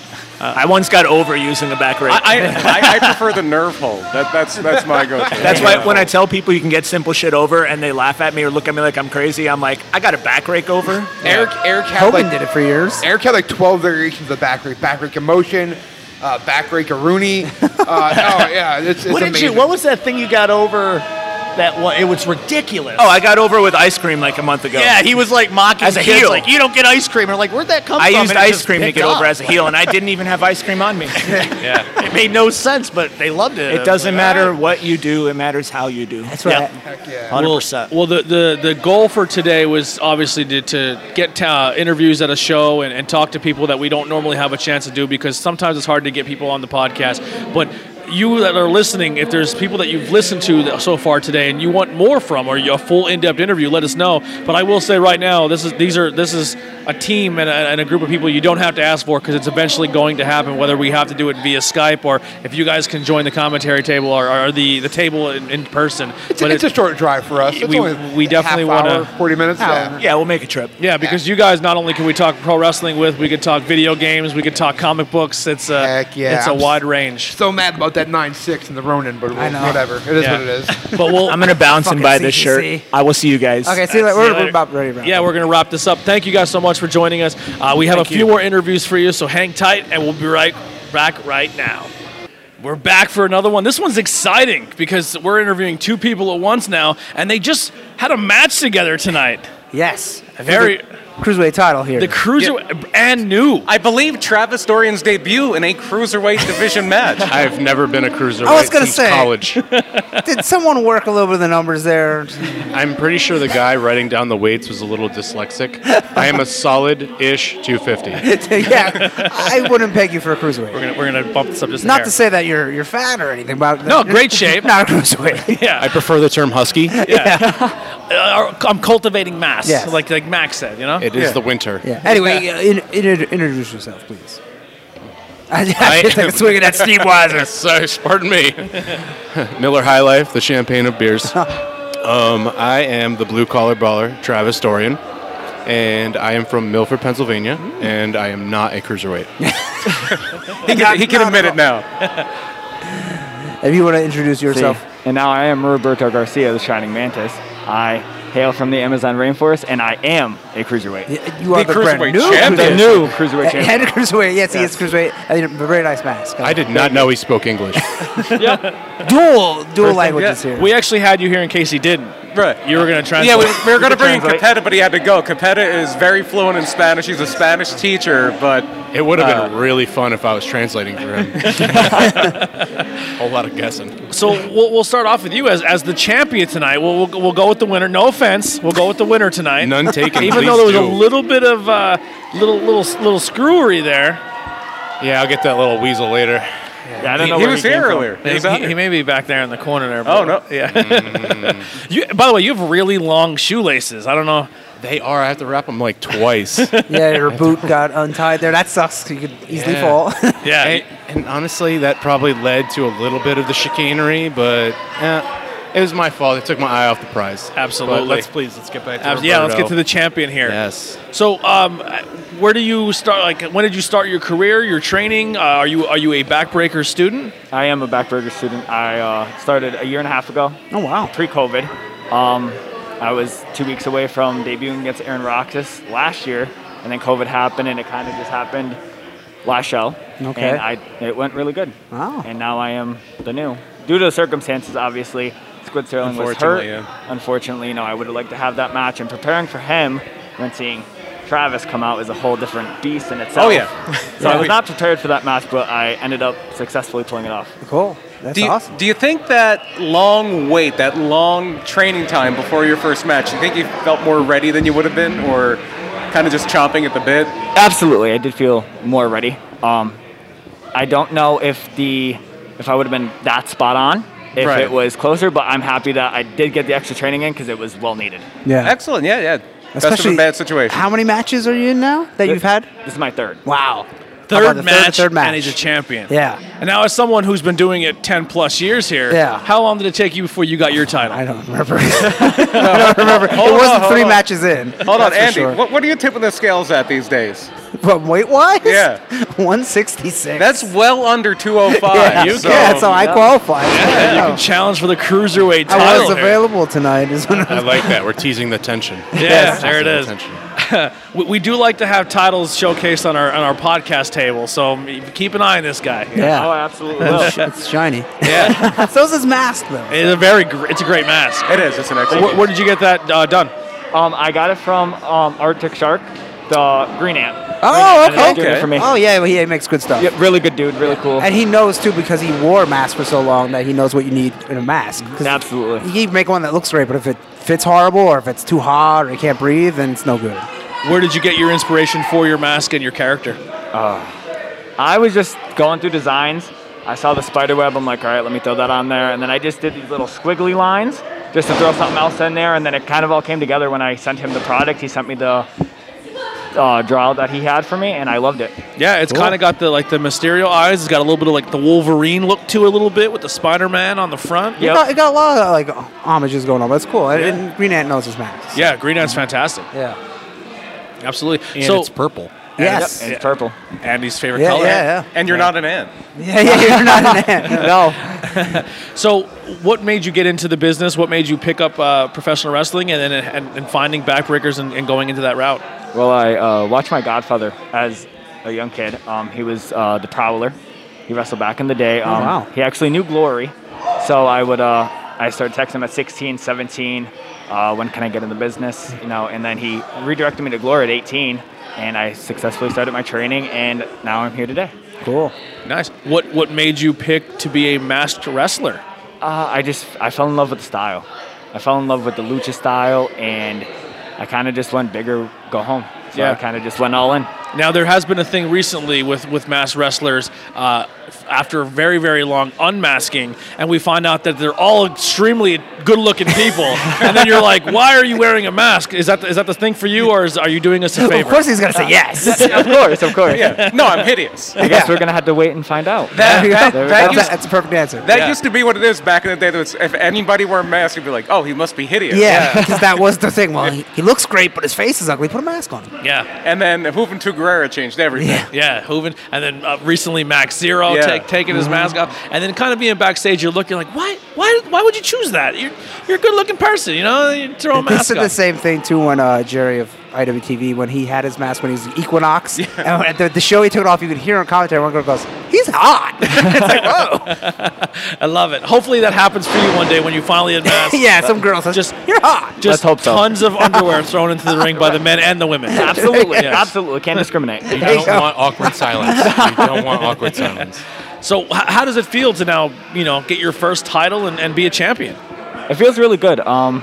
Uh,
I once got over using a back rake.
I, I, I prefer the nerve hold. That, that's that's my go-to.
That's why when I tell people you can get simple shit over and they laugh at me or look at me like I'm crazy, I'm like, I got a back rake over.
Eric, Eric had
Hogan
like
did it for years.
Eric had like 12 variations of back rake. Back rake emotion, uh, backbreaker Rooney. Uh, oh yeah, it's, it's
what did
amazing.
you? What was that thing you got over? That one, it was ridiculous.
Oh, I got over with ice cream like a month ago.
Yeah, he was like mocking
As a
kids,
heel.
like you don't get ice cream. And I'm like, where'd that come
I
from?
used
And it
ice
just
cream to
picked
get over
up.
as a heel, and I didn't e- even have ice cream on me. yeah.
It made no sense, but they loved it.
It doesn't matter what you do; it matters how you do. That's
right.
Heck yeah.
Well-
100%.
Well, the, the, the goal for today was obviously to, to get uh, interviews at a show and, and talk to people that we don't normally have a chance to do because sometimes it's hard to get people on the podcast. But you that are listening, if there's people that you've listened to that- so far today and you want more from or you- a full in-depth interview, let us know. But I will say right now, this is these are this is a team and a, and a group of people you don't have to ask for because it's eventually going to happen. Whether we have to do it via Skype or if you guys can join the commentary table or, or the the table in, in person.
It's, a- it's a short drive for us. It's
we-
only
we
a
definitely
half hour,
wanna-
forty minutes. Yeah.
Yeah, we'll make a trip.
Yeah, because you guys not only can we talk pro wrestling with, we could talk video games, we could talk comic books. It's a
Heck yeah.
it's a
I'm s-
wide range.
So mad about that nine six and the Ronin, but
I know.
whatever. It is
Yeah.
what it is.
But we'll
I'm gonna bounce and
Fucking
buy this
CTC.
shirt. I will see you guys.
Okay, see, you later.
Alright, see you
we're,
later.
we're about ready to wrap.
yeah, we're gonna wrap this up. Thank you guys so much for joining us. Uh, we have a few more interviews for you, so hang tight, and we'll be right back right now. We're back for another one. This one's exciting because we're interviewing two people at once now, and they just had a match together tonight.
Yes.
Very
Cruiserweight title here.
the cruiser and new.
I believe Travis Dorian's debut in a cruiserweight division match.
I've never been a cruiserweight
I was gonna
since
say.
college.
Did someone work a little bit of the numbers there?
I'm pretty sure the guy writing down the weights was a little dyslexic. I am a solid-ish 250.
yeah, I wouldn't peg you for a cruiserweight.
We're gonna we're gonna bump this up just a
Not
hair.
to say that you're you're fat or anything, but
No, great shape.
Not a cruiserweight.
yeah.
I prefer the term husky. It
Uh, I'm cultivating mass,
Yes.
like like Max said, you know.
is the winter.
yeah. Anyway, uh, in, in, introduce yourself, please. I,
I-
I should take a swig of that Steve Weiser.
Sorry, pardon me. Miller High Life, the champagne of beers. Um, I am the blue collar baller, Travis Dorian, and I am from Milford, Pennsylvania,
Mm.
and I am not a cruiserweight.
he can, he can admit it now.
If you want to introduce yourself,
And now I am Roberto Garcia, the Shining Mantis. I hail from the Amazon rainforest, and I am a cruiserweight.
y- you are the, brand
cruiserweight
new
champion.
cruiserweight.
New cruiserweight
Uh, Head
champion.
cruiserweight. Yes, he is cruiserweight. I mean, a very nice mask.
I did not know he spoke English.
dual dual languages here.
We actually had you here in case he didn't.
Right.
You were gonna translate.
Yeah, we, we were going to bring in
translate.
Capetta, but he had to go. Capetta is very fluent in Spanish. He's a Spanish teacher, but uh,
It would have been really fun if I was translating for him. Whole lot of guessing.
so we'll, we'll start off with you as, as the champion tonight. We'll, we'll we'll go with the winner. No offense. We'll go with the winner tonight.
None taken.
Even
please
though there was
do.
a little bit of uh, little little little screwery there.
Yeah, I'll get that little weasel later.
Yeah, I don't know
he
where
was
he came
here
from.
earlier. He was out
He, he
here.
may be back there in the corner there.
Oh,
but-
no.
Mm-hmm.
You, by the way, you have really long shoelaces. I don't know.
They are. I have to wrap them like twice.
yeah, your boot got untied there. That sucks. You could easily
Yeah.
fall.
Yeah.
And, and honestly, that probably led to a little bit of the chicanery, but eh, it was my fault. I took my eye off the prize.
Absolutely.
But let's please let's get back to
Abs- yeah, let's
Roberto.
get to the champion here.
Yes.
So, um, where do you start? Like, when did you start your career? Your training? Uh, are you are you a backbreaker student?
I am a backburger student. I uh, started a year and a half ago,
oh wow.
pre-COVID. Um, I was two weeks away from debuting against Aaron Roxas last year, and then COVID happened, and it kind of just happened last show.
Okay.
And I, it went really good.
Wow.
And now I am the new. Due to the circumstances, obviously, Squid Sterling was hurt.
Unfortunately,
Unfortunately, you know, I would have liked to have that match. And preparing for him, when seeing Travis come out is a whole different beast in itself.
Oh, yeah.
so I was not prepared for that match, but I ended up successfully pulling it off.
Cool. That's
Do you,
awesome.
do you think that long wait, that long training time before your first match, do you think you felt more ready than you would have been, or kind of just chomping at the bit?
Absolutely, I did feel more ready. Um, I don't know if the if I would have been that spot on if
Right.
it was closer, but I'm happy that I did get the extra training in because it was well needed.
yeah.
Excellent. Yeah, yeah. Best of a bad situation.
How many matches are you in now that you've had?
This is my third.
Wow. How about
Third
the
match,
Third, match.
and he's a champion.
yeah.
And now, as someone who's been doing it ten plus years here,
Yeah.
how long did it take you before you got your title?
I don't remember. I don't remember. it wasn't three matches in.
Hold on,
that's for
Andy.
sure.
What, what are you tipping the scales at these days?
But weight wise?
Yeah.
166.
That's well under 205.
yeah,
so-
yeah, so I qualified.
You
Yeah.
can challenge for the cruiserweight title.
I was
here.
available tonight. Is when I
I like that. We're teasing the tension.
Yeah, there it
Teasing the
is.
tension.
we, we do like to have titles showcased on our on our podcast table, so keep an eye on this guy.
Yeah.
Oh, absolutely.
It's, it's shiny.
Yeah.
So's his mask, though.
It's a very gr- it's a great mask. It
is. It's an
excellent. Where, where did you get that uh, done?
Um, I got it from um, Arctic Shark, the green ant.
Oh,
Green
okay.
Ant did it For me.
Oh, yeah, well, he makes good stuff.
Yeah, really good dude, really cool.
And he knows, too, because he wore masks for so long that he knows what you need in a mask. 'Cause
Absolutely.
You can make one that looks great, but if it fits horrible or if it's too hot or you can't breathe, then it's no good.
Where did you get your inspiration for your mask and your character?
Uh, I was just going through designs. I saw the spider web. I'm like, all right, let me throw that on there. And then I just did these little squiggly lines just to throw something else in there. And then it kind of all came together when I sent him the product. He sent me the uh, draw that he had for me, and I loved it.
Yeah, it's
Cool.
kind of got the like the Mysterio eyes. It's got a little bit of like the Wolverine look to it a little bit with the Spider Man on the front.
It, got, it got a lot of like homages going on, but it's cool. And- And Green Ant knows his mask.
Yeah, Green Ant's fantastic.
Yeah.
Absolutely.
And
so
it's purple. Yes.
Yep, it's purple.
Andy's favorite
Yeah,
color.
yeah, yeah.
And you're not an ant.
Yeah, yeah, you're not an ant. No.
so, what made you get into the business? What made you pick up uh, professional wrestling and then and, and finding backbreakers and, and going into that route?
Well, I uh, watched my godfather as a young kid. Um, he was uh, the Prowler. He wrestled back in the day. Um,
wow.
He actually knew Glory. So I would, uh, I started texting him at 16, 17, uh, when can I get in the business, you know, and then he redirected me to Glory at 18, and I successfully started my training, and now I'm here today.
Cool.
Nice. What what made you pick to be a masked wrestler?
Uh, I just I fell in love with the style. I fell in love with the lucha style, and I kind of just went bigger, go home. So
Yeah.
I kind of just went all in.
Now there has been a thing recently with with masked wrestlers uh, f- after a very very long unmasking, and we find out that they're all extremely good looking people, and then you're like, why are you wearing a mask? Is that is that the thing for you, or is, are you doing us a
Of
favor? Uh,
course he's gonna say yes.
Uh, of course, of course.
Yeah. No, I'm hideous.
I guess we're gonna have to wait and find out. There
That-
we
that-
go.
that
There we go.
used-
That's a perfect answer.
That used to be what it is back in the day. That was, if anybody wore a mask, you'd be like, oh, he must be hideous.
Yeah, because that was the thing. Well, he, he looks great, but his face is ugly. Put a mask on.
Yeah.
And then Juventud Guerrera changed everything.
Yeah, Hooven, and then uh, recently Max Zero
Yeah.
take, taking his
Mm-hmm.
Mhm.
mask off, and then kind of being backstage, you're looking like, why, why, why would you choose that? You're, you're a good looking person, you know. You throw a
They
mask
said
on.
the same thing too when uh, Jerry of IWTV when he had his mask when he was in Equinox. And at the, the show he took it off, you could hear him commentary. One girl goes, "He's hot."
I love it. Hopefully that happens for you one day when you finally unmask.
yeah, some girl says, "Just you're hot."
just tons of underwear thrown into the ring by the men and the women.
Absolutely,
Yes.
absolutely. Can't discriminate.
You don't want
awkward silence. You don't want awkward silence.
So, h- how does it feel to now, you know, get your first title and, and be a champion?
It feels really good. Um,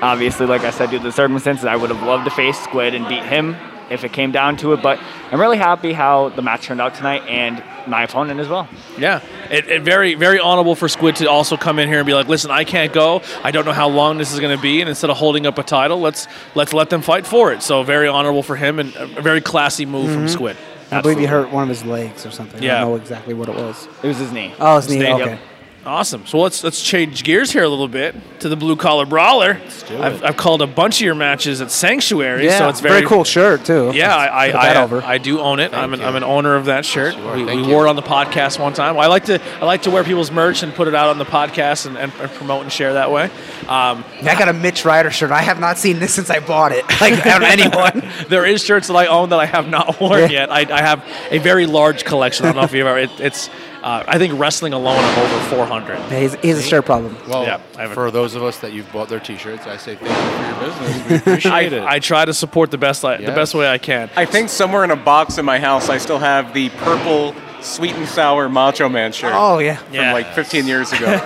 obviously, like I said, due to the circumstances, I would have loved to face Squid and beat him if it came down to it. But I'm really happy how the match turned out tonight and my opponent as well.
Yeah, it, it very very honorable for Squid to also come in here and be like, listen, I can't go. I don't know how long this is going to be, and instead of holding up a title, let's let's let them fight for it. So very honorable for him and a very classy move from
Mhm.
Squid.
I believe he hurt one of his legs or something. I
Yeah.
don't know exactly what it was.
It was his knee.
Oh, his, knee. Okay.
Awesome. So let's let's change gears here a little bit to the blue collar brawler.
do
I've, I've called a bunch of your matches at Sanctuary,
yeah,
so it's very,
very cool shirt too.
Yeah, I I,
Put that
I,
over.
I do own it. I'm an, I'm an owner of that shirt. we
Thank
we
you.
wore it on the podcast one time. I like to I like to wear people's merch and put it out on the podcast and, and, and promote and share that way. Um,
I got a Mitch Ryder shirt. I have not seen this since I bought it. Like on anyone.
there is shirts that I own that I have not worn
Yeah.
yet. I, I have a very large collection. I don't know if you've ever. It, it's uh, I think wrestling alone I'm over 400.
Yeah, he's, he's a shirt problem.
Well,
Yeah,
for those of us that you've bought their T-shirts, I say thank you for your business. We appreciate it.
I try to support the best I,
Yeah.
the best way I can.
I think somewhere in a box in my house, I still have the purple sweet and sour Macho Man shirt.
Oh, yeah.
From like 15 years ago.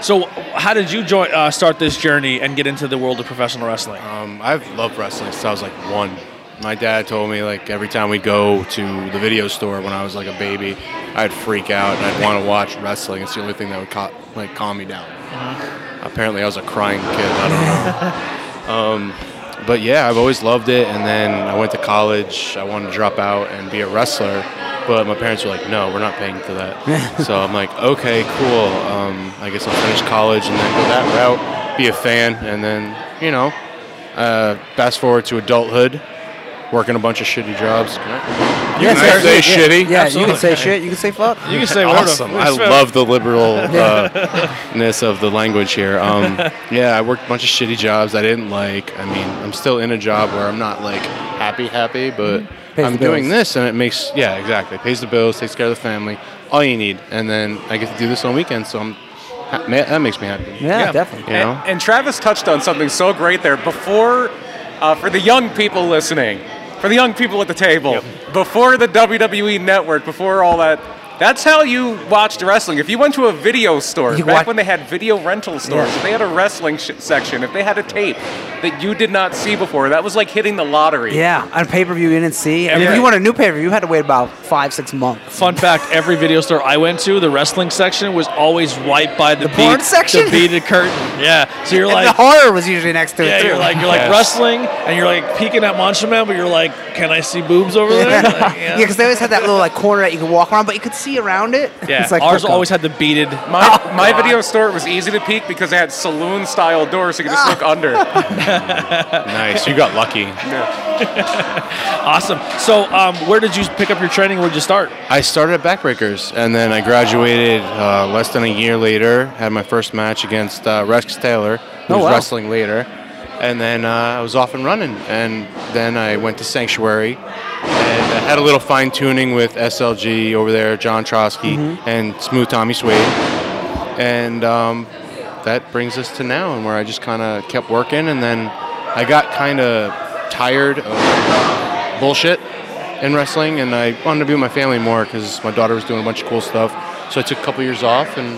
So, how did you join, uh, start this journey and get into the world of professional wrestling?
Um, I've loved wrestling since I was like one. My dad told me like every time we go to the video store when I was like a baby, I'd freak out and I'd want to watch wrestling. It's the only thing that would ca- like calm me down.
Mm-hmm.
Apparently, I was a crying kid. I don't know. um, but yeah, I've always loved it. And then I went to college. I wanted to drop out and be a wrestler, but my parents were like, "No, we're not paying for that." so I'm like, "Okay, cool. Um, I guess I'll finish college and then go that route, be a fan, and then you know." Uh, fast forward to adulthood, working a bunch of shitty jobs. You
Yeah,
can say
yeah,
shitty.
Yeah, you can say shit. You can say fuck.
You can say awesome. I love the uh, liberalness of the language here. Um, yeah, I worked a bunch of shitty jobs I didn't like. I mean, I'm still in a job where I'm not like happy, happy, but
Mm-hmm. Pays
I'm
the
doing
bills.
this and it makes yeah, exactly. Pays the bills, takes care of the family, all you need, and then I get to do this on weekends, so I'm ha- ma- that makes me happy. You know?
And, and Travis touched on something so great there before, uh, for the young people listening, for the young people at the table, before the WWE Network, before all that. That's how you watched wrestling. If you went to a video store,
You
back
watch-
when they had video rental stores, if they had a wrestling sh- section, if they had a tape that you did not see before, that was like hitting the lottery.
Yeah, on pay per view you didn't see. And if
Yeah.
you want a new pay per view, you had to wait about five, six months.
Fun fact: Every video store I went to, the wrestling section was always right by the, the
porn section?
the beaded curtain. Yeah, so you're
And
like
the horror was usually next to it.
yeah,
too.
you're like you're like wrestling, and you're like peeking at Macho Man, but you're like, can I see boobs over there? Like,
Yeah, because they always had that little like corner that you could walk around, but you could see around it.
Yeah,
It's like,
ours
fuck
always
off.
had the beaded.
My, my video store was easy to peek because they had saloon style doors so you could just look under.
nice. You got lucky.
awesome. So, um, where did you pick up your training? Where did you start?
I started at Backbreakers, and then I graduated uh, less than a year later. Had my first match against uh, Rex Taylor, who
Oh,
was
wow.
wrestling later, and then uh, I was off and running. And then I went to Sanctuary, and I had a little fine tuning with SLG over there, John Trotsky, and Smooth Tommy Suede, and um, that brings us to now, and where I just kind of kept working, and then I got kind of tired of bullshit in wrestling, and I wanted to be with my family more because my daughter was doing a bunch of cool stuff. So I took a couple years off, and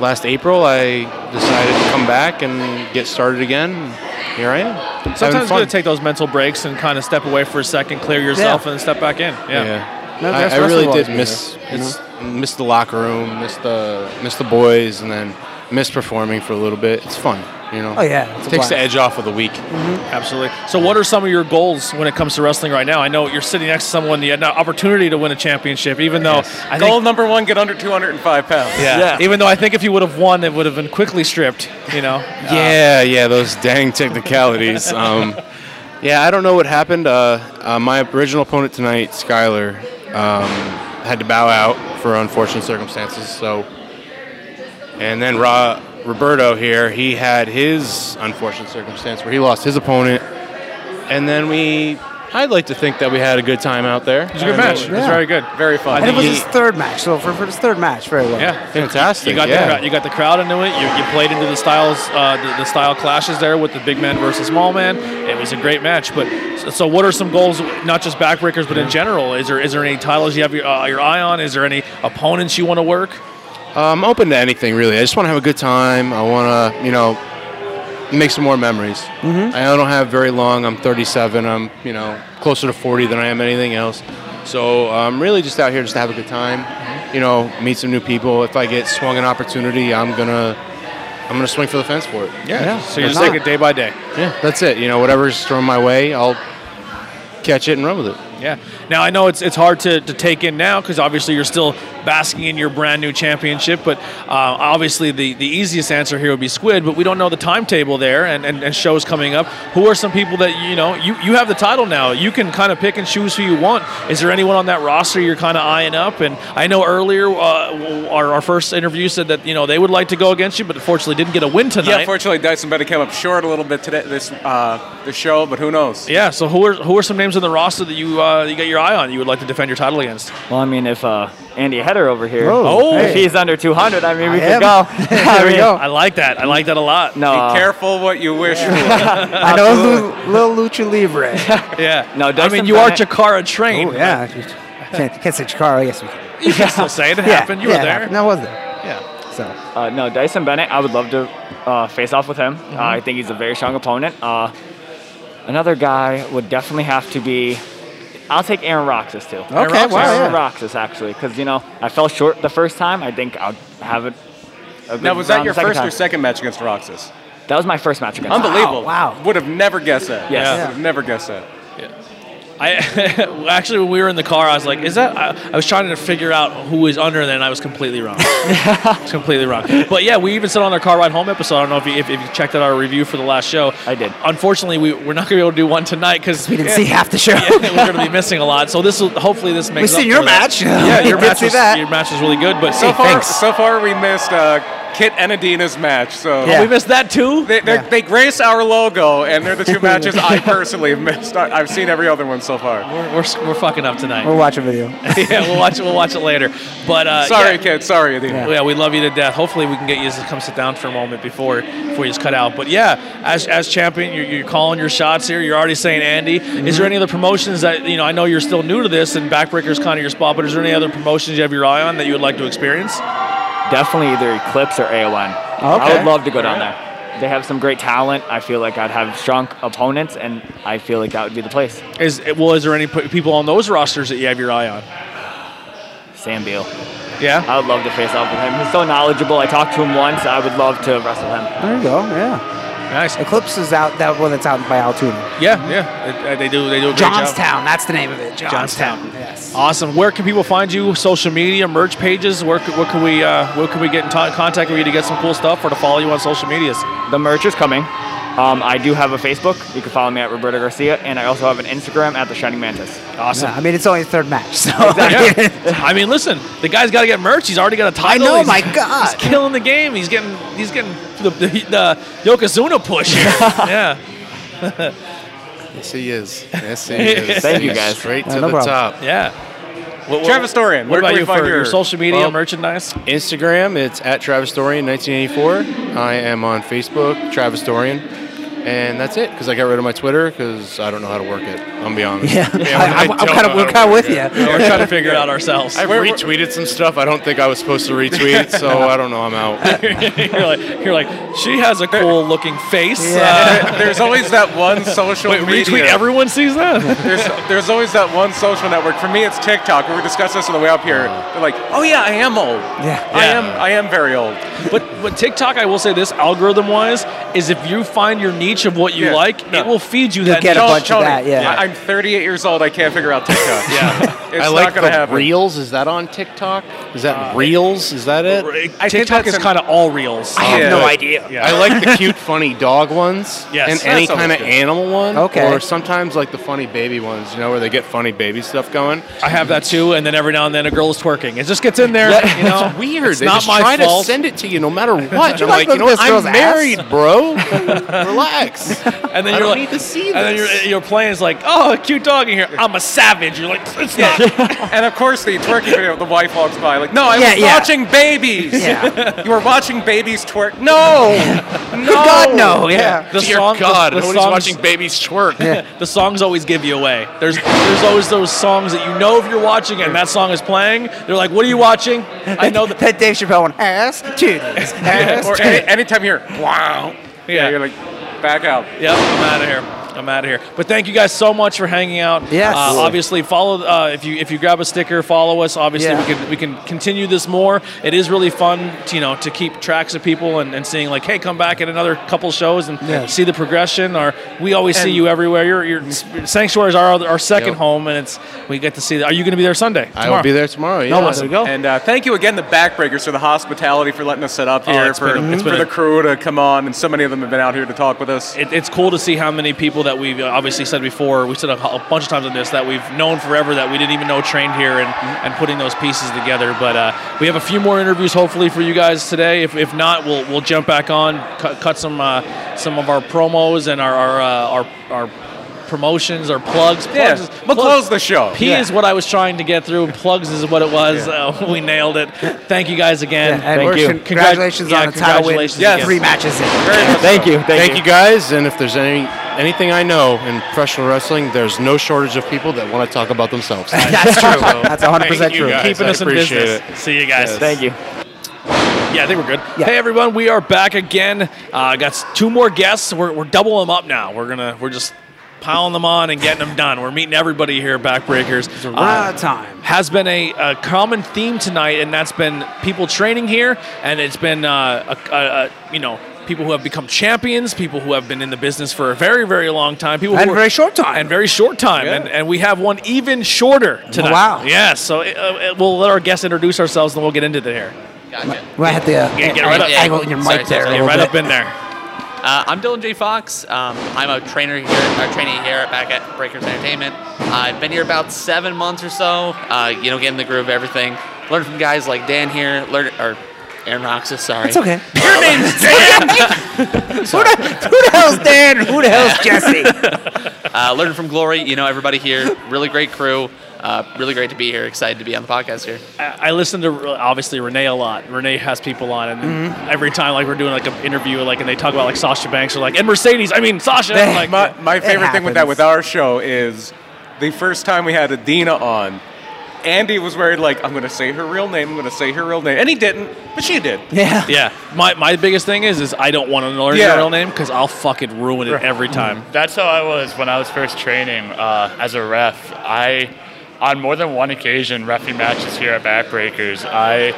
last April I decided to come back and get started again. and Here I am. having
Sometimes it's
fun.
good to take those mental breaks and kind of step away for a second, clear yourself, and then step back in. Yeah,
I- I, really did miss it's, miss the locker room, miss the miss the boys, and then miss performing for a little bit. It's fun, you know.
Oh, yeah, it's a
takes the
blast.
edge off of the week.
Mm-hmm. Absolutely. So, what are some of your goals when it comes to wrestling right now? I know you're sitting next to someone you had an opportunity to win a championship, even though I think
Goal number one: get under 205 pounds.
Yeah. Even though I think if you would have won, it would have been quickly stripped. You know.
Yeah, yeah, those dang technicalities. um, yeah, I don't know what happened. Uh, uh, my original opponent tonight, Skylar, um, had to bow out for unfortunate circumstances. So, and then Ra- Roberto here, he had his unfortunate circumstance where he lost his opponent, and then we. I'd like to think that we had a good time out there. It
was a good match. It was very good.
very fun.
And it was his third match, so for, for his third match, very well.
Yeah,
fantastic.
You got
yeah.
the crowd. You got the crowd into it. You, you played into the styles, uh, the, the style clashes there with the big man versus small man. It was a great match. But so, so what are some goals? Not just backbreakers, but in general, is there is there any titles you have your, uh, your eye on? Is there any opponents you want to work?
Um, I'm open to anything really. I just want to have a good time. I want to, you know, make some more memories. Mm-hmm. I don't have very long. I'm 37. I'm, you know, closer to 40 than I am anything else. So I'm really just out here just to have a good time.
Mm-hmm.
You know, meet some new people. If I get swung an opportunity, I'm gonna, I'm gonna swing for the fence for it.
So you
That's
just take it day by day.
Yeah, that's it. You know, whatever's thrown my way, I'll catch it and run with it.
Yeah. Now I know it's it's hard to, to take in now because obviously you're still basking in your brand new championship. But uh, obviously the, the easiest answer here would be Squid. But we don't know the timetable there and, and, and shows coming up. Who are some people that you know you, you have the title now? You can kind of pick and choose who you want. Is there anyone on that roster you're kind of eyeing up? And I know earlier uh, w- our, our first interview said that you know they would like to go against you, but unfortunately didn't get a win tonight.
Yeah, fortunately, Dyson Betty came up short a little bit today this uh, the show, but who knows?
Yeah, so who are who are some names on the roster that you uh, you got your eye on? You would like to defend your title against?
Well, I mean, if uh, Andy Header over here,
Oh,
if
hey.
he's under 200, I mean, we
I
could
am.
go.
There
I
we
mean,
go. I like that. I like that a lot.
No, uh,
Be careful what you wish for.
I know Lil Lucha Libre.
yeah.
No,
I mean, you are Chikara trained.
Oh, yeah. Can't, can't say Chikara. Yes, we can.
You can still say it
Yeah,
happened. You were
yeah, it
there.
happened. I was there.
Yeah.
So.
Uh, no, Dyson Bennett, I would love to uh, face off with him.
Mm-hmm.
Uh, I think he's a very strong opponent. Uh, another guy would definitely have to be. I'll take Aaron Roxas too.
wow,
Aaron Roxas,
yeah.
Aaron Roxas actually, because you know I fell short the first time. I think I'll have it. a good
Now, was
round
that your
the second
first
time.
or second match against Roxas?
That was my first match against. him.
Unbelievable. Wow. Would have never guessed that.
Yes.
Would have never guessed that.
I actually when we were in the car, I was like, "Is that?" I, I was trying to figure out who was under, and then I was completely wrong. it's completely wrong. But yeah, we even said on our car ride home episode. I don't know if you, if, if you checked out our review for the last show. I did. Unfortunately, we we're not going to be able to do one tonight because we
didn't see half the show.
yeah, we're going to be missing a lot. So this will hopefully this makes.
seen
up
your
for that.
match.
Yeah, your
Didn't
match
see
was
that.
your match was really good, but
So far, so far we missed uh, Kit and Adina's match. So
Oh, we missed that too.
They, they're- they grace our logo, and they're the two matches I personally have missed. I- I've seen every other one so far.
We're, we're, we're fucking up tonight.
We'll watch a video.
yeah, we'll watch it. We'll watch it later. But uh,
Sorry,
yeah.
kid. Sorry, Adina.
Yeah. we love you to death. Hopefully, we can get you to come sit down for a moment before before you just cut out. But yeah, as, as champion, you're, you're calling your shots here. You're already saying Andy. Is there any other promotions that you know? I know you're still new to this, and Backbreaker's kind of your spot. But is there any other promotions you have your eye on that you would like to experience?
Definitely either Eclipse or AON. I
Okay.
would love to go down
Alright.
there. They have some great talent. I feel like I'd have strong opponents, and I feel like that would be the place.
Is well, is there any p- people on those rosters that you have your eye on?
Sam Beal.
Yeah?
I would love to face off with him. He's so knowledgeable. I talked to him once. I would love to wrestle him.
There you go. Yeah.
Nice.
Eclipse is out. That one that's out by Altoona.
Yeah, yeah, uh, they, they do. They do a great job.
Johnstown. That's the name of it. Johnstown. Yes.
Awesome. Where can people find you? Social media, merch pages. Where, c- where can we uh, where can we get in t- contact with you to get some cool stuff or to follow you on social medias?
The merch is coming. Um, I do have a Facebook. You can follow me at Roberto Garcia, and I also have an Instagram at The Shining Mantis.
Awesome.
Yeah, I mean, it's only the third match, so
I mean, listen, the guy's got to get merch. He's already got a
I
title.
know,
He's-
my God.
he's killing the game. He's getting he's getting the, the, the Yokozuna push here. yeah.
Yes, he is. Yes, he is. He's Straight to the top.
Yeah. What,
Travis Dorian,
What
where can
about
we
you
find
for
your-
your social media
Well,
merchandise?
Instagram, it's at Travis Dorian 1984. I am on Facebook, Travis Dorian. And that's it, because I got rid of my Twitter because I don't know how to work it. I'm gonna be honest.
Yeah. I- I'm
don't
kinda-
know how
we're
to
kinda
work
with
it.
ya.
Yeah, we're trying to
figure it out ourselves.
I retweeted some stuff I don't think I was supposed to retweet, so I don't know. I'm out.
you're like you're like she has a cool looking face. uh,
There- there's always that one social
Wait, retweet
media.
everyone sees that.
there's, there's always that one social network. For me, it's TikTok. We were discussing this on the way up here. They're like, oh yeah, I am old.
Yeah.
I am. I am very old.
But but TikTok, I will say this algorithm wise, is if you find your niche of what you
Yeah.
like, it will feed you
You'll
that.
get a
niche.
bunch of that, yeah. I- I'm 38 years old. I can't figure out TikTok. yeah, it's
I
not
like
gonna
the
happen. Uh,
reels. Is that on TikTok? Is that reels? Is that it?
I think TikTok that's is an-
kinda all reels.
I have no idea.
I like the cute, funny dog ones.
Yes.
And
That's
any
always
kind of
good.
animal one.
Okay.
Or sometimes like the funny baby ones, you know, where they get funny baby stuff going.
I have that too, and then every now and then a girl is twerking. It just gets in there. you know,
it's weird.
It's
they
not
just
my
try
fault.
to send it to you no matter what.
You
I'm like,
like look
you know what?
at this girl's
I'm
ass?
married, bro. Relax.
and then
I
you're
don't
like,
need to see
and then
this.
you're, you're playing is like, oh, a cute dog in here. I'm a savage. You're like, it's not.
and of course, the twerking video, the wife walks by, like, no, I
Yeah,
was
yeah.
watching babies.
Yeah.
you were watching babies twerk. No, no.
The song, the- the songs-
babies twerk.
the songs always give you away. There's there's always those songs that you know if you're watching and that song is playing. They're like, what are you watching? I know that.
that Dave Chappelle one. Ass titties. Ass
or
titties.
any, anytime you're, wow. Yeah. you're like, back out.
Yep, I'm out of here. I'm out of here. But thank you guys so much for hanging out.
Yes.
Uh, obviously, follow uh, if you if you grab a sticker, follow us. Obviously,
Yeah.
we can we can continue this more. It is really fun, to, you know, to keep tracks of people and, and seeing like, hey, come back at another couple shows and
Yeah.
see the progression. Or we always see
And-
you everywhere. Your your sanctuary is our other- our second
Yep.
home, and it's we get to see. That. Are you going to be there Sunday?
I will be there tomorrow. Yeah.
And uh, thank you again, the Backbreakers, for the hospitality for letting us set up
Oh,
here,
it's
for,
been a- it's
for
been
the
a-
crew to come on, and so many of them have been out here to talk with us.
It, it's cool to see how many people that we've uh, obviously said before. We said a, a bunch of times on this that we've known forever that we didn't even know trained here and, and putting those pieces together. But uh, we have a few more interviews hopefully for you guys today. If, if not, we'll we'll jump back on, cut, cut some uh, some of our promos and our our uh, our, our promotions or plugs.
Yeah,
plugs
we'll close the show.
P
Yeah.
is what I was trying to get through. Plugs is what it was. Uh, we nailed it. Thank you guys again.
Yeah, and Thank you.
Congrat-
congratulations on
yeah,
a title win.
congratulations
Yes.
again.
Three matches in.
Thank you. Thank, you. guys. And if there's any anything I know in professional wrestling, there's no shortage of people that want to talk about themselves.
That's true. That's 100%
Thank you
true.
guys.
keeping
I
us in
appreciate
business.
it.
See you guys.
Yes. Thank
you. Yeah, I think we're good. Hey everyone, we are back again. Uh, got s- two more guests. We're, we're doubling them up now. We're gonna we're just piling them on and getting them done. We're meeting everybody here, at backbreakers. It's a
lot of time.
Has been a, a common theme tonight, and that's been people training here, and it's been uh, a, a, a you know people who have become champions, people who have been in the business for a very, very long time, people
And
who
very short time,
and very short time, and, and we have one even shorter tonight.
wow.
Yeah. So uh, uh, we'll let our guests introduce ourselves, and we'll get into it here.
Right at the uh,
Yeah, get right up.
angle in your mic
Sorry, sorry,
there.
sorry.
a
Get
little
right
bit.
up in there.
Uh, I'm Dylan J. Fox. Um, I'm a trainer here, a trainee here back at Breakers Entertainment. Uh, I've been here about seven months or so. Uh, you know, getting the groove of everything. Learned from guys like Dan here, learn or Aaron Roxas. Sorry,
It's okay.
Your name's Dan.
Who the hell's Dan? Who the hell's Jesse?
uh, learning from Glory. You know, everybody here, really great crew. Uh, really great to be here. Excited to be on the podcast here.
I I listen to uh, obviously Renee a lot. Renee has people on, and every time like we're doing like an interview, like and they talk about like Sasha Banks or like and Mercedes. I mean Sasha.
They-
like,
my, my favorite thing with that with our show is the first time we had Adina on, Andy was worried like I'm gonna say her real name, I'm gonna say her real name, and he didn't, but she did.
Yeah. Yeah. My, my biggest thing is is I don't want to learn
Yeah.
your real name because I'll fucking ruin it
Right.
every time.
That's how I was when I was first training uh, as a ref. I, on more than one occasion, refing matches here at Backbreakers, I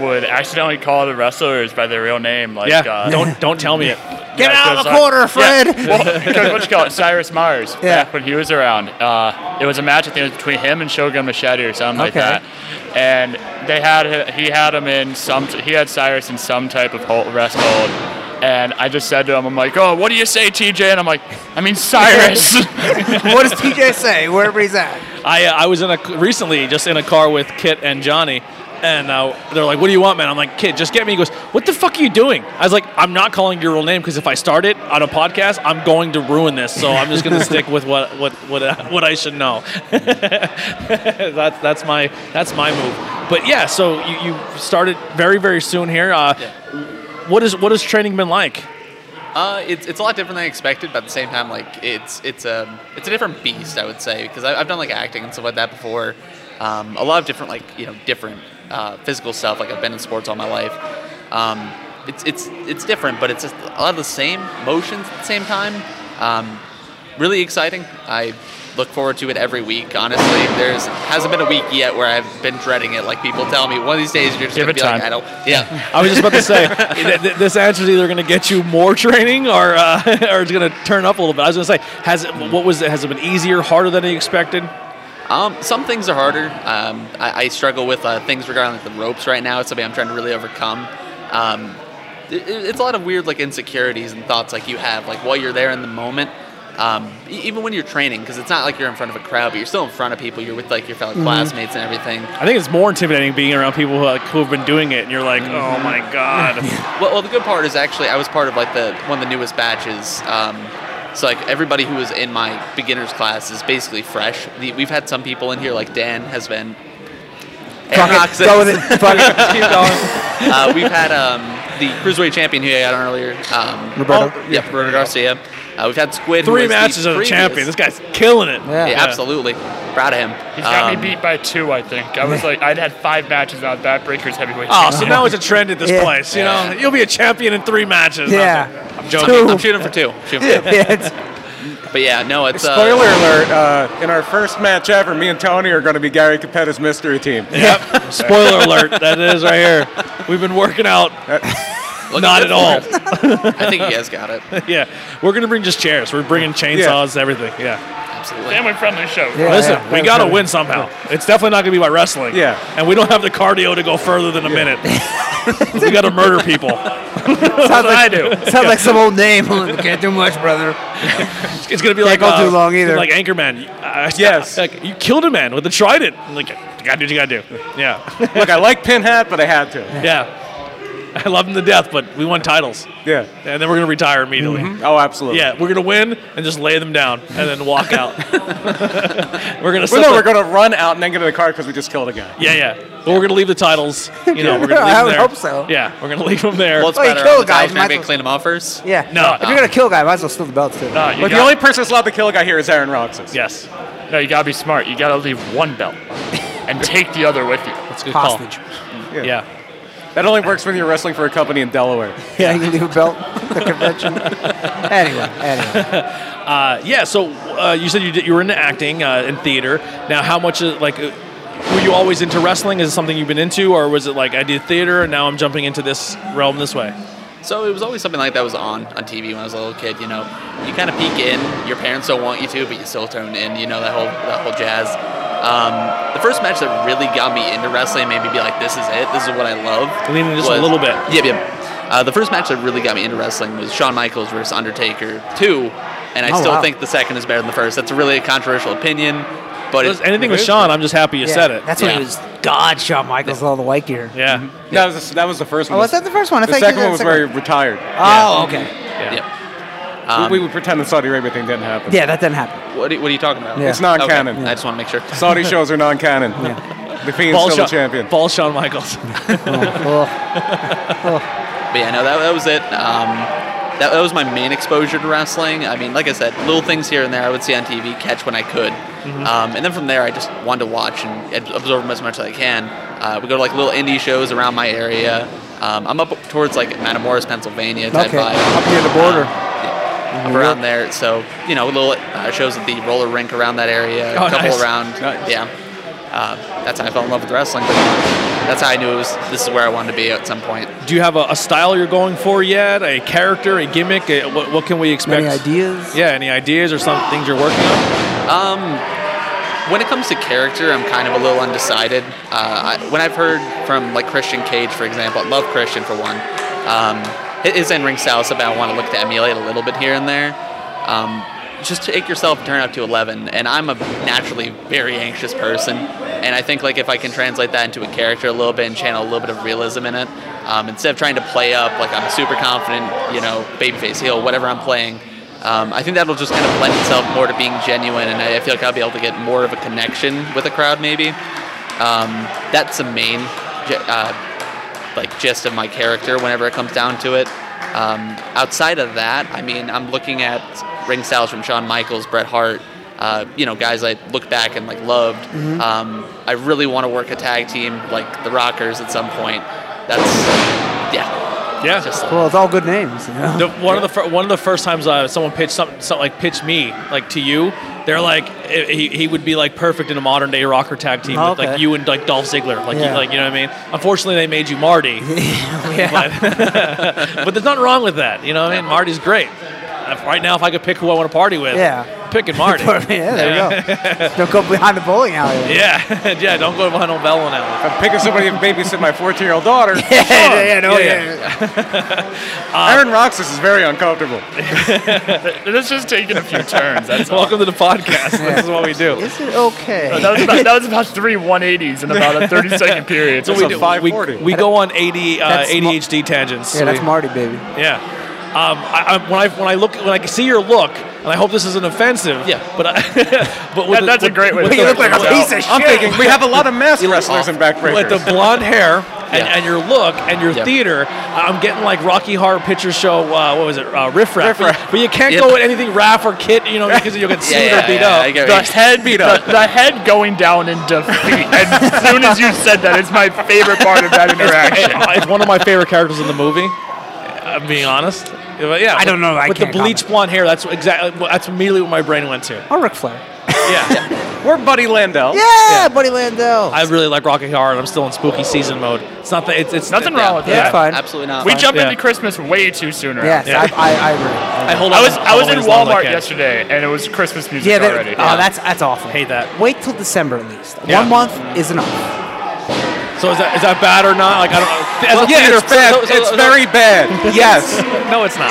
would accidentally call the wrestlers by their real name. Like,
yeah.
uh,
don't don't tell me it.
Yeah,
out of the
'cause, uh,
corner,
yeah,
Fred.
well, because what you call it, Cyrus Mars. Yeah. Back when he was around, uh, it was a match I think it was between him and Shogun Machete or something like
Okay.
that. And they had he had him in some he had Cyrus in some type of hold, rest hold. And I just said to him, I'm like, oh, what do you say, TJ? And I'm like, I mean, Cyrus.
what does TJ say? Wherever he's at.
I uh, I was in a recently just in a car with Kit and Johnny. And uh, they're like, "What do you want, man?" I'm like, "Kid, just get me." He goes, "What the fuck are you doing?" I was like, "I'm not calling your real name because if I start it on a podcast, I'm going to ruin this. So I'm just going to stick with what what what uh, what I should know." that's that's my that's my move. But yeah, so you, you started very very soon here. Uh, What is what has training been like?
Uh, it's, it's a lot different than I expected, but at the same time, like it's it's a it's a different beast, I would say, because I, I've done like acting and stuff like that before. Um, a lot of different like you know different uh, physical stuff. Like I've been in sports all my life. Um, it's it's it's different, but it's just a lot of the same motions at the same time. Um, really exciting. I look forward to it every week. Honestly, there's hasn't been a week yet where I've been dreading it. Like people tell me one of these days you're just
Give
gonna
it
be
time.
like I don't. Yeah.
I was just about to say th- th- this answer is either going to get you more training or uh, or it's going to turn up a little bit. I was going to say, has it, what was it? Has it been easier, harder than you expected?
Um, some things are harder. Um, I, I struggle with uh, things regarding like, the ropes right now. It's something I'm trying to really overcome. Um, it, it- it's a lot of weird like insecurities and thoughts like you have like while you're there in the moment. Um, e- even when you're training, because it's not like you're in front of a crowd, but you're still in front of people. You're with like your fellow
Mhm.
classmates and everything.
I think it's more intimidating being around people who like, who have been doing it, and you're like, oh my god.
well, well, the good part is actually I was part of like the one of the newest batches. Um, so like everybody who was in my beginners class is basically fresh. The, we've had some people in here like Dan has been.
Fuck it,
Roxas.
go with it, fuck it, keep going.
Uh, we've had um, the cruiserweight champion who I had on earlier. Um,
Roberto.
oh, yeah, Roberto Garcia. Uh, we've had Squid. who
Three
was the
matches as a
previous-
champion. This guy's killing it.
Yeah, absolutely. Proud of him.
He's got
Um,
me beat by two, I think. I was like, I'd had five matches on Backbreakers heavyweight.
Oh, so
champion.
now it's a trend at this
Yeah.
place. You
Yeah.
know, you'll be a champion in three matches.
Yeah.
I'm joking.
I'm shooting for two. Shooting for two.
Yeah, it's-
but yeah, no, it's uh,
Spoiler alert, uh, in our first match ever, me and Tony are going to be Gary Capetta's mystery team.
Yep. Spoiler alert. That is right here. We've been working out.
Uh,
Look,
Not at
good
all.
for us. I think you guys got it.
yeah, we're gonna bring just chairs. We're bringing chainsaws, everything. Yeah.
Absolutely.
Family friendly show.
Listen, we gotta win somehow. It's definitely not gonna be by wrestling. Yeah. And we don't have the cardio to go further than a minute. we gotta murder people. That's
Sounds
what
like,
I do.
Sounds like some old name. Can't do much, brother.
It's gonna be
Can't
like
go
uh,
too long either.
Like Anchorman. Uh, yes. Like you killed a man with a trident. I'm Like you gotta do what you gotta do. Yeah.
Look, I like Pinhead, but I had to.
yeah. I love him to death, but we won titles.
Yeah.
And then we're gonna retire immediately.
Mm-hmm.
Oh, absolutely.
Yeah, we're gonna win and just lay them down and then walk out. we're gonna.
Well,
set
no,
the-
we're going to run out and then get in the car because we just killed a guy.
Yeah, yeah. But we're gonna leave the titles. You know, we're gonna
I
leave them
would
there.
hope so.
Yeah, we're gonna leave them there.
Well, it's
Well, you
better.
kill
on the
guys,
towels,
might as
maybe
well-
clean them off first.
Yeah.
No.
If you're gonna kill a guy, might as well steal the belts too.
No, you
But the
got-
only person that's allowed to kill a guy here is Aaron Roxas.
Yes.
No, you gotta be smart. You gotta leave one belt and take the other with you. That's a
good call. Hostage.
Yeah.
That only works when you're wrestling for a company in Delaware.
Yeah, you can leave a belt at the convention. anyway, anyway.
Uh, yeah. So uh, you said you did, you were into acting uh, in theater. Now, how much is like? uh, Were you always into wrestling? Is it something you've been into, or was it like I did theater and now I'm jumping into this realm this way?
So it was always something like that was on on TV when I was a little kid. You know, you kind of peek in. Your parents don't want you to, but you still tune in. You know that whole that whole jazz. Um, the first match that really got me into wrestling, and made me be like, "This is it. This is what I love."
Lean in just a little bit.
Yeah, yeah. Uh, the first match that really got me into wrestling was Shawn Michaels versus Undertaker two, and I
Oh,
still
wow.
think the second is better than the first. That's really a controversial opinion, but
Well,
it-
anything with Shawn, I'm just happy you
Yeah,
said it.
That's when
Yeah.
he was God Shawn Michaels, all the white gear.
Yeah.
Mm-hmm. That was the, that was the first
Oh,
one.
was that the first one? I
the
thought you
second
said
one was
the
where
second
he retired.
Oh, okay. Um,
Yeah.
we, we would pretend the Saudi Arabia thing didn't happen.
Yeah, that didn't happen.
What are, what are you talking about?
Yeah. It's non-canon.
Okay, I just want to make sure.
Saudi shows are non-canon. The Fiend's
Ball
still
shot-
the champion.
Ball Shawn Michaels.
Oh,
But yeah, no, that, that was it. Um, that, that was my main exposure to wrestling. I mean, like I said, little things here and there I would see on TV, catch when I could.
Mm-hmm.
Mhm.
Um, and then from there, I just wanted to watch and ab- absorb them as much as I can. Uh, we go to like little indie shows around my area. Um, I'm up towards like Matamoros, Pennsylvania type
Okay,
vibe. Um,
up near the border. Mm-hmm.
Up around there, so you know, little uh, shows at the roller rink around that area,
Oh,
a couple
nice.
around, yeah. Uh, that's how I fell in love with wrestling. But that's how I knew it was. This is where I wanted to be at some point.
Do you have a, a style you're going for yet? A character, a gimmick? A, what, what can we expect?
Any
ideas?
Yeah, any ideas or some things you're working on?
Um, when it comes to character, I'm kind of a little undecided. Uh, I, when I've heard from like Christian Cage, for example, I love Christian for one. Um, hi- his in ring style is something I want to look to emulate a little bit here and there. Um, just take yourself and turn it up to 11. And I'm a naturally very anxious person. And I think like if I can translate that into a character a little bit and channel a little bit of realism in it, um, instead of trying to play up like I'm super confident, you know, babyface heel, whatever I'm playing, um, I think that'll just kind of lend itself more to being genuine, and I, I feel like I'll be able to get more of a connection with a crowd, maybe. Um, that's the main, ge- uh, like, gist of my character whenever it comes down to it. Um, outside of that, I mean, I'm looking at ring styles from Shawn Michaels, Bret Hart, uh, you know, guys I look back and like loved.
Mhm.
Um, I really want to work a tag team like the Rockers at some point. That's yeah,
yeah.
Well, it's all good names. You know?
The, one of the fir- one of the first times uh, someone pitched something, something like pitched me like to you, they're like eh, he, he would be like perfect in a modern day rocker tag team
Oh,
with
okay.
like you and like Dolph Ziggler, like
Yeah.
you, like you know what I mean. Unfortunately, they made you Marty. but, but there's nothing wrong with that, you know what I mean. Marty's great. If- right now, if I could pick who I want to party with,
Yeah.
I'm picking Marty.
yeah, there you go. Don't go behind the bowling alley.
Yeah, yeah. Don't go to Vinyl Bell on that
one. I'm picking somebody to babysit my 14 year old daughter. yeah,
yeah, yeah, no,
Um,
Aaron Roxas is very uncomfortable.
This just taking a few turns. That's all.
Welcome to the podcast. This is what we do.
Is it okay?
That was, about, that was about three 180s in about a 30 second period.
So we do. We, we go on 80 uh,
That's Mar-
ADHD tangents.
Yeah, that's
We-
Marty, baby.
Yeah. Um, I, I, when I when I look when I see your look, and I hope this isn't offensive. Yeah. But I, but with
That- that's a great way to
with
put it. You
the-
look like a
with-
piece of
I'm
shit.
thinking
We have a lot of mass wrestlers and backbreakers.
with the blonde hair and, and your look and your
Yeah.
theater, I'm getting like Rocky Horror Picture Show. Uh, what was it? Uh, Riff Raff. But, you- but you can't
Yeah.
go with anything Raff or Kit, you know, because you'll get sued or beat up.
The head beat up. The, the head going down in defeat. as soon as you said that, it's my favorite part of that interaction.
it's one of my favorite characters in the movie. I'm being honest. But yeah,
I don't know, I
With
can't
the bleach blonde hair, that's exactly that's immediately what my brain went to.
Or Ric Flair.
We're Buddy
Oh,
Landell.
Yeah, Buddy Landell.
I really like Rocky Horror, and I'm still in spooky season mode. It's not that it's, it's
Nothing wrong with that. We jump into Christmas way too soon. around
Yes,
here.
I-
I agree.
I hold on
I was
to
I was in
Halloween as long as I
Walmart
can.
yesterday and it was Christmas music
yeah, that-
already.
oh, that's that's awful. Hate
that.
Wait till December at least.
Yeah.
One month is enough.
So is that is that bad or not? Like I don't. As
Well,
a
yeah,
theater
it's bad.
fan- so- so-
It's
so-
very bad. Yes.
no, it's not.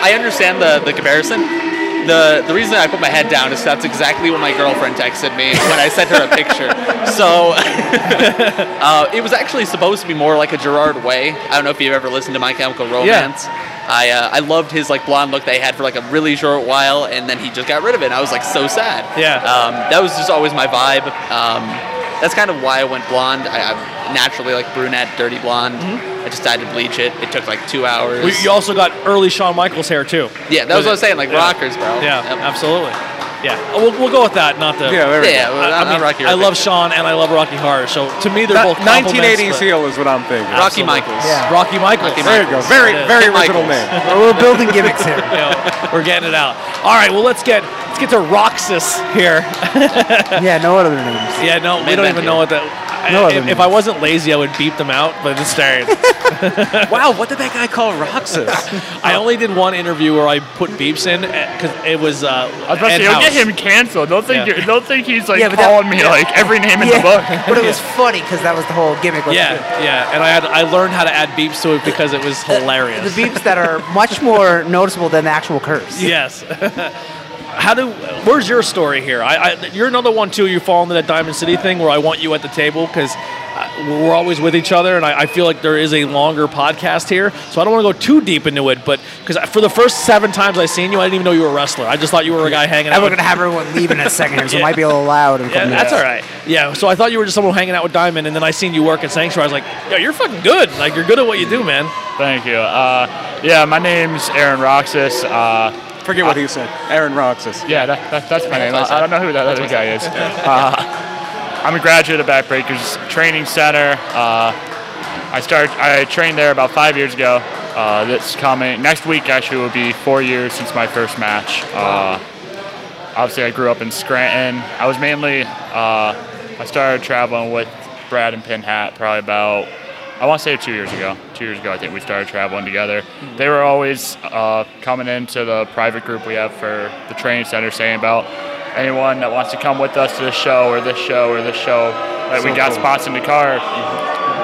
I understand the, the comparison. The the reason I put my head down is that's exactly what my girlfriend texted me when I sent her a picture. So uh, it was actually supposed to be more like a Gerard Way. I don't know if you've ever listened to My Chemical Romance. I uh, I loved his like blonde look they had for like a really short while, and then he just got rid of it. And I was like so sad.
Yeah.
Um, that was just always my vibe. Um, that's kind of why I went blonde. I, I naturally like brunette, dirty blonde.
Mm-hmm.
I just had to bleach it. It took like two hours.
We, you also got early Shawn Michaels hair too.
Yeah, that was what I was
it-
saying, like
yeah.
rockers, bro.
Yeah, absolutely. Yeah, Oh, we'll, we'll go with that. Not the
Yeah, there we Yeah, go. well,
I, I
not- not
mean,
Rocky
I
Horror
love Shawn and I love Rocky Horror. So to me, they're
That
both compliments,
1980s
but-
heel is what I'm thinking.
Absolutely. Yeah. Rocky Michaels.
Rocky There you Michaels. go. Very-
Yeah.
very
Kit
original
Michaels.
name. We're building gimmicks here.
You know, we're getting it out. All right. Well, let's get let's get to Roxas here.
yeah, no other names.
Yeah. No,
Main
we don't
event
even know what that.
No
if,
other
if I wasn't lazy, I would beep them out, but it's staring.
wow, what did that guy call Roxas?
I only did one interview where I put beeps in because it was. Uh, I
was about to say, you'll get him canceled. Don't think
Yeah.
you're, don't think he's like
Yeah, but that-
calling me like every name in the book.
but it was funny because that was the whole gimmick. was
Yeah, yeah, and I had I learned how to add beeps to it because it was
The
hilarious.
beeps that are much more noticeable than the actual curse.
yes. How do? Where's your story here? I, I you're another one too. You fall into that Diamond City thing where I want you at the table because we're always with each other, and I, I feel like there is a longer podcast here, so I don't want to go too deep into it. But because for the first seven times I seen you, I didn't even know you were a wrestler. I just thought you were a guy hanging out.
And we're
with-
gonna have everyone leave in a second here, so it might be a little loud. in a
Yeah,
couple minutes.
that's all right. Yeah, so I thought you were just someone hanging out with Diamond, and then I seen you work at Sanctuary. I was like, yo, you're fucking good. Like, you're good at what you do, man.
Thank you. Uh, yeah, my name's Aaron Roxas. Uh,
Forget what he said. Aaron Roxas.
Yeah, that, that, that's my name.
That's what I said.
I, I don't know who that other guy is. Uh, I'm a graduate of Backbreakers Training Center. Uh, I started. I trained there about five years ago. Uh, this coming next week actually will be four years since my first match. Uh, obviously, I grew up in Scranton. I was mainly. Uh, I started traveling with Brad and Pin Hat probably about. I want to say two years ago. Two years ago, I think we started traveling together. They were always uh, coming into the private group we have for the training center, saying about anyone that wants to come with us to this show or this show or this show. Like we
So
got
cool.
spots in the car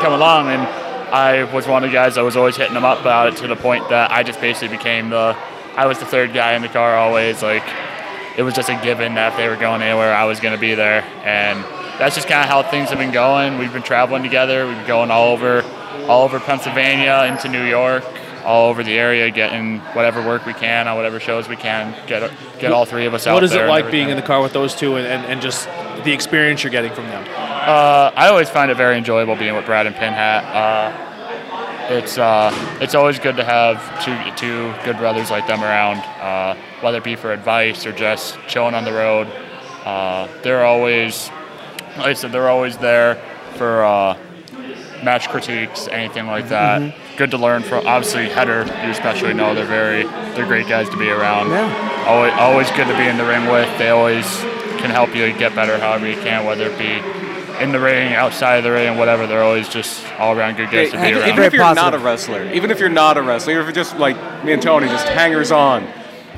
come along and I was one of the guys that was always hitting them up about it to the point that I just basically became the I was the third guy in the car always like it was just a given that if they were going anywhere I was going to be there and that's just kind of how things have been going we've been traveling together we've been going all over all over Pennsylvania into New York all over the area getting whatever work we can on whatever shows we can get get all three of us out
What is
there
it
and
like being
everything.
in the car with those two and, and, and just the experience you're getting from them?
Uh, I always find it very enjoyable being with Brad and Pinhat. Uh, it's uh, it's always good to have two two good brothers like them around, uh, whether it be for advice or just chilling on the road. Uh, they're always, like I said, they're always there for uh, match critiques, anything like that.
Mhm.
Good to learn from. Obviously, Header, you especially know they're very they're great guys to be around.
Yeah.
Always, always good to be in the ring with. They always can help you get better however you can, whether it be in the ring, outside of the ring, whatever. They're always just all around good guys to be around.
even if you're not a wrestler, even if you're not a wrestler, even if you're just like me and Tony, just hangers on,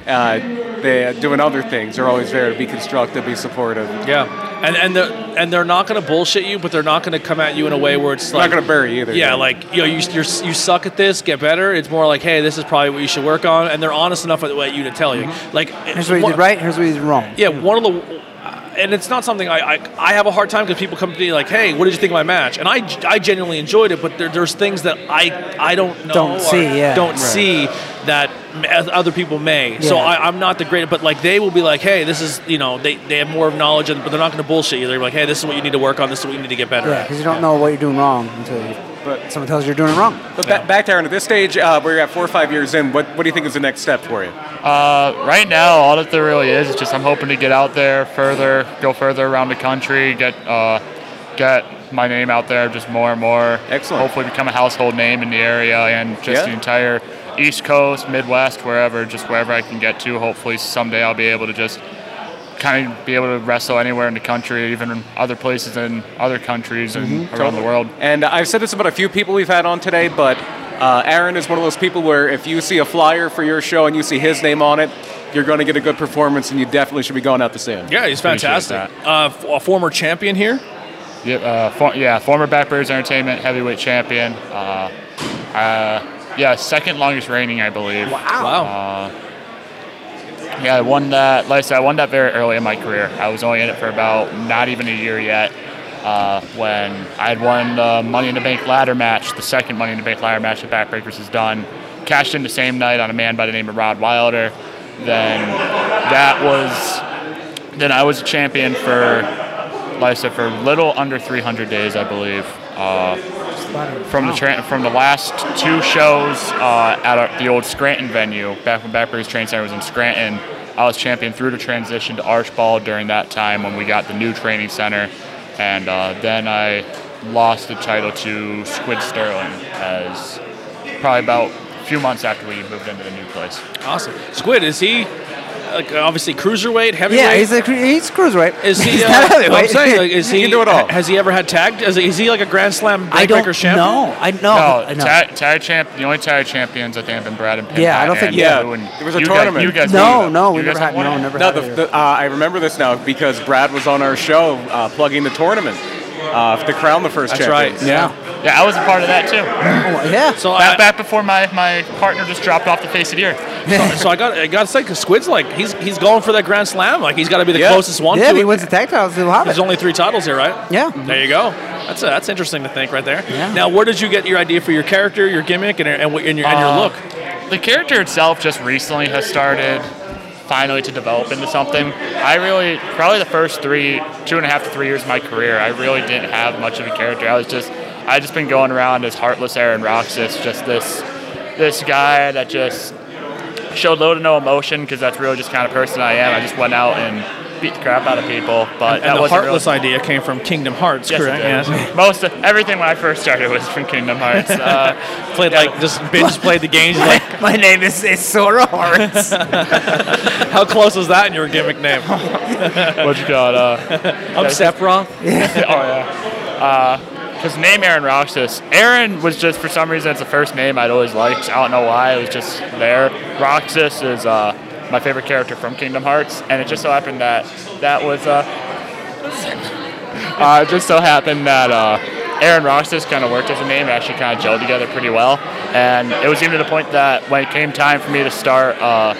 uh, they uh, doing other things. They're always there to be constructive, be supportive.
Yeah, and and they're and they're not gonna bullshit you, but they're not gonna come at you in a way where it's
They're
like
not gonna bury you either,
Yeah,
yeah.
like you know, you you're, you suck at this, get better. It's more like, hey, this is probably what you should work on, and they're honest enough at what you to tell you.
Mm-hmm.
Like,
Here's what you
one-
did right. Here's what you did wrong.
Yeah, one of the. uh, And it's not something I, I, I have a hard time because people come to me like, hey, what did you think of my match? And I, I genuinely enjoyed it, but there, there's things that I I don't know
Don't
or
see, yeah.
don't
Right.
see that m- as other people may. So
Yeah.
I, I'm not the greatest, but like they will be like, hey, this is you know they, they have more of knowledge, and, but they're not going to bullshit you. They're like, hey, this is what you need to work on. This is what you need to get better
Yeah,
at.
because you don't know what you're doing wrong until you,
But-
someone tells you you're doing it wrong.
But ba- back to Aaron, at this stage, uh, where you're at four or five years in, what, what do you think is the next step for you?
Uh, right now, all that there really is is just I'm hoping to get out there further, go further around the country, get uh, get my name out there just more and more.
Excellent.
Hopefully, become a household name in the area and just
Yeah.
the entire East Coast, Midwest, wherever, just wherever I can get to. Hopefully, someday I'll be able to just kind of be able to wrestle anywhere in the country, even in other places in other countries and around the world.
Mm-hmm. And I've said this about a few people we've had on today, but uh, Aaron is one of those people where if you see a flyer for your show and you see his name on it, you're going to get a good performance, and you definitely should be going out to see him.
Yeah, he's fantastic. Uh, f- a former champion here.
Yeah, uh, for, yeah, former Backbreakers Entertainment heavyweight champion. Uh, uh, yeah, second longest reigning, I believe. Wow. Uh, yeah, I won that. Like I said, I won that very early in my career. I was only in it for about not even a year yet. Uh, when I had won the Money in the Bank ladder match, the second Money in the Bank ladder match that Backbreakers has done, cashed in the same night on a man by the name of Rod Wilder. Then that was then I was a champion for like I said, for little under 300 days, I believe. Uh, from the tra- from the last two shows uh, at our, the old Scranton venue, back when Backbreakers Train Center was in Scranton, I was champion through the transition to Archball during that time when we got the new training center, and uh, then I lost the title to Squid Sterling as probably about a few months after we moved into the new place.
Awesome. Squid, is he like obviously cruiserweight, heavyweight?
Yeah, he's a cru- he's cruiserweight.
Is he?
He's
Uh,
not
I'm
heavyweight.
saying, like, is
He
he?
can do it all.
Has he ever had tagged? Is, is he like a Grand Slam
I don't
breaker champion?
know. I know. I
No,
know.
tag, tag champ. The only tag champions I think have been Brad and Pimp.
Yeah, I don't think-
and
yeah.
you and-
There was a
you guys-
tournament.
you guys
No,
won it.
no, we
You guys
never had-
won
no,
it.
never
No, the, the, uh, I remember this now because Brad was on our show uh, plugging the tournament uh, to crown the first
That's
champions.
right. Yeah, I was a part of that too.
Oh, yeah.
So
back, back before my, my partner just dropped off the face of the earth.
so, so I got I got to say, 'cause Squid's like he's he's going for that Grand Slam. Like he's got to be the closest one.
Yeah,
to
if he
it.
wins the tag titles, he'll have it.
There's only three titles here, right?
Yeah.
There you go. That's a, that's interesting to think right there. Now, where did you get your idea for your character, your gimmick, and and, what- and your and your
Uh,
look?
The character itself just recently has started finally to develop into something. I really, probably the first three, two and a half to three years of my career, I really didn't have much of a character. I was just, I just been going around as heartless Aaron Roxas, just this, this guy that just showed low to no emotion because that's really just the kind of person I am. I just went out and beat the crap out of people, but
and
that
the
wasn't
heartless
really,
idea came from Kingdom Hearts,
Yes, it
correct?
did. Most of, everything when I first started was from Kingdom Hearts. Uh,
played like just binge played the games. Like
My name is, is Sora Horace.
how close was that in your gimmick name?
what you got? Uh,
I'm Sephiroth.
oh yeah. Uh, his name Aaron Roxas. Aaron was just for some reason it's the first name I'd always liked. I don't know why. It was just there. Roxas is uh, my favorite character from Kingdom Hearts, and it just so happened that that was. Uh, uh, it just so happened that uh, Aaron Roxas kind of worked as a name and actually kind of gelled together pretty well. And it was even to the point that when it came time for me to start, uh,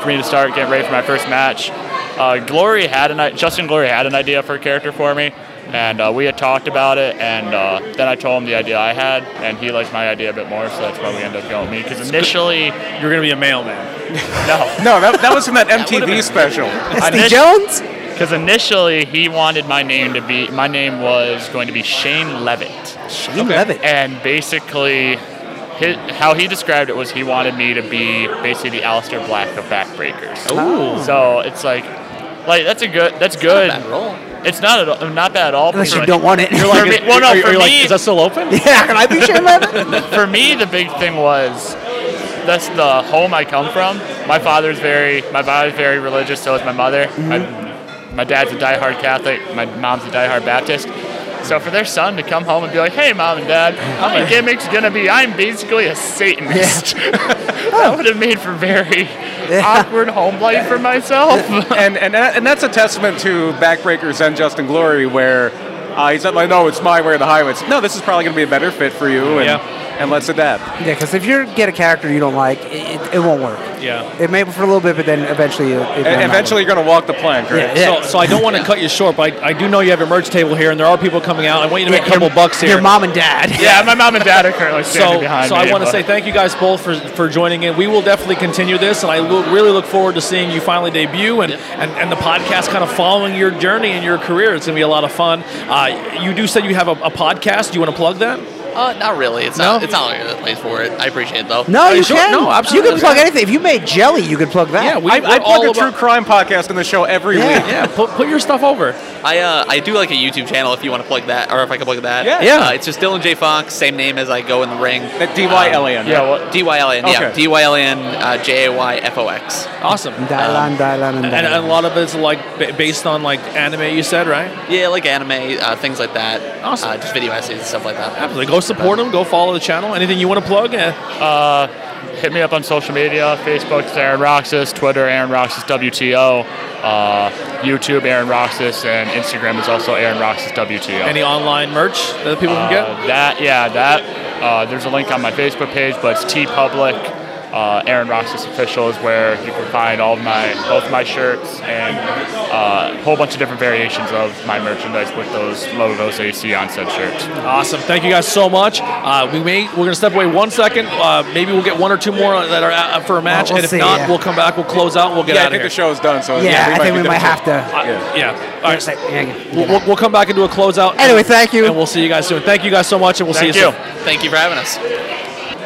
for me to start getting ready for my first match, uh, Glory had an I- Justin Glory had an idea for a character for me, and uh, we had talked about it. And uh, then I told him the idea I had, and he liked my idea a bit more, so that's why we ended up going with me. Because initially,
you're gonna be a mailman.
no,
no, that, that was from that MTV special.
Jones?
Because initially he wanted my name to be my name was going to be Shane Levitt.
Shane Levitt.
And basically, his, how he described it was he wanted me to be basically the Alistair Black of backbreakers.
Ooh.
So it's like, like that's a good that's good.
bad role.
It's not at all, not bad at all.
Unless
pretty
you
much.
don't want it.
For me- well, no, for me,
still open?
Yeah, can I be Shane Levitt?
for me, the big thing was that's the home I come from. My father's very my father's very religious, so is my mother. My, my dad's a diehard Catholic. My mom's a diehard Baptist. So for their son to come home and be like, "Hey, mom and dad, my gimmick's gonna be I'm basically a Satanist," that would have made for very awkward home life for myself.
and, and that- and that's a testament to Backbreakers and Justin Glory, where uh, he's not like, no, it's my way or the highway. It's, no, this is probably going to be a better fit for you, and,
Yeah.
and let's adapt.
Yeah, because if you get a character you don't like, it, it, it won't work.
Yeah.
It may for a little bit, but then eventually it,
E-,
it
And
will not
eventually, you're going to walk the plank, right?
So, so I don't want to cut you short, but I, I do know you have a merch table here, and there are people coming out. I want you to make a couple bucks here.
your mom and dad.
Yeah, my mom and dad are currently standing
so,
behind
so
me.
I want to
but-
say thank you guys both for, for joining in. We will definitely continue this, and I look, really look forward to seeing you finally debut and, and, and the podcast kind of following your journey and your career. It's going to be a lot of fun. Uh, you do say you have a, a podcast. Do you want to plug that?
Uh, not really. It's not. It's not like a place for it. I appreciate it though.
No, you, can. You can plug anything. If you made jelly, you could plug that.
Yeah, we-
I, I plug a true crime podcast in the show every
Yeah.
week.
Yeah, put, put your stuff over.
I uh, I do like a YouTube channel if you want to plug that, or if I can plug that.
Yeah. Yeah.
Uh, it's just Dylan J Fox, same name as I go in the ring.
That DYLN,
Um,
Yeah,
yeah.
what-
DYLN. Yeah.
Okay.
DYLN. Uh, J A Y F O X.
Awesome.
Dylan, Dylan, and
And,
Dylan.
and a lot of it's like ba- based on like anime. You said right?
Yeah, like anime, uh, things like that. Awesome. Uh, just video essays and stuff like that.
Absolutely. Go support them. Go follow the channel. Anything you want to plug? Eh.
Uh, hit me up on social media. Facebook is Aaron Roxas. Twitter, Aaron Roxas WTO. Uh, YouTube, Aaron Roxas. And Instagram is also Aaron Roxas WTO.
Any online merch that people can get?
Uh, that, yeah, that. Uh, there's a link on my Facebook page, but it's T Public. Uh, Aaron Roxas Official is where you can find all of my both my shirts and uh, a whole bunch of different variations of my merchandise with those logos that you see on said shirts.
Awesome. Thank you guys so much. Uh, we may we're gonna step away one second. Uh, maybe we'll get one or two more that are out for a match,
we'll
and if
see,
not,
yeah.
we'll come back. We'll close out. and We'll get
yeah,
out
I
of
think
here.
the uh, show's done. So
Yeah, I
might
think
be
we
done
might
for-
have
to-
Yeah.
yeah. All right. We'll, we'll, we'll come back and do a closeout.
Anyway, thank you.
And we'll see you guys soon. Thank you guys so much, and we'll see you soon.
Thank you for having us.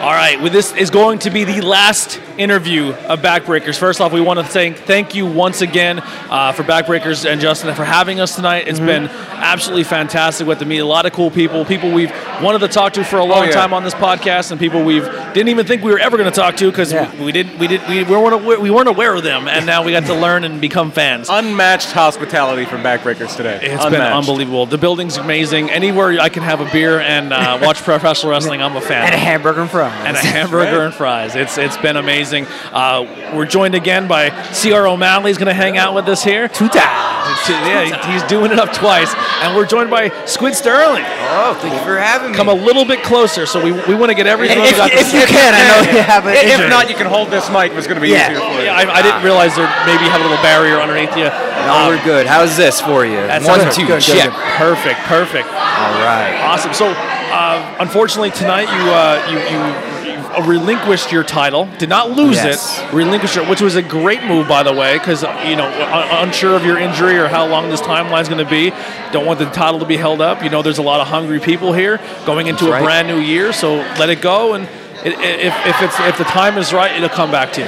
All right, well, this is going to be the last interview of Backbreakers. First off, we want to thank thank you once again uh, for Backbreakers
Mm-hmm.
and Justin for having us tonight. It's been absolutely fantastic. We got to meet a lot of cool people, people we've one of the talk to for
Oh,
a long
yeah.
time on this podcast, and people we've didn't even think we were ever going to talk to because we, we didn't we did we weren't aware, we weren't aware of them, and now we got to learn and become fans.
Unmatched hospitality from Backbreakers today.
It's been
Unmatched.
unbelievable. The building's amazing. Anywhere I can have a beer and uh, watch professional wrestling, I'm a fan.
And a hamburger and fries.
and a hamburger and fries. It's it's been amazing. Uh, we're joined again by C.R. O'Malley's going to hang out with us here. Two times. Yeah, he's doing it up twice. And we're joined by Squid Sterling.
Oh, thank you for having me.
Come a little bit closer, so we, we want to get everything.
If-
about
if
this-
you can, I know you have an
If- if
injury.
not,
You can hold this mic. It's going to be
yeah.
easier for you.
Yeah, I, I didn't realize there maybe you have a little barrier underneath you. Um, No,
we're good. How's this for you?
That's
One,
good,
two,
good, good,
check.
good. Perfect, perfect.
All right.
Awesome. So, uh, unfortunately, tonight you uh, you, you, you uh, relinquished your title. Did not lose
Yes.
it. Relinquished it, which was a great move, by the way, because you know un- unsure of your injury or how long this timeline's going to be. Don't want the title to be held up. You know, there's a lot of hungry people here going into
That's
a
right.
brand new year. So let it go, and it, it, if if it's if the time is right, it'll come back to you.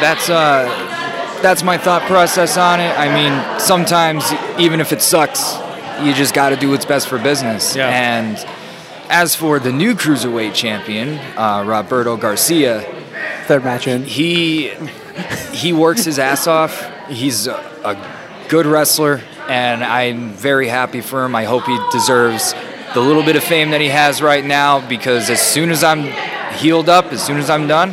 That's uh, that's my thought process on it. I mean, sometimes even if it sucks, you just got to do what's best for business. And as for the new cruiserweight champion, uh, Roberto Garcia,
Third match in.
He he works his ass off. He's a, a good wrestler, and I'm very happy for him. I hope he deserves the little bit of fame that he has right now because as soon as I'm healed up, as soon as I'm done,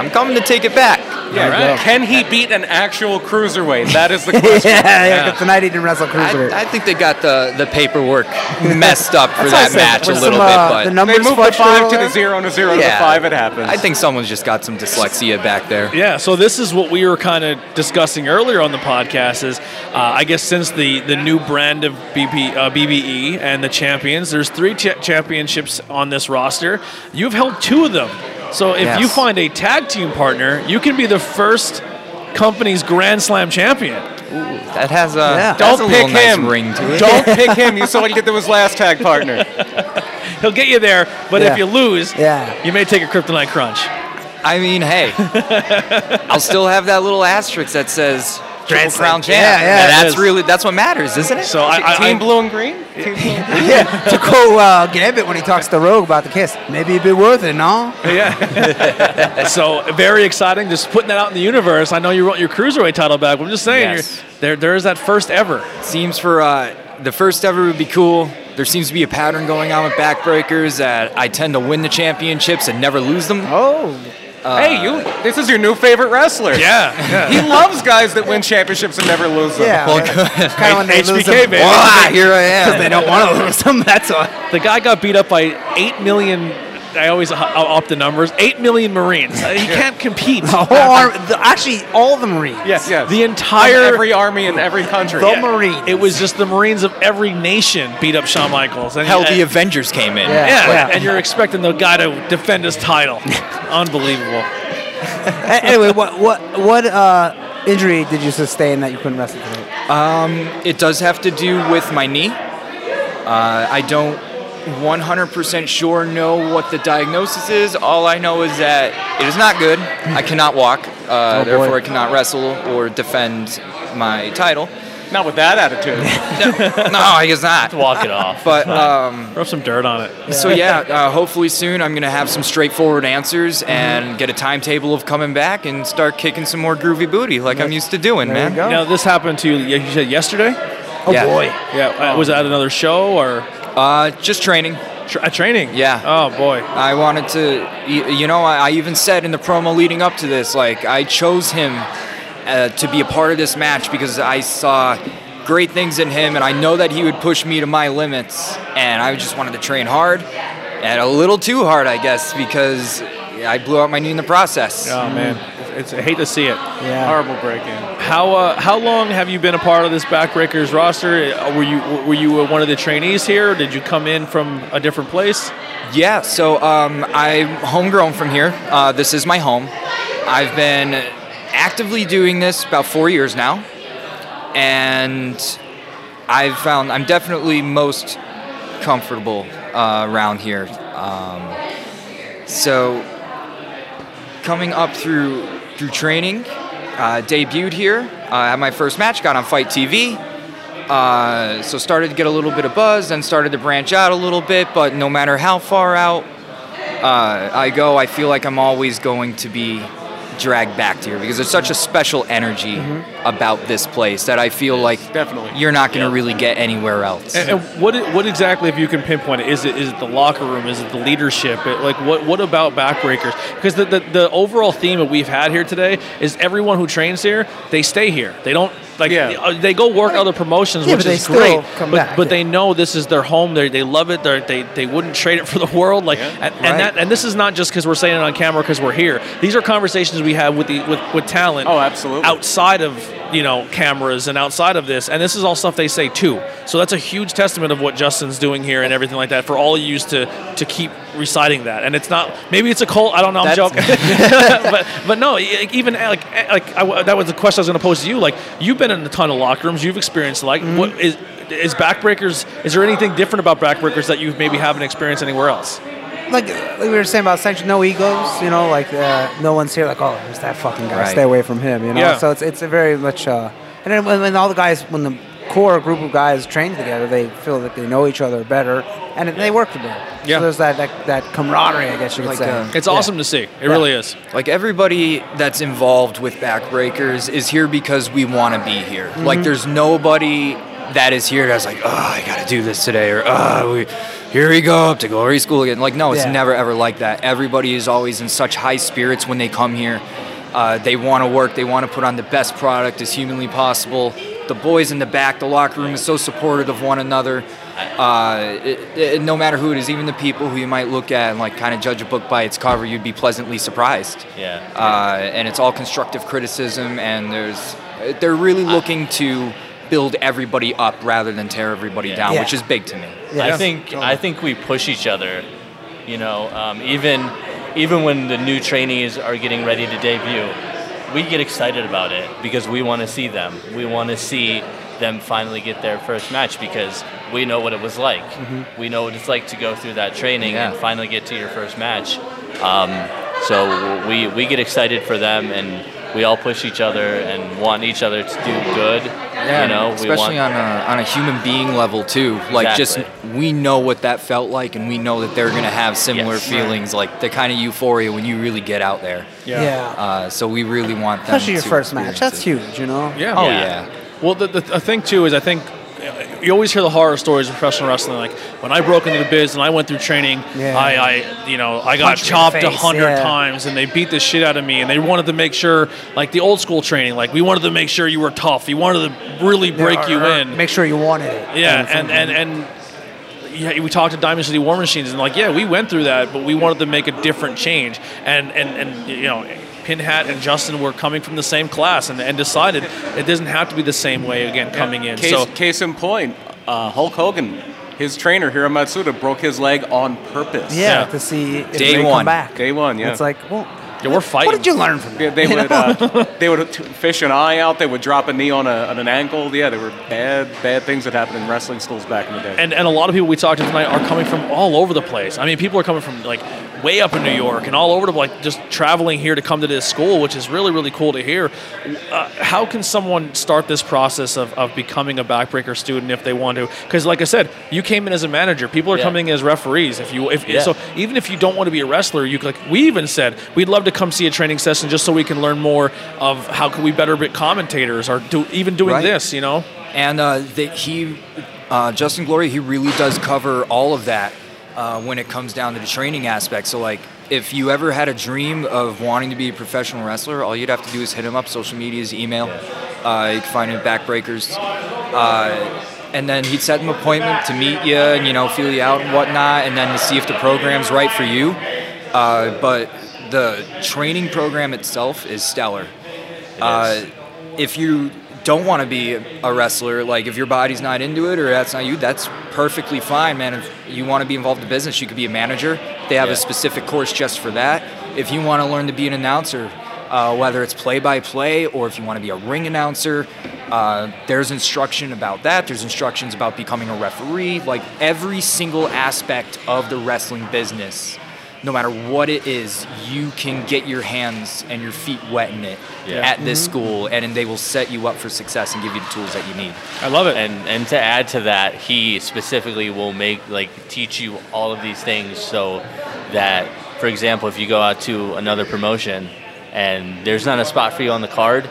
I'm coming to take it back.
Yeah,
Right.
Can he beat an actual cruiserweight? That is the question.
yeah, yeah, 'cause tonight he didn't wrestle cruiserweight.
I think they got the, the paperwork messed up for
That's what I
that
said.
match a
With
little
some, uh,
bit, but
the numbers They moved the fudged a five little to the there?
zero and a zero to the five, it happens.
I think someone's just got some dyslexia back there.
Yeah, so this is what we were kind of discussing earlier on the podcast. Is uh, I guess since the the new brand of BB, uh, BBE and the champions, there's three cha- championships on this roster. You've held two of them, so if you
Yes.
find a tag team partner, you can be the first company's Grand Slam champion.
that has a
Don't pick him.
ring to it.
Don't pick him. You saw what he did to his last tag partner.
He'll get you there, but
Yeah.
if you lose,
Yeah.
you may take a kryptonite crunch.
I mean, hey, I'll still have that little asterisk that says Triple
Grand Slam.
Crown champ.
Yeah, yeah.
And
That
that's
is-
really that's what matters, isn't it?
So
Team blue and green.
yeah, to quote uh, Gambit when he talks to Rogue about the kiss, maybe it'd be worth it, no?
Yeah. so very exciting. Just putting that out in the universe. I know you want your cruiserweight title back. But I'm just saying,
Yes.
you're, there there is that first ever.
Seems for uh, the first ever would be cool. There seems to be a pattern going on with backbreakers that I tend to win the championships and never lose them. Uh,
Oh.
hey, you. This is your new favorite wrestler.
Yeah.
He loves guys that win championships and never lose them.
Yeah. Well,
kind
here I am.
Because they don't want to lose him, that's all.
The guy got beat up by eight million. I always h- I'll up the numbers. Eight million Marines. Uh, He can't compete. The
whole arm, the, actually, all the Marines.
Yes, The entire
Of every army in every country.
The Marines. It was just the Marines of every nation beat up Shawn Michaels. And
Hell,
and-
the Avengers came in.
Yeah,
Like-
and you're expecting the guy to defend his title. Unbelievable.
A- anyway, what what what uh, injury did you sustain that you couldn't wrestle tonight?
Um, it does have to do with my knee. Uh, I don't 100% sure know what the diagnosis is. All I know is that it is not good. I cannot walk. Uh,
Oh, boy.
therefore, I cannot wrestle or defend my title.
Not with that attitude.
no, no, I guess not.
Walk it off.
But um,
rub some dirt on it.
So yeah, uh, hopefully soon I'm gonna have some straightforward
Mm-hmm.
answers and get a timetable of coming back and start kicking some more groovy booty like I'm used to doing, man.
Now this happened to you. You said yesterday.
Oh, Yeah. boy.
Yeah. uh, Was that another show or?
Uh, just training.
Tra- training.
Yeah.
Oh boy.
I wanted to, y- you know, I, I even said in the promo leading up to this, like I chose him uh, to be a part of this match because I saw great things in him, and I know that he would push me to my limits, and I just wanted to train hard, and a little too hard, I guess, because I blew out my knee in the process.
Oh man, it's, I hate to see it.
Yeah.
Horrible break in. How uh, how long have you been a part of this Backbreakers roster? Uh, Were you were you uh, one of the trainees here? Or did you come in from a different place?
Yeah, so um, I'm homegrown from here. Uh, this is my home. I've been actively doing this about four years now, and I've found I'm definitely most comfortable uh, around here. Um, so coming up through uh, through training, uh, debuted here. I had my first match, got on Fight TV, Uh, so started to get a little bit of buzz, then started to branch out a little bit. But no matter how far out uh, I go, I feel like I'm always going to be dragged back to here because there's such a special energy
Mm-hmm.
about this place that I feel like definitely you're not going to really get anywhere else.
And, and what i- what exactly, if you can pinpoint it, is it is it the locker room? Is it the leadership? It- like what what about backbreakers? Because the, the the overall theme that we've had here today is everyone who trains here they stay here. They don't like uh, they go work other promotions,
Yeah,
which
but they
is
still
great.
come
but
back,
but they know this is their home. They they love it. They're, they they wouldn't trade it for the world. Like and, and that and this is not just because we're saying it on camera because we're here. These are conversations we have with the with, with talent. Oh, absolutely. Outside of you know cameras and outside of this, and this is all stuff they say too. So that's a huge testament of what Justin's doing here and everything like that for all you to to keep reciting that. And it's not maybe it's a cult. I don't know. I'm joking. but but no, like, even eh, like like I, that was the question I was going to pose to you. Like you've been in a ton of locker rooms. You've experienced like what is is backbreakers? Is there anything different about backbreakers that you maybe haven't experienced anywhere else?
like, like we were saying about sanction, no egos, you know, like uh, no one's here. Like, oh, there's that fucking guy.
Right.
Stay away from him, you know.
Yeah.
So it's it's a very much. Uh, and then when, when all the guys, when the core group of guys train together, they feel that they know each other better, and they work together.
Yeah.
So there's that, that that camaraderie, I guess you could
Like,
say.
uh,
It's awesome to see. It really is.
Like everybody that's involved with Backbreakers is here because we want to be here. Like
Mhm.
there's nobody that is here that's like, oh, I gotta do this today, or oh, we, here we go up to glory school again. Like no, it's
Yeah.
never ever like that. Everybody is always in such high spirits when they come here. Uh, they want to work. They want to put on the best product as humanly possible. The boys in the back, the locker room is so supportive of one another. Uh, it, it, no matter who it is, even the people who you might look at and like kind of judge a book by its cover, you'd be pleasantly surprised
Yeah.
uh, and it's all constructive criticism and there's they're really looking to build everybody up rather than tear everybody down
Yeah.
which is big to me
I think I think we push each other. You know, um, even even when the new trainees are getting ready to debut, we get excited about it because we want to see them. We want to see them finally get their first match because we know what it was like.
Mhm.
Mm-hmm.
We know what it's like to go through that training and finally get to your first match. Um, so we we get excited for them and. We all push each other and want each other to do good.
yeah
you know, we want-
especially on a on a human being level too like just we know what that felt like and we know that they're gonna have similar
Yes.
feelings like the kind of euphoria when you really get out there
Yeah. Yeah.
Uh, so we really want them
Especially your
to
first match.
experience
That's
it.
huge, you know.
Yeah.
Oh, yeah.
Well, the, the, the thing too is I think uh, you always hear the horror stories of professional wrestling. Like when I broke into the biz and I went through training,
Yeah.
I, I you know I got
Punched me in the
chopped a
face,
hundred
yeah.
times and they beat the shit out of me and they wanted to make sure like the old school training like we wanted to make sure you were tough. You wanted to really break
Or-
you
or
in.
Make sure you wanted it.
Yeah, and and and. Yeah, we talked to Diamond City War Machines and like, yeah, we went through that, but we wanted to make a different change. And and and you know, Pinhat and Justin were coming from the same class and, and decided it doesn't have to be the same way again coming in.
Case,
So
case in point, uh, Hulk Hogan, his trainer Hiro Matsuda broke his leg on purpose.
yeah, to see if they come back.
Day one, yeah.
It's like, well,
Yeah, we're fighting.
What did you learn from
They,
that?
they
You
would
know?
uh, they would t- fish an eye out. They would drop a knee on, a, on an ankle. Yeah, there were bad bad things that happened in wrestling schools back in the day.
and, and a lot of people we talked to tonight are coming from all over the place. I mean, people are coming from like way up in New York and all over the like just traveling here to come to this school, which is really really cool to hear. Uh, how can someone start this process of, of becoming a backbreaker student if they want to? Because like I said, you came in as a manager. People are
Yeah.
coming in as referees. If you if
Yeah.
so, even if you don't want to be a wrestler, you could- like we even said we'd love to come see a training session just so we can learn more of how can we better be commentators or do even doing
Right.
this. You know.
And uh, the, he, uh, Justin Glory, he really does cover all of that uh, when it comes down to the training aspect. So, like, if you ever had a dream of wanting to be a professional wrestler, all you'd have to do is hit him up. Social media is email. Uh, you can find him at Backbreakers. Uh, and then he'd set an appointment to meet you and, you know, feel you out and whatnot, and then to see if the program's right for you. Uh, but the training program itself is stellar. Uh, if you don't want to be a wrestler, like if your body's not into it or that's not you, that's perfectly fine, man. If you want to be involved in business, you could be a manager. They have a specific course just for that. If you want to learn to be an announcer, uh, whether it's play by play or if you want to be a ring announcer, uh, there's instruction about that. There's instructions about becoming a referee. Like every single aspect of the wrestling business no matter what it is, you can get your hands and your feet wet in it
Yeah.
at this
Mhm.
school, and, and they will set you up for success and give you the tools that you need.
I love it. And and to add to that, he specifically will make like teach you all of these things so that, for example, if you go out to another promotion and there's not a spot for you on the card,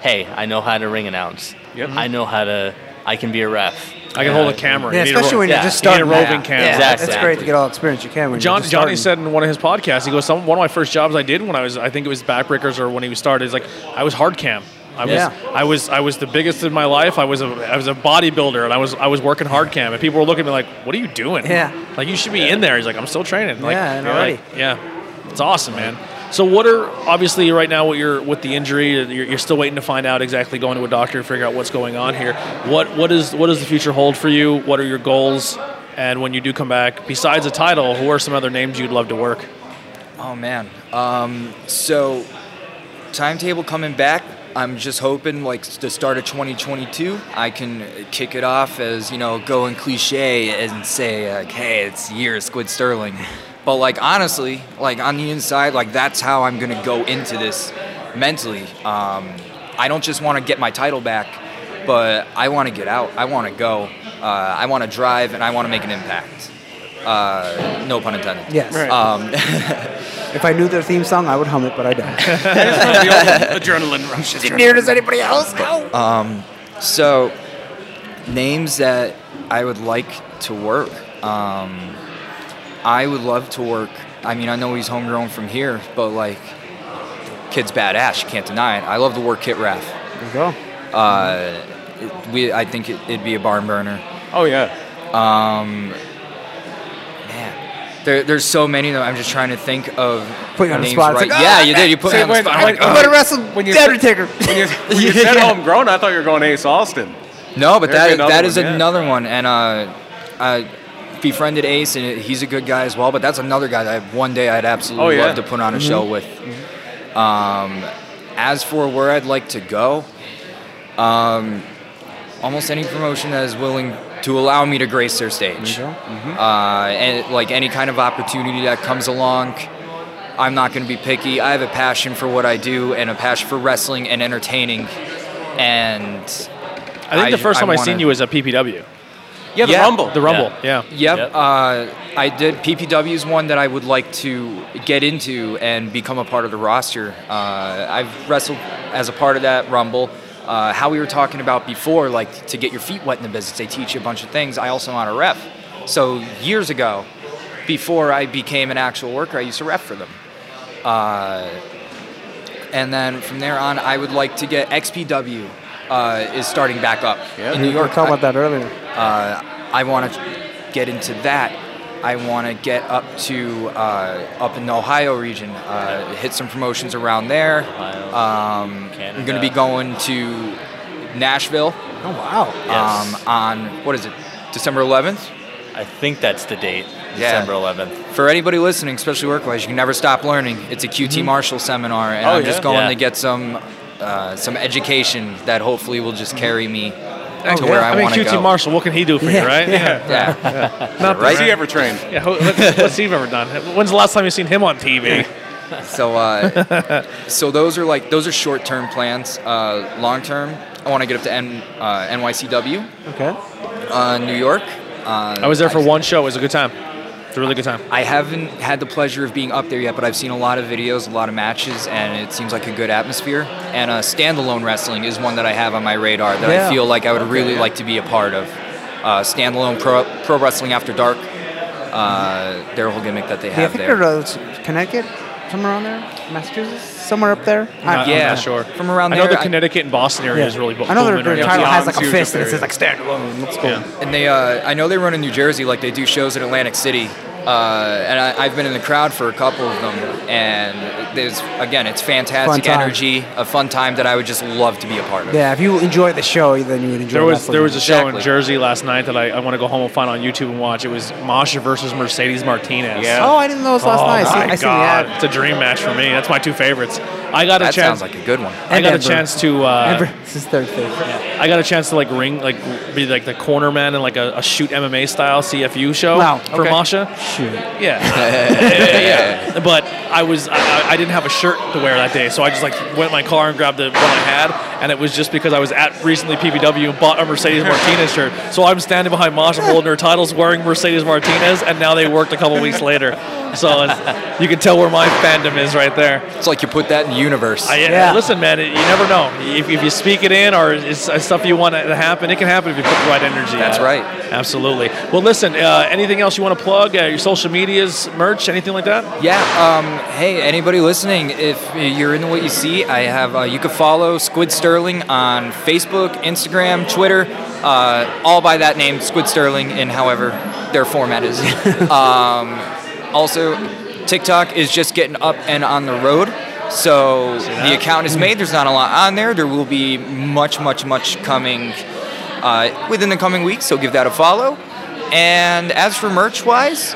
hey, I know how to ring announce. Yep. I know how to. I can be a ref.
I can hold a camera.
You
Yeah,
need a
especially
ro-
when you're
yeah.
just
You need a
starting.
roving
out.
camera.
Yeah,
Exactly.
It's great to get all the experience you can when
John,
you're just starting.
Johnny said in one of his podcasts, he goes, Some, one of my first jobs I did when I was, I think it was Backbreakers or when he was started, is like, I was hard cam. I was,
Yeah.
I was, I was the biggest in my life. I was a, I was a bodybuilder, and I was, I was working hard cam, and people were looking at me like, "What are you doing?
Yeah.
like you should be in there." He's like, "I'm still training." Like,
Yeah, and
like,
already.
yeah, it's awesome, man. So, what are obviously right now? What you're with the injury, you're, you're still waiting to find out exactly. Going to a doctor and figure out what's going on here. What, what is, what does the future hold for you? What are your goals? And when you do come back, besides a title, who are some other names you'd love to work?
Oh man. Um, so timetable coming back. I'm just hoping like s- the start of 2022, I can uh, kick it off as you know, going cliche and say like, hey, it's the year of Squid Sterling. But like honestly, like on the inside, like that's how I'm gonna go into this mentally. Um, I don't just want to get my title back, but I want to get out. I want to go. Uh, I want to drive, and I want to make an impact. Uh, no pun intended.
Yes. Right.
Um,
If I knew their theme song, I would hum it, but I don't.
adrenaline rush.
Near does anybody else go?
Um, so, names that I would like to work. Um, I would love to work. I mean, I know he's homegrown from here, but like, kid's badass. You can't deny it. I love to work Kit Raff.
There you go.
Uh, it, we, I think it, it'd be a barn burner. Oh yeah. Um, man, there, there's so many though. I'm just trying to think of
Put you on the
names
spot. It's
Right.
like,
yeah,
ah,
you did. You put
see,
me on the
when-
spot. I'm
when-
like, oh.
when I wrestle The Undertaker.
When you, when you said
Yeah.
homegrown, I thought you were going Ace Austin.
No, but
There'd be
that
another
that is
one, yeah.
another one, and uh, I befriended Ace, and he's a good guy as well. But that's another guy that I- one day I'd absolutely
Oh, yeah.
love to put on a show
Mm-hmm.
Mhm.
with. Um, as for where I'd like to go, um, almost any promotion that is willing to allow me to grace their stage,
Mm-hmm.
uh, and like any kind of opportunity that comes along. I'm not going to be picky. I have a passion for what I do and a passion for wrestling and entertaining. And
I think the first time I,
wanna-
seen you was at PPW. The Rumble, yeah.
Yep. Uh, I did. PPW is one that I would like to get into and become a part of the roster. Uh, I've wrestled as a part of that Rumble. Uh, how we were talking about before, like to get your feet wet in the business, they teach you a bunch of things. I also am on a ref. So years ago, before I became an actual worker, I used to ref for them. Uh, and then from there on, I would like to get XPW uh, is starting back up in New
We were
York.
talking about that earlier.
Uh, I want to get into that. I want to get up to uh, up in the Ohio region, uh, hit some promotions around there. Um, I'm going to be going to Nashville.
Oh wow!
Yes.
Um, on what is it, December 11th?
I think that's the date,
Yeah.
December 11th.
For anybody listening, especially work-wise, you can never stop learning. It's a QT
Mhm.
Marshall seminar, and
Oh,
I'm
yeah.
just going
Yeah.
to get some uh, some education that hopefully will just carry me to where I,
Oh, mean,
want to
QT
go.
Marshall, what can he do for
Yeah,
you, right?
yeah, yeah.
Not
Right?
that-
Has he ever trained?
Yeah, who- what's, what's he ever done? When's the last time you seen him on TV?
So, uh, so those are like those are short-term plans. Uh, long-term, I want to get up to N, uh, NYCW,
Okay.
uh, New York. Uh,
I was there for one show. It was a good time. It's a really good time.
I haven't had the pleasure of being up there yet, but I've seen a lot of videos, a lot of matches, and it seems like a good atmosphere. And uh, standalone wrestling is one that I have on my radar that
Yeah.
I feel like I would
Okay,
really
yeah.
like to be a part of. Uh, standalone pro, pro wrestling after dark. Uh, their whole gimmick that they
Yeah, I
have
think
there.
they're uh, Connecticut, somewhere around there, Massachusetts, somewhere up there.
I'm not, uh, I'm
yeah.
not sure.
From around
I know
there,
the
I-
Connecticut and Boston area
Yeah.
is really bo-
I know their-
booming
their
right
title
now.
has, like, a Yeah. fist and it says, like,
standalone. That's cool.
And they, uh, I know they run in New Jersey. Like they do shows in Atlantic City, uh, and I, I've been in the crowd for a couple of them. And there's again, it's fantastic
time.
energy, a fun time that I would just love to be a part of.
Yeah, if you enjoy the show, then you would enjoy.
There was
wrestling.
there was a show in Jersey last night that I, I want to go home and find on YouTube and watch. It was Masha versus Mercedes Martinez.
Yeah. Oh, I didn't know this last
Oh,
night. I seen-
my
I seen the
God.
ad.
It's a dream match for me. That's my two favorites. I got a
That
chance.
sounds like a good one.
I
And
got
Denver.
a chance to. Uh,
Denver. This is third thing.
I got a chance to like ring, like be like the corner man in like a, a shoot MMA style CFU show
Wow,
for
okay.
Masha.
Shoot.
Yeah. yeah. But I was I- I, I didn't have a shirt to wear that day, so I just like went in my car and grabbed the one I had, and it was just because I was at recently PPW and bought a Mercedes Martinez shirt. So I'm standing behind Masha holding her titles, wearing Mercedes Martinez, and now they worked a couple weeks later. So it's, you can tell where my fandom is right there.
It's like you put that in universe.
I,
Yeah.
Listen, man, you never know. If, if you speak it in or it's it's stuff you want to happen, it can happen if you put the right energy.
That's
out.
right.
Absolutely. Well, listen. Uh, anything else you want to plug? Uh, your social medias, merch, anything like that?
Yeah. Um, hey, anybody listening, if you're into what you see, I have uh, you can follow Squid Sterling on Facebook, Instagram, Twitter, uh, all by that name, Squid Sterling, in however their format is. um, also, TikTok is just getting up and on the road. So the account is made. There's not a lot on there. There will be much, much, much coming uh, within the coming weeks. So give that a follow. And as for merch wise,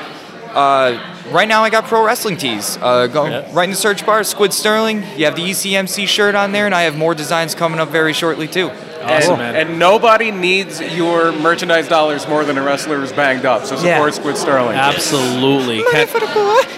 uh, right now, I got pro wrestling tees. Uh, go right in the search bar, Squid Sterling. You have the E ECMC shirt on there, and I have more designs coming up very shortly too.
and, and nobody needs your merchandise dollars more than a wrestler who's banged up. So
Yeah.
support Squid Sterling.
Absolutely. Can't,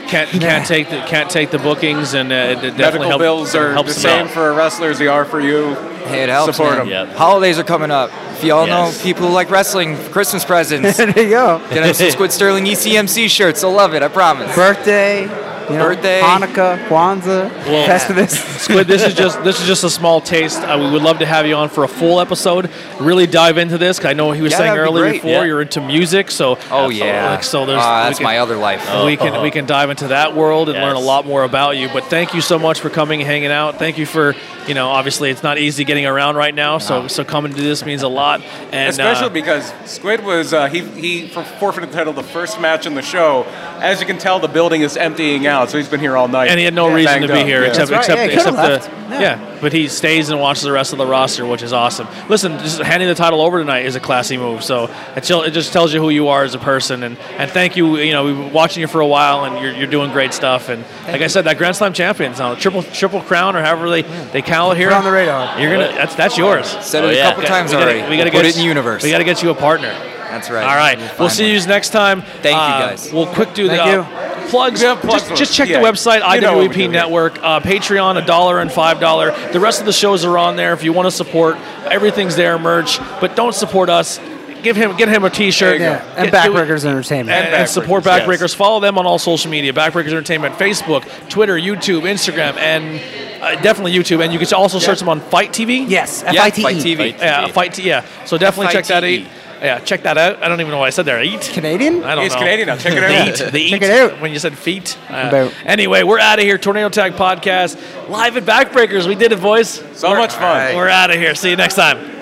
can't, can't take the can't take the bookings and uh, it definitely
Medical
help-
bills are the
helps them
same
out.
for a wrestler as they are for you.
Hey, it helps.
Support
man.
them.
Holidays are coming up. If y'all
Yes.
know people who like wrestling, Christmas presents.
there you go.
Get them some Squid Sterling E ECMC shirts. They'll love it. I promise.
Birthday. You know,
Birthday.
Hanukkah, Kwanzaa,
Well,
Festivus.
Squid, this is just this is just a small taste. Uh, we would love to have you on for a full episode. Really dive into this. 'cause I know he was
Yeah,
saying
that'd be
earlier
great.
before
Yeah.
you're into music, so
Oh, yeah.
Like, so there's
Ah,
we
that's my other life.
We can we can dive into that world and learn a
Yes.
lot more about you. But thank you so much for coming and hanging out. Thank you for you know obviously it's not easy getting around right now, so so coming to this means a lot. And
Especially
uh,
because Squid was uh, he he for- forfeited the title the first match in the show. As you can tell, the building is emptying out, so he's been here all night.
and he had no reason to
Banged
be
up,
here
yeah.
except except except the yeah. But he stays and watches the rest of the roster, which is awesome. Listen, just handing the title over tonight is a classy move. So it, tell- it just tells you who you are as a person, and, and thank you. You know, we've been watching you for a while, and you're, you're doing great stuff. And like I said, that Grand Slam champions now triple triple crown or however they they cowl it here
on the radar.
You're gonna that's that's yours.
Oh,
Said
Oh,
it a couple
Okay,
times
we gotta-
already.
We gotta
We'll put it
get
in universe.
We gotta get you a partner. That's
right.
All right,
We'll
we'll
find
see you next time. Thank
you, guys.
We'll quick do
Thank
the uh,
you.
plugs.
Yeah, plugs
just,
for
just
us.
check
Yeah.
the website,
You know what we
IWEP Network, uh, Patreon, a dollar and five dollar. The rest of the shows are on there if you want to support. Everything's there, merch. But don't support us. Give him, get him a T-shirt.
Yeah, and
Get- do-
Backbreakers Entertainment.
and, and support Backbreakers. Follow them on all social media: Backbreakers Entertainment, Facebook, Twitter, YouTube, Instagram, and uh, definitely YouTube. And you can also search them on Fight TV.
Yes,
yeah,
F.I.T.E.. Fight TV.
Yeah, Fight T. E. Yeah,
E.
so definitely check that out. Yeah, check that out. I don't even know why I said that. Eat
Canadian?
I don't
He's
know.
Canadian now. Check it
They
out.
eat- They eat.
Check it
When you said feet. Uh,
About-
anyway, we're out of here. Tornado Tag Podcast live at Backbreakers. We did it, boys. So much fun. We're out of here. See you next time.